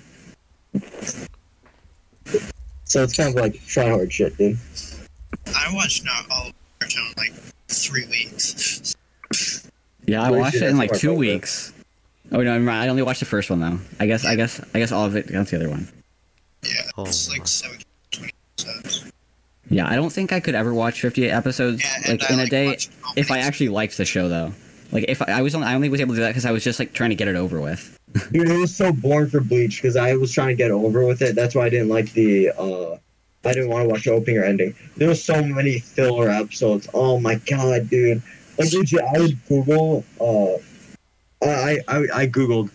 [SPEAKER 3] So it's kind of like try hard shit, dude.
[SPEAKER 4] I watched not all of Naruto in like three weeks.
[SPEAKER 1] Yeah, I
[SPEAKER 3] Holy
[SPEAKER 1] watched
[SPEAKER 3] shit,
[SPEAKER 1] it in
[SPEAKER 3] that's
[SPEAKER 1] like
[SPEAKER 3] what I
[SPEAKER 1] two
[SPEAKER 3] thought, yeah.
[SPEAKER 1] weeks. Oh no, never mind. I only watched the first one though. I guess I guess I guess all of it. That's the other one.
[SPEAKER 4] Yeah,
[SPEAKER 5] Oh
[SPEAKER 4] it's
[SPEAKER 5] my.
[SPEAKER 4] like 7, 20 episodes.
[SPEAKER 1] Yeah, I don't think I could ever watch 50 episodes
[SPEAKER 4] Yeah, and
[SPEAKER 1] like
[SPEAKER 4] I
[SPEAKER 1] in a
[SPEAKER 4] like
[SPEAKER 1] day
[SPEAKER 4] watching all
[SPEAKER 1] if I
[SPEAKER 4] these.
[SPEAKER 1] actually liked the show though. Like if I, I was only I only was able to do that because I was just like trying to get it over with.
[SPEAKER 3] Dude, it was so boring for Bleach because I was trying to get over with it. That's why I didn't like the. uh I didn't want to watch the opening or ending. There was so many filler episodes. Oh my god, dude! Like, dude, I would Google. Uh, I I I googled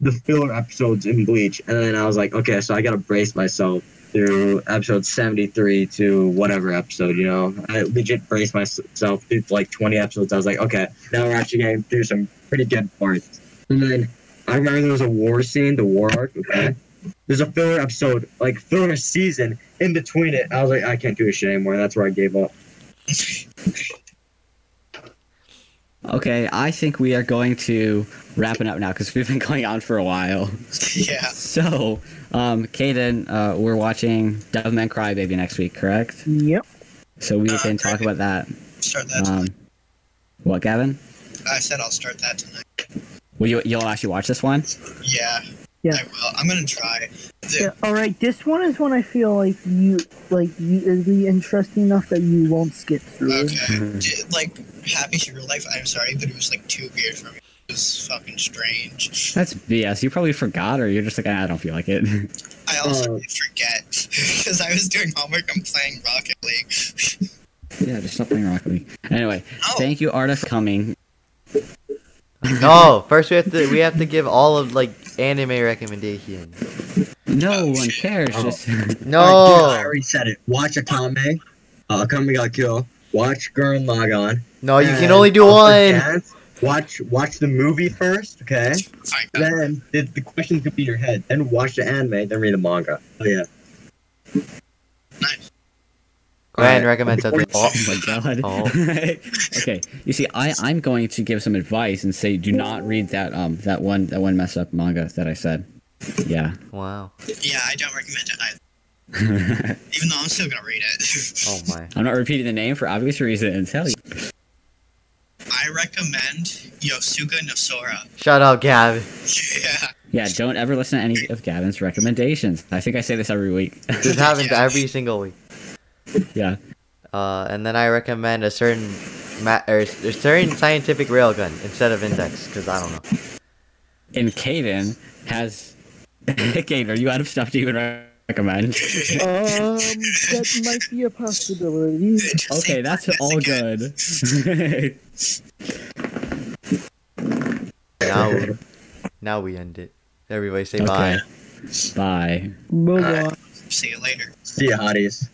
[SPEAKER 3] the filler episodes in Bleach, and then I was like, okay, so I gotta brace myself through episode seventy-three to whatever episode. You know, I legit braced myself through like twenty episodes. I was like, okay, now we're actually getting through some pretty good parts. And then I remember there was a war scene, the war arc. Okay, there's a filler episode, like filler season in between it. I was like, I can't do this shit anymore. That's where I gave up.
[SPEAKER 1] Okay, I think we are going to wrap it up now because we've been going on for a while.
[SPEAKER 4] Yeah,
[SPEAKER 1] So, um, Kaden, uh, we're watching Devilman Crybaby next week, correct?
[SPEAKER 2] Yep.
[SPEAKER 1] So we
[SPEAKER 4] Uh,
[SPEAKER 1] can talk about that.
[SPEAKER 4] start that.
[SPEAKER 1] Um, what, Gavin?
[SPEAKER 4] I said I'll start that tonight.
[SPEAKER 1] Will you you'll actually watch this one?
[SPEAKER 4] Yeah,
[SPEAKER 2] Yeah.
[SPEAKER 4] I will. I'm gonna try. The-
[SPEAKER 2] Yeah, all right. This one is one I feel like you like you it'll be interesting enough that you won't skip through.
[SPEAKER 4] Okay. D- like, happy to your life. I'm sorry, but it was like too weird for me. It was fucking strange.
[SPEAKER 1] That's BS. You probably forgot, or you're just like, "Ah, I don't feel like it.
[SPEAKER 4] I also
[SPEAKER 3] Uh,
[SPEAKER 4] did forget because I was doing homework. I'm playing Rocket League.
[SPEAKER 1] yeah, there's something wrong with me. Anyway,
[SPEAKER 4] Oh.
[SPEAKER 1] thank you, Arda, for coming.
[SPEAKER 5] No, first we have to we have to give all of like anime recommendations.
[SPEAKER 1] No
[SPEAKER 4] Oh,
[SPEAKER 1] one
[SPEAKER 4] shit.
[SPEAKER 1] cares.
[SPEAKER 3] Oh.
[SPEAKER 1] Just
[SPEAKER 3] Alright, dude, I
[SPEAKER 5] No,
[SPEAKER 3] already said it. Watch Akame. Uh, Akame got killed. Watch Gurren Lagann.
[SPEAKER 5] no, Oh, you can
[SPEAKER 3] And,
[SPEAKER 5] only do
[SPEAKER 3] uh, for
[SPEAKER 5] one.
[SPEAKER 3] dance, Watch watch the movie first, okay?
[SPEAKER 4] I got
[SPEAKER 3] Then the, the questions could be in your head. Then watch the anime. Then read the manga. Oh yeah.
[SPEAKER 4] nice.
[SPEAKER 5] Ryan
[SPEAKER 3] Alright.
[SPEAKER 5] recommends something.
[SPEAKER 1] oh
[SPEAKER 5] Oh,
[SPEAKER 1] my god.
[SPEAKER 5] Oh.
[SPEAKER 1] okay, you see, I I'm going to give some advice and say, do not read that um that one that one messed up manga that I said. Yeah.
[SPEAKER 5] Oh, wow.
[SPEAKER 4] Yeah, I don't recommend it either. Even though I'm still gonna read it.
[SPEAKER 5] Oh my.
[SPEAKER 1] I'm not repeating the name for obvious reasons. Hell, yeah.
[SPEAKER 4] I recommend Yosuga no Sora.
[SPEAKER 5] Shut up, Gavin.
[SPEAKER 4] Yeah.
[SPEAKER 1] yeah. Don't ever listen to any of Gavin's recommendations. I think I say this every week.
[SPEAKER 5] This happens
[SPEAKER 4] Yeah.
[SPEAKER 5] every single week.
[SPEAKER 1] yeah.
[SPEAKER 5] Uh, and then I recommend a certain ma- or a certain scientific railgun instead of index because I don't know.
[SPEAKER 1] And Kaden has. Kaden, are you out of stuff to even recommend?
[SPEAKER 2] Um, that might be a possibility.
[SPEAKER 4] Just
[SPEAKER 1] Okay,
[SPEAKER 4] say
[SPEAKER 1] that's
[SPEAKER 4] yes
[SPEAKER 1] all
[SPEAKER 4] again.
[SPEAKER 1] good.
[SPEAKER 5] Now, we- now we end it. Everybody say bye.
[SPEAKER 1] Okay. Bye.
[SPEAKER 2] Move
[SPEAKER 4] Alright.
[SPEAKER 2] on.
[SPEAKER 4] See you later.
[SPEAKER 3] See ya, hotties.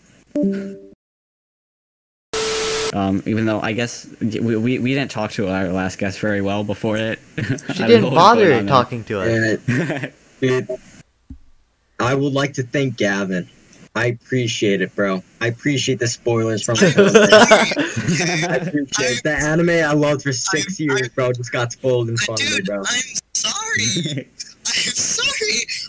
[SPEAKER 1] Um, even though I guess we, we, we didn't talk to our last guest very well before it.
[SPEAKER 5] She didn't bother talking to us.
[SPEAKER 3] And
[SPEAKER 1] talking.
[SPEAKER 3] Dude, I would like to thank Gavin. I appreciate it, bro. I appreciate the spoilers from the I appreciate it. the anime I loved for six
[SPEAKER 4] I- I-
[SPEAKER 3] years, bro. Just got spoiled in front of me,
[SPEAKER 4] Dude,
[SPEAKER 3] bro.
[SPEAKER 4] I'm sorry. I'm sorry.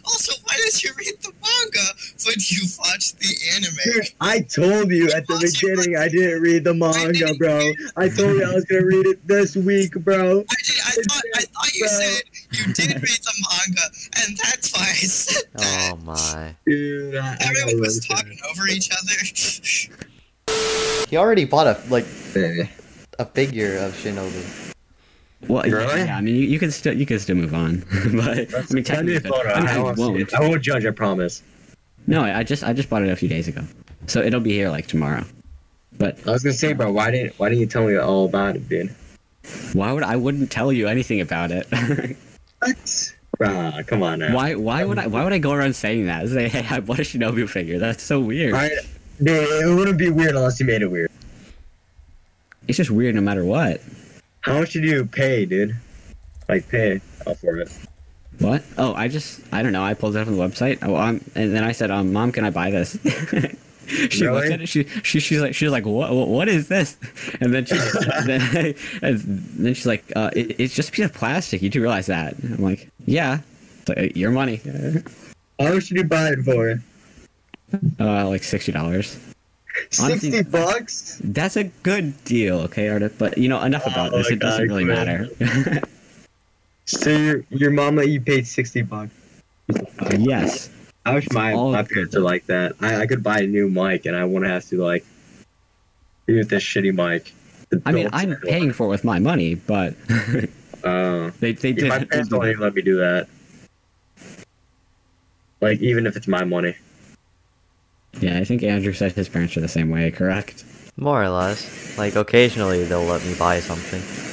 [SPEAKER 4] Also, why did you read the manga when you watched the anime?
[SPEAKER 3] Dude, I told you at the beginning I didn't read the manga, bro. I told you I was gonna read it this week, bro.
[SPEAKER 4] I, did, I thought I you
[SPEAKER 2] So-
[SPEAKER 4] said you did read the manga, and that's why I said that.
[SPEAKER 5] Oh my.
[SPEAKER 3] Dude, I, I got
[SPEAKER 4] Everyone was
[SPEAKER 3] really
[SPEAKER 4] talking over each other.
[SPEAKER 5] He already bought a like
[SPEAKER 3] Yeah.
[SPEAKER 5] a figure of Shinobi.
[SPEAKER 1] Well, yeah,
[SPEAKER 3] Really?
[SPEAKER 1] yeah, I mean, you, you can still you can still move on, but I mean,
[SPEAKER 3] Send me
[SPEAKER 1] technically,
[SPEAKER 3] a photo.
[SPEAKER 1] I, mean,
[SPEAKER 3] uh, I
[SPEAKER 1] I
[SPEAKER 3] wanna see
[SPEAKER 1] won't.
[SPEAKER 3] it. I won't judge. I promise.
[SPEAKER 1] No, I I just I just bought it a few days ago, so it'll be here like tomorrow. But
[SPEAKER 3] I was gonna say, bro, why didn't why didn't you tell me all about it, dude?
[SPEAKER 1] why would I wouldn't tell you anything about it?
[SPEAKER 3] What? Bruh, come on now.
[SPEAKER 1] why why would I why would I go around saying that? Say, hey, I bought a Shinobi figure. That's so weird.
[SPEAKER 3] All right, dude, it wouldn't be weird unless you made it weird.
[SPEAKER 1] It's just weird no matter what.
[SPEAKER 3] How much did you pay, dude? Like pay oh, for it?
[SPEAKER 1] What? Oh, I just I don't know. I pulled it up on the website. Oh, um, and then I said, um, mom, can I buy this? she looked
[SPEAKER 3] Really?
[SPEAKER 1] at it. She, she she's like she's like what what, what is this? And then she and then, and then she's like, uh, it, it's just a piece of plastic. You do realize that? I'm like, yeah. It's like, your money.
[SPEAKER 3] How much did you buy it for?
[SPEAKER 1] Uh, like sixty dollars. Honestly-
[SPEAKER 3] Sixty bucks?
[SPEAKER 1] That's a good deal, okay, Arda. But you know, enough about
[SPEAKER 3] Oh
[SPEAKER 1] this.
[SPEAKER 3] my
[SPEAKER 1] It doesn't
[SPEAKER 3] God,
[SPEAKER 1] really matter.
[SPEAKER 3] man. So your your mama, you paid sixty bucks.
[SPEAKER 1] yes.
[SPEAKER 3] I wish my,
[SPEAKER 1] all
[SPEAKER 3] my
[SPEAKER 1] good.
[SPEAKER 3] parents were like that. I, I could buy a new mic and I wouldn't have to like do with this shitty mic. The
[SPEAKER 1] I mean,
[SPEAKER 3] built-
[SPEAKER 1] I'm paying for it with my money, but
[SPEAKER 3] Oh.
[SPEAKER 1] they they
[SPEAKER 3] Yeah,
[SPEAKER 1] did.
[SPEAKER 3] my parents don't even let me do that. Like even if it's my money.
[SPEAKER 1] Yeah, I think Andrew said his parents are the same way. Correct.
[SPEAKER 5] More or less. Like occasionally they'll let me buy something.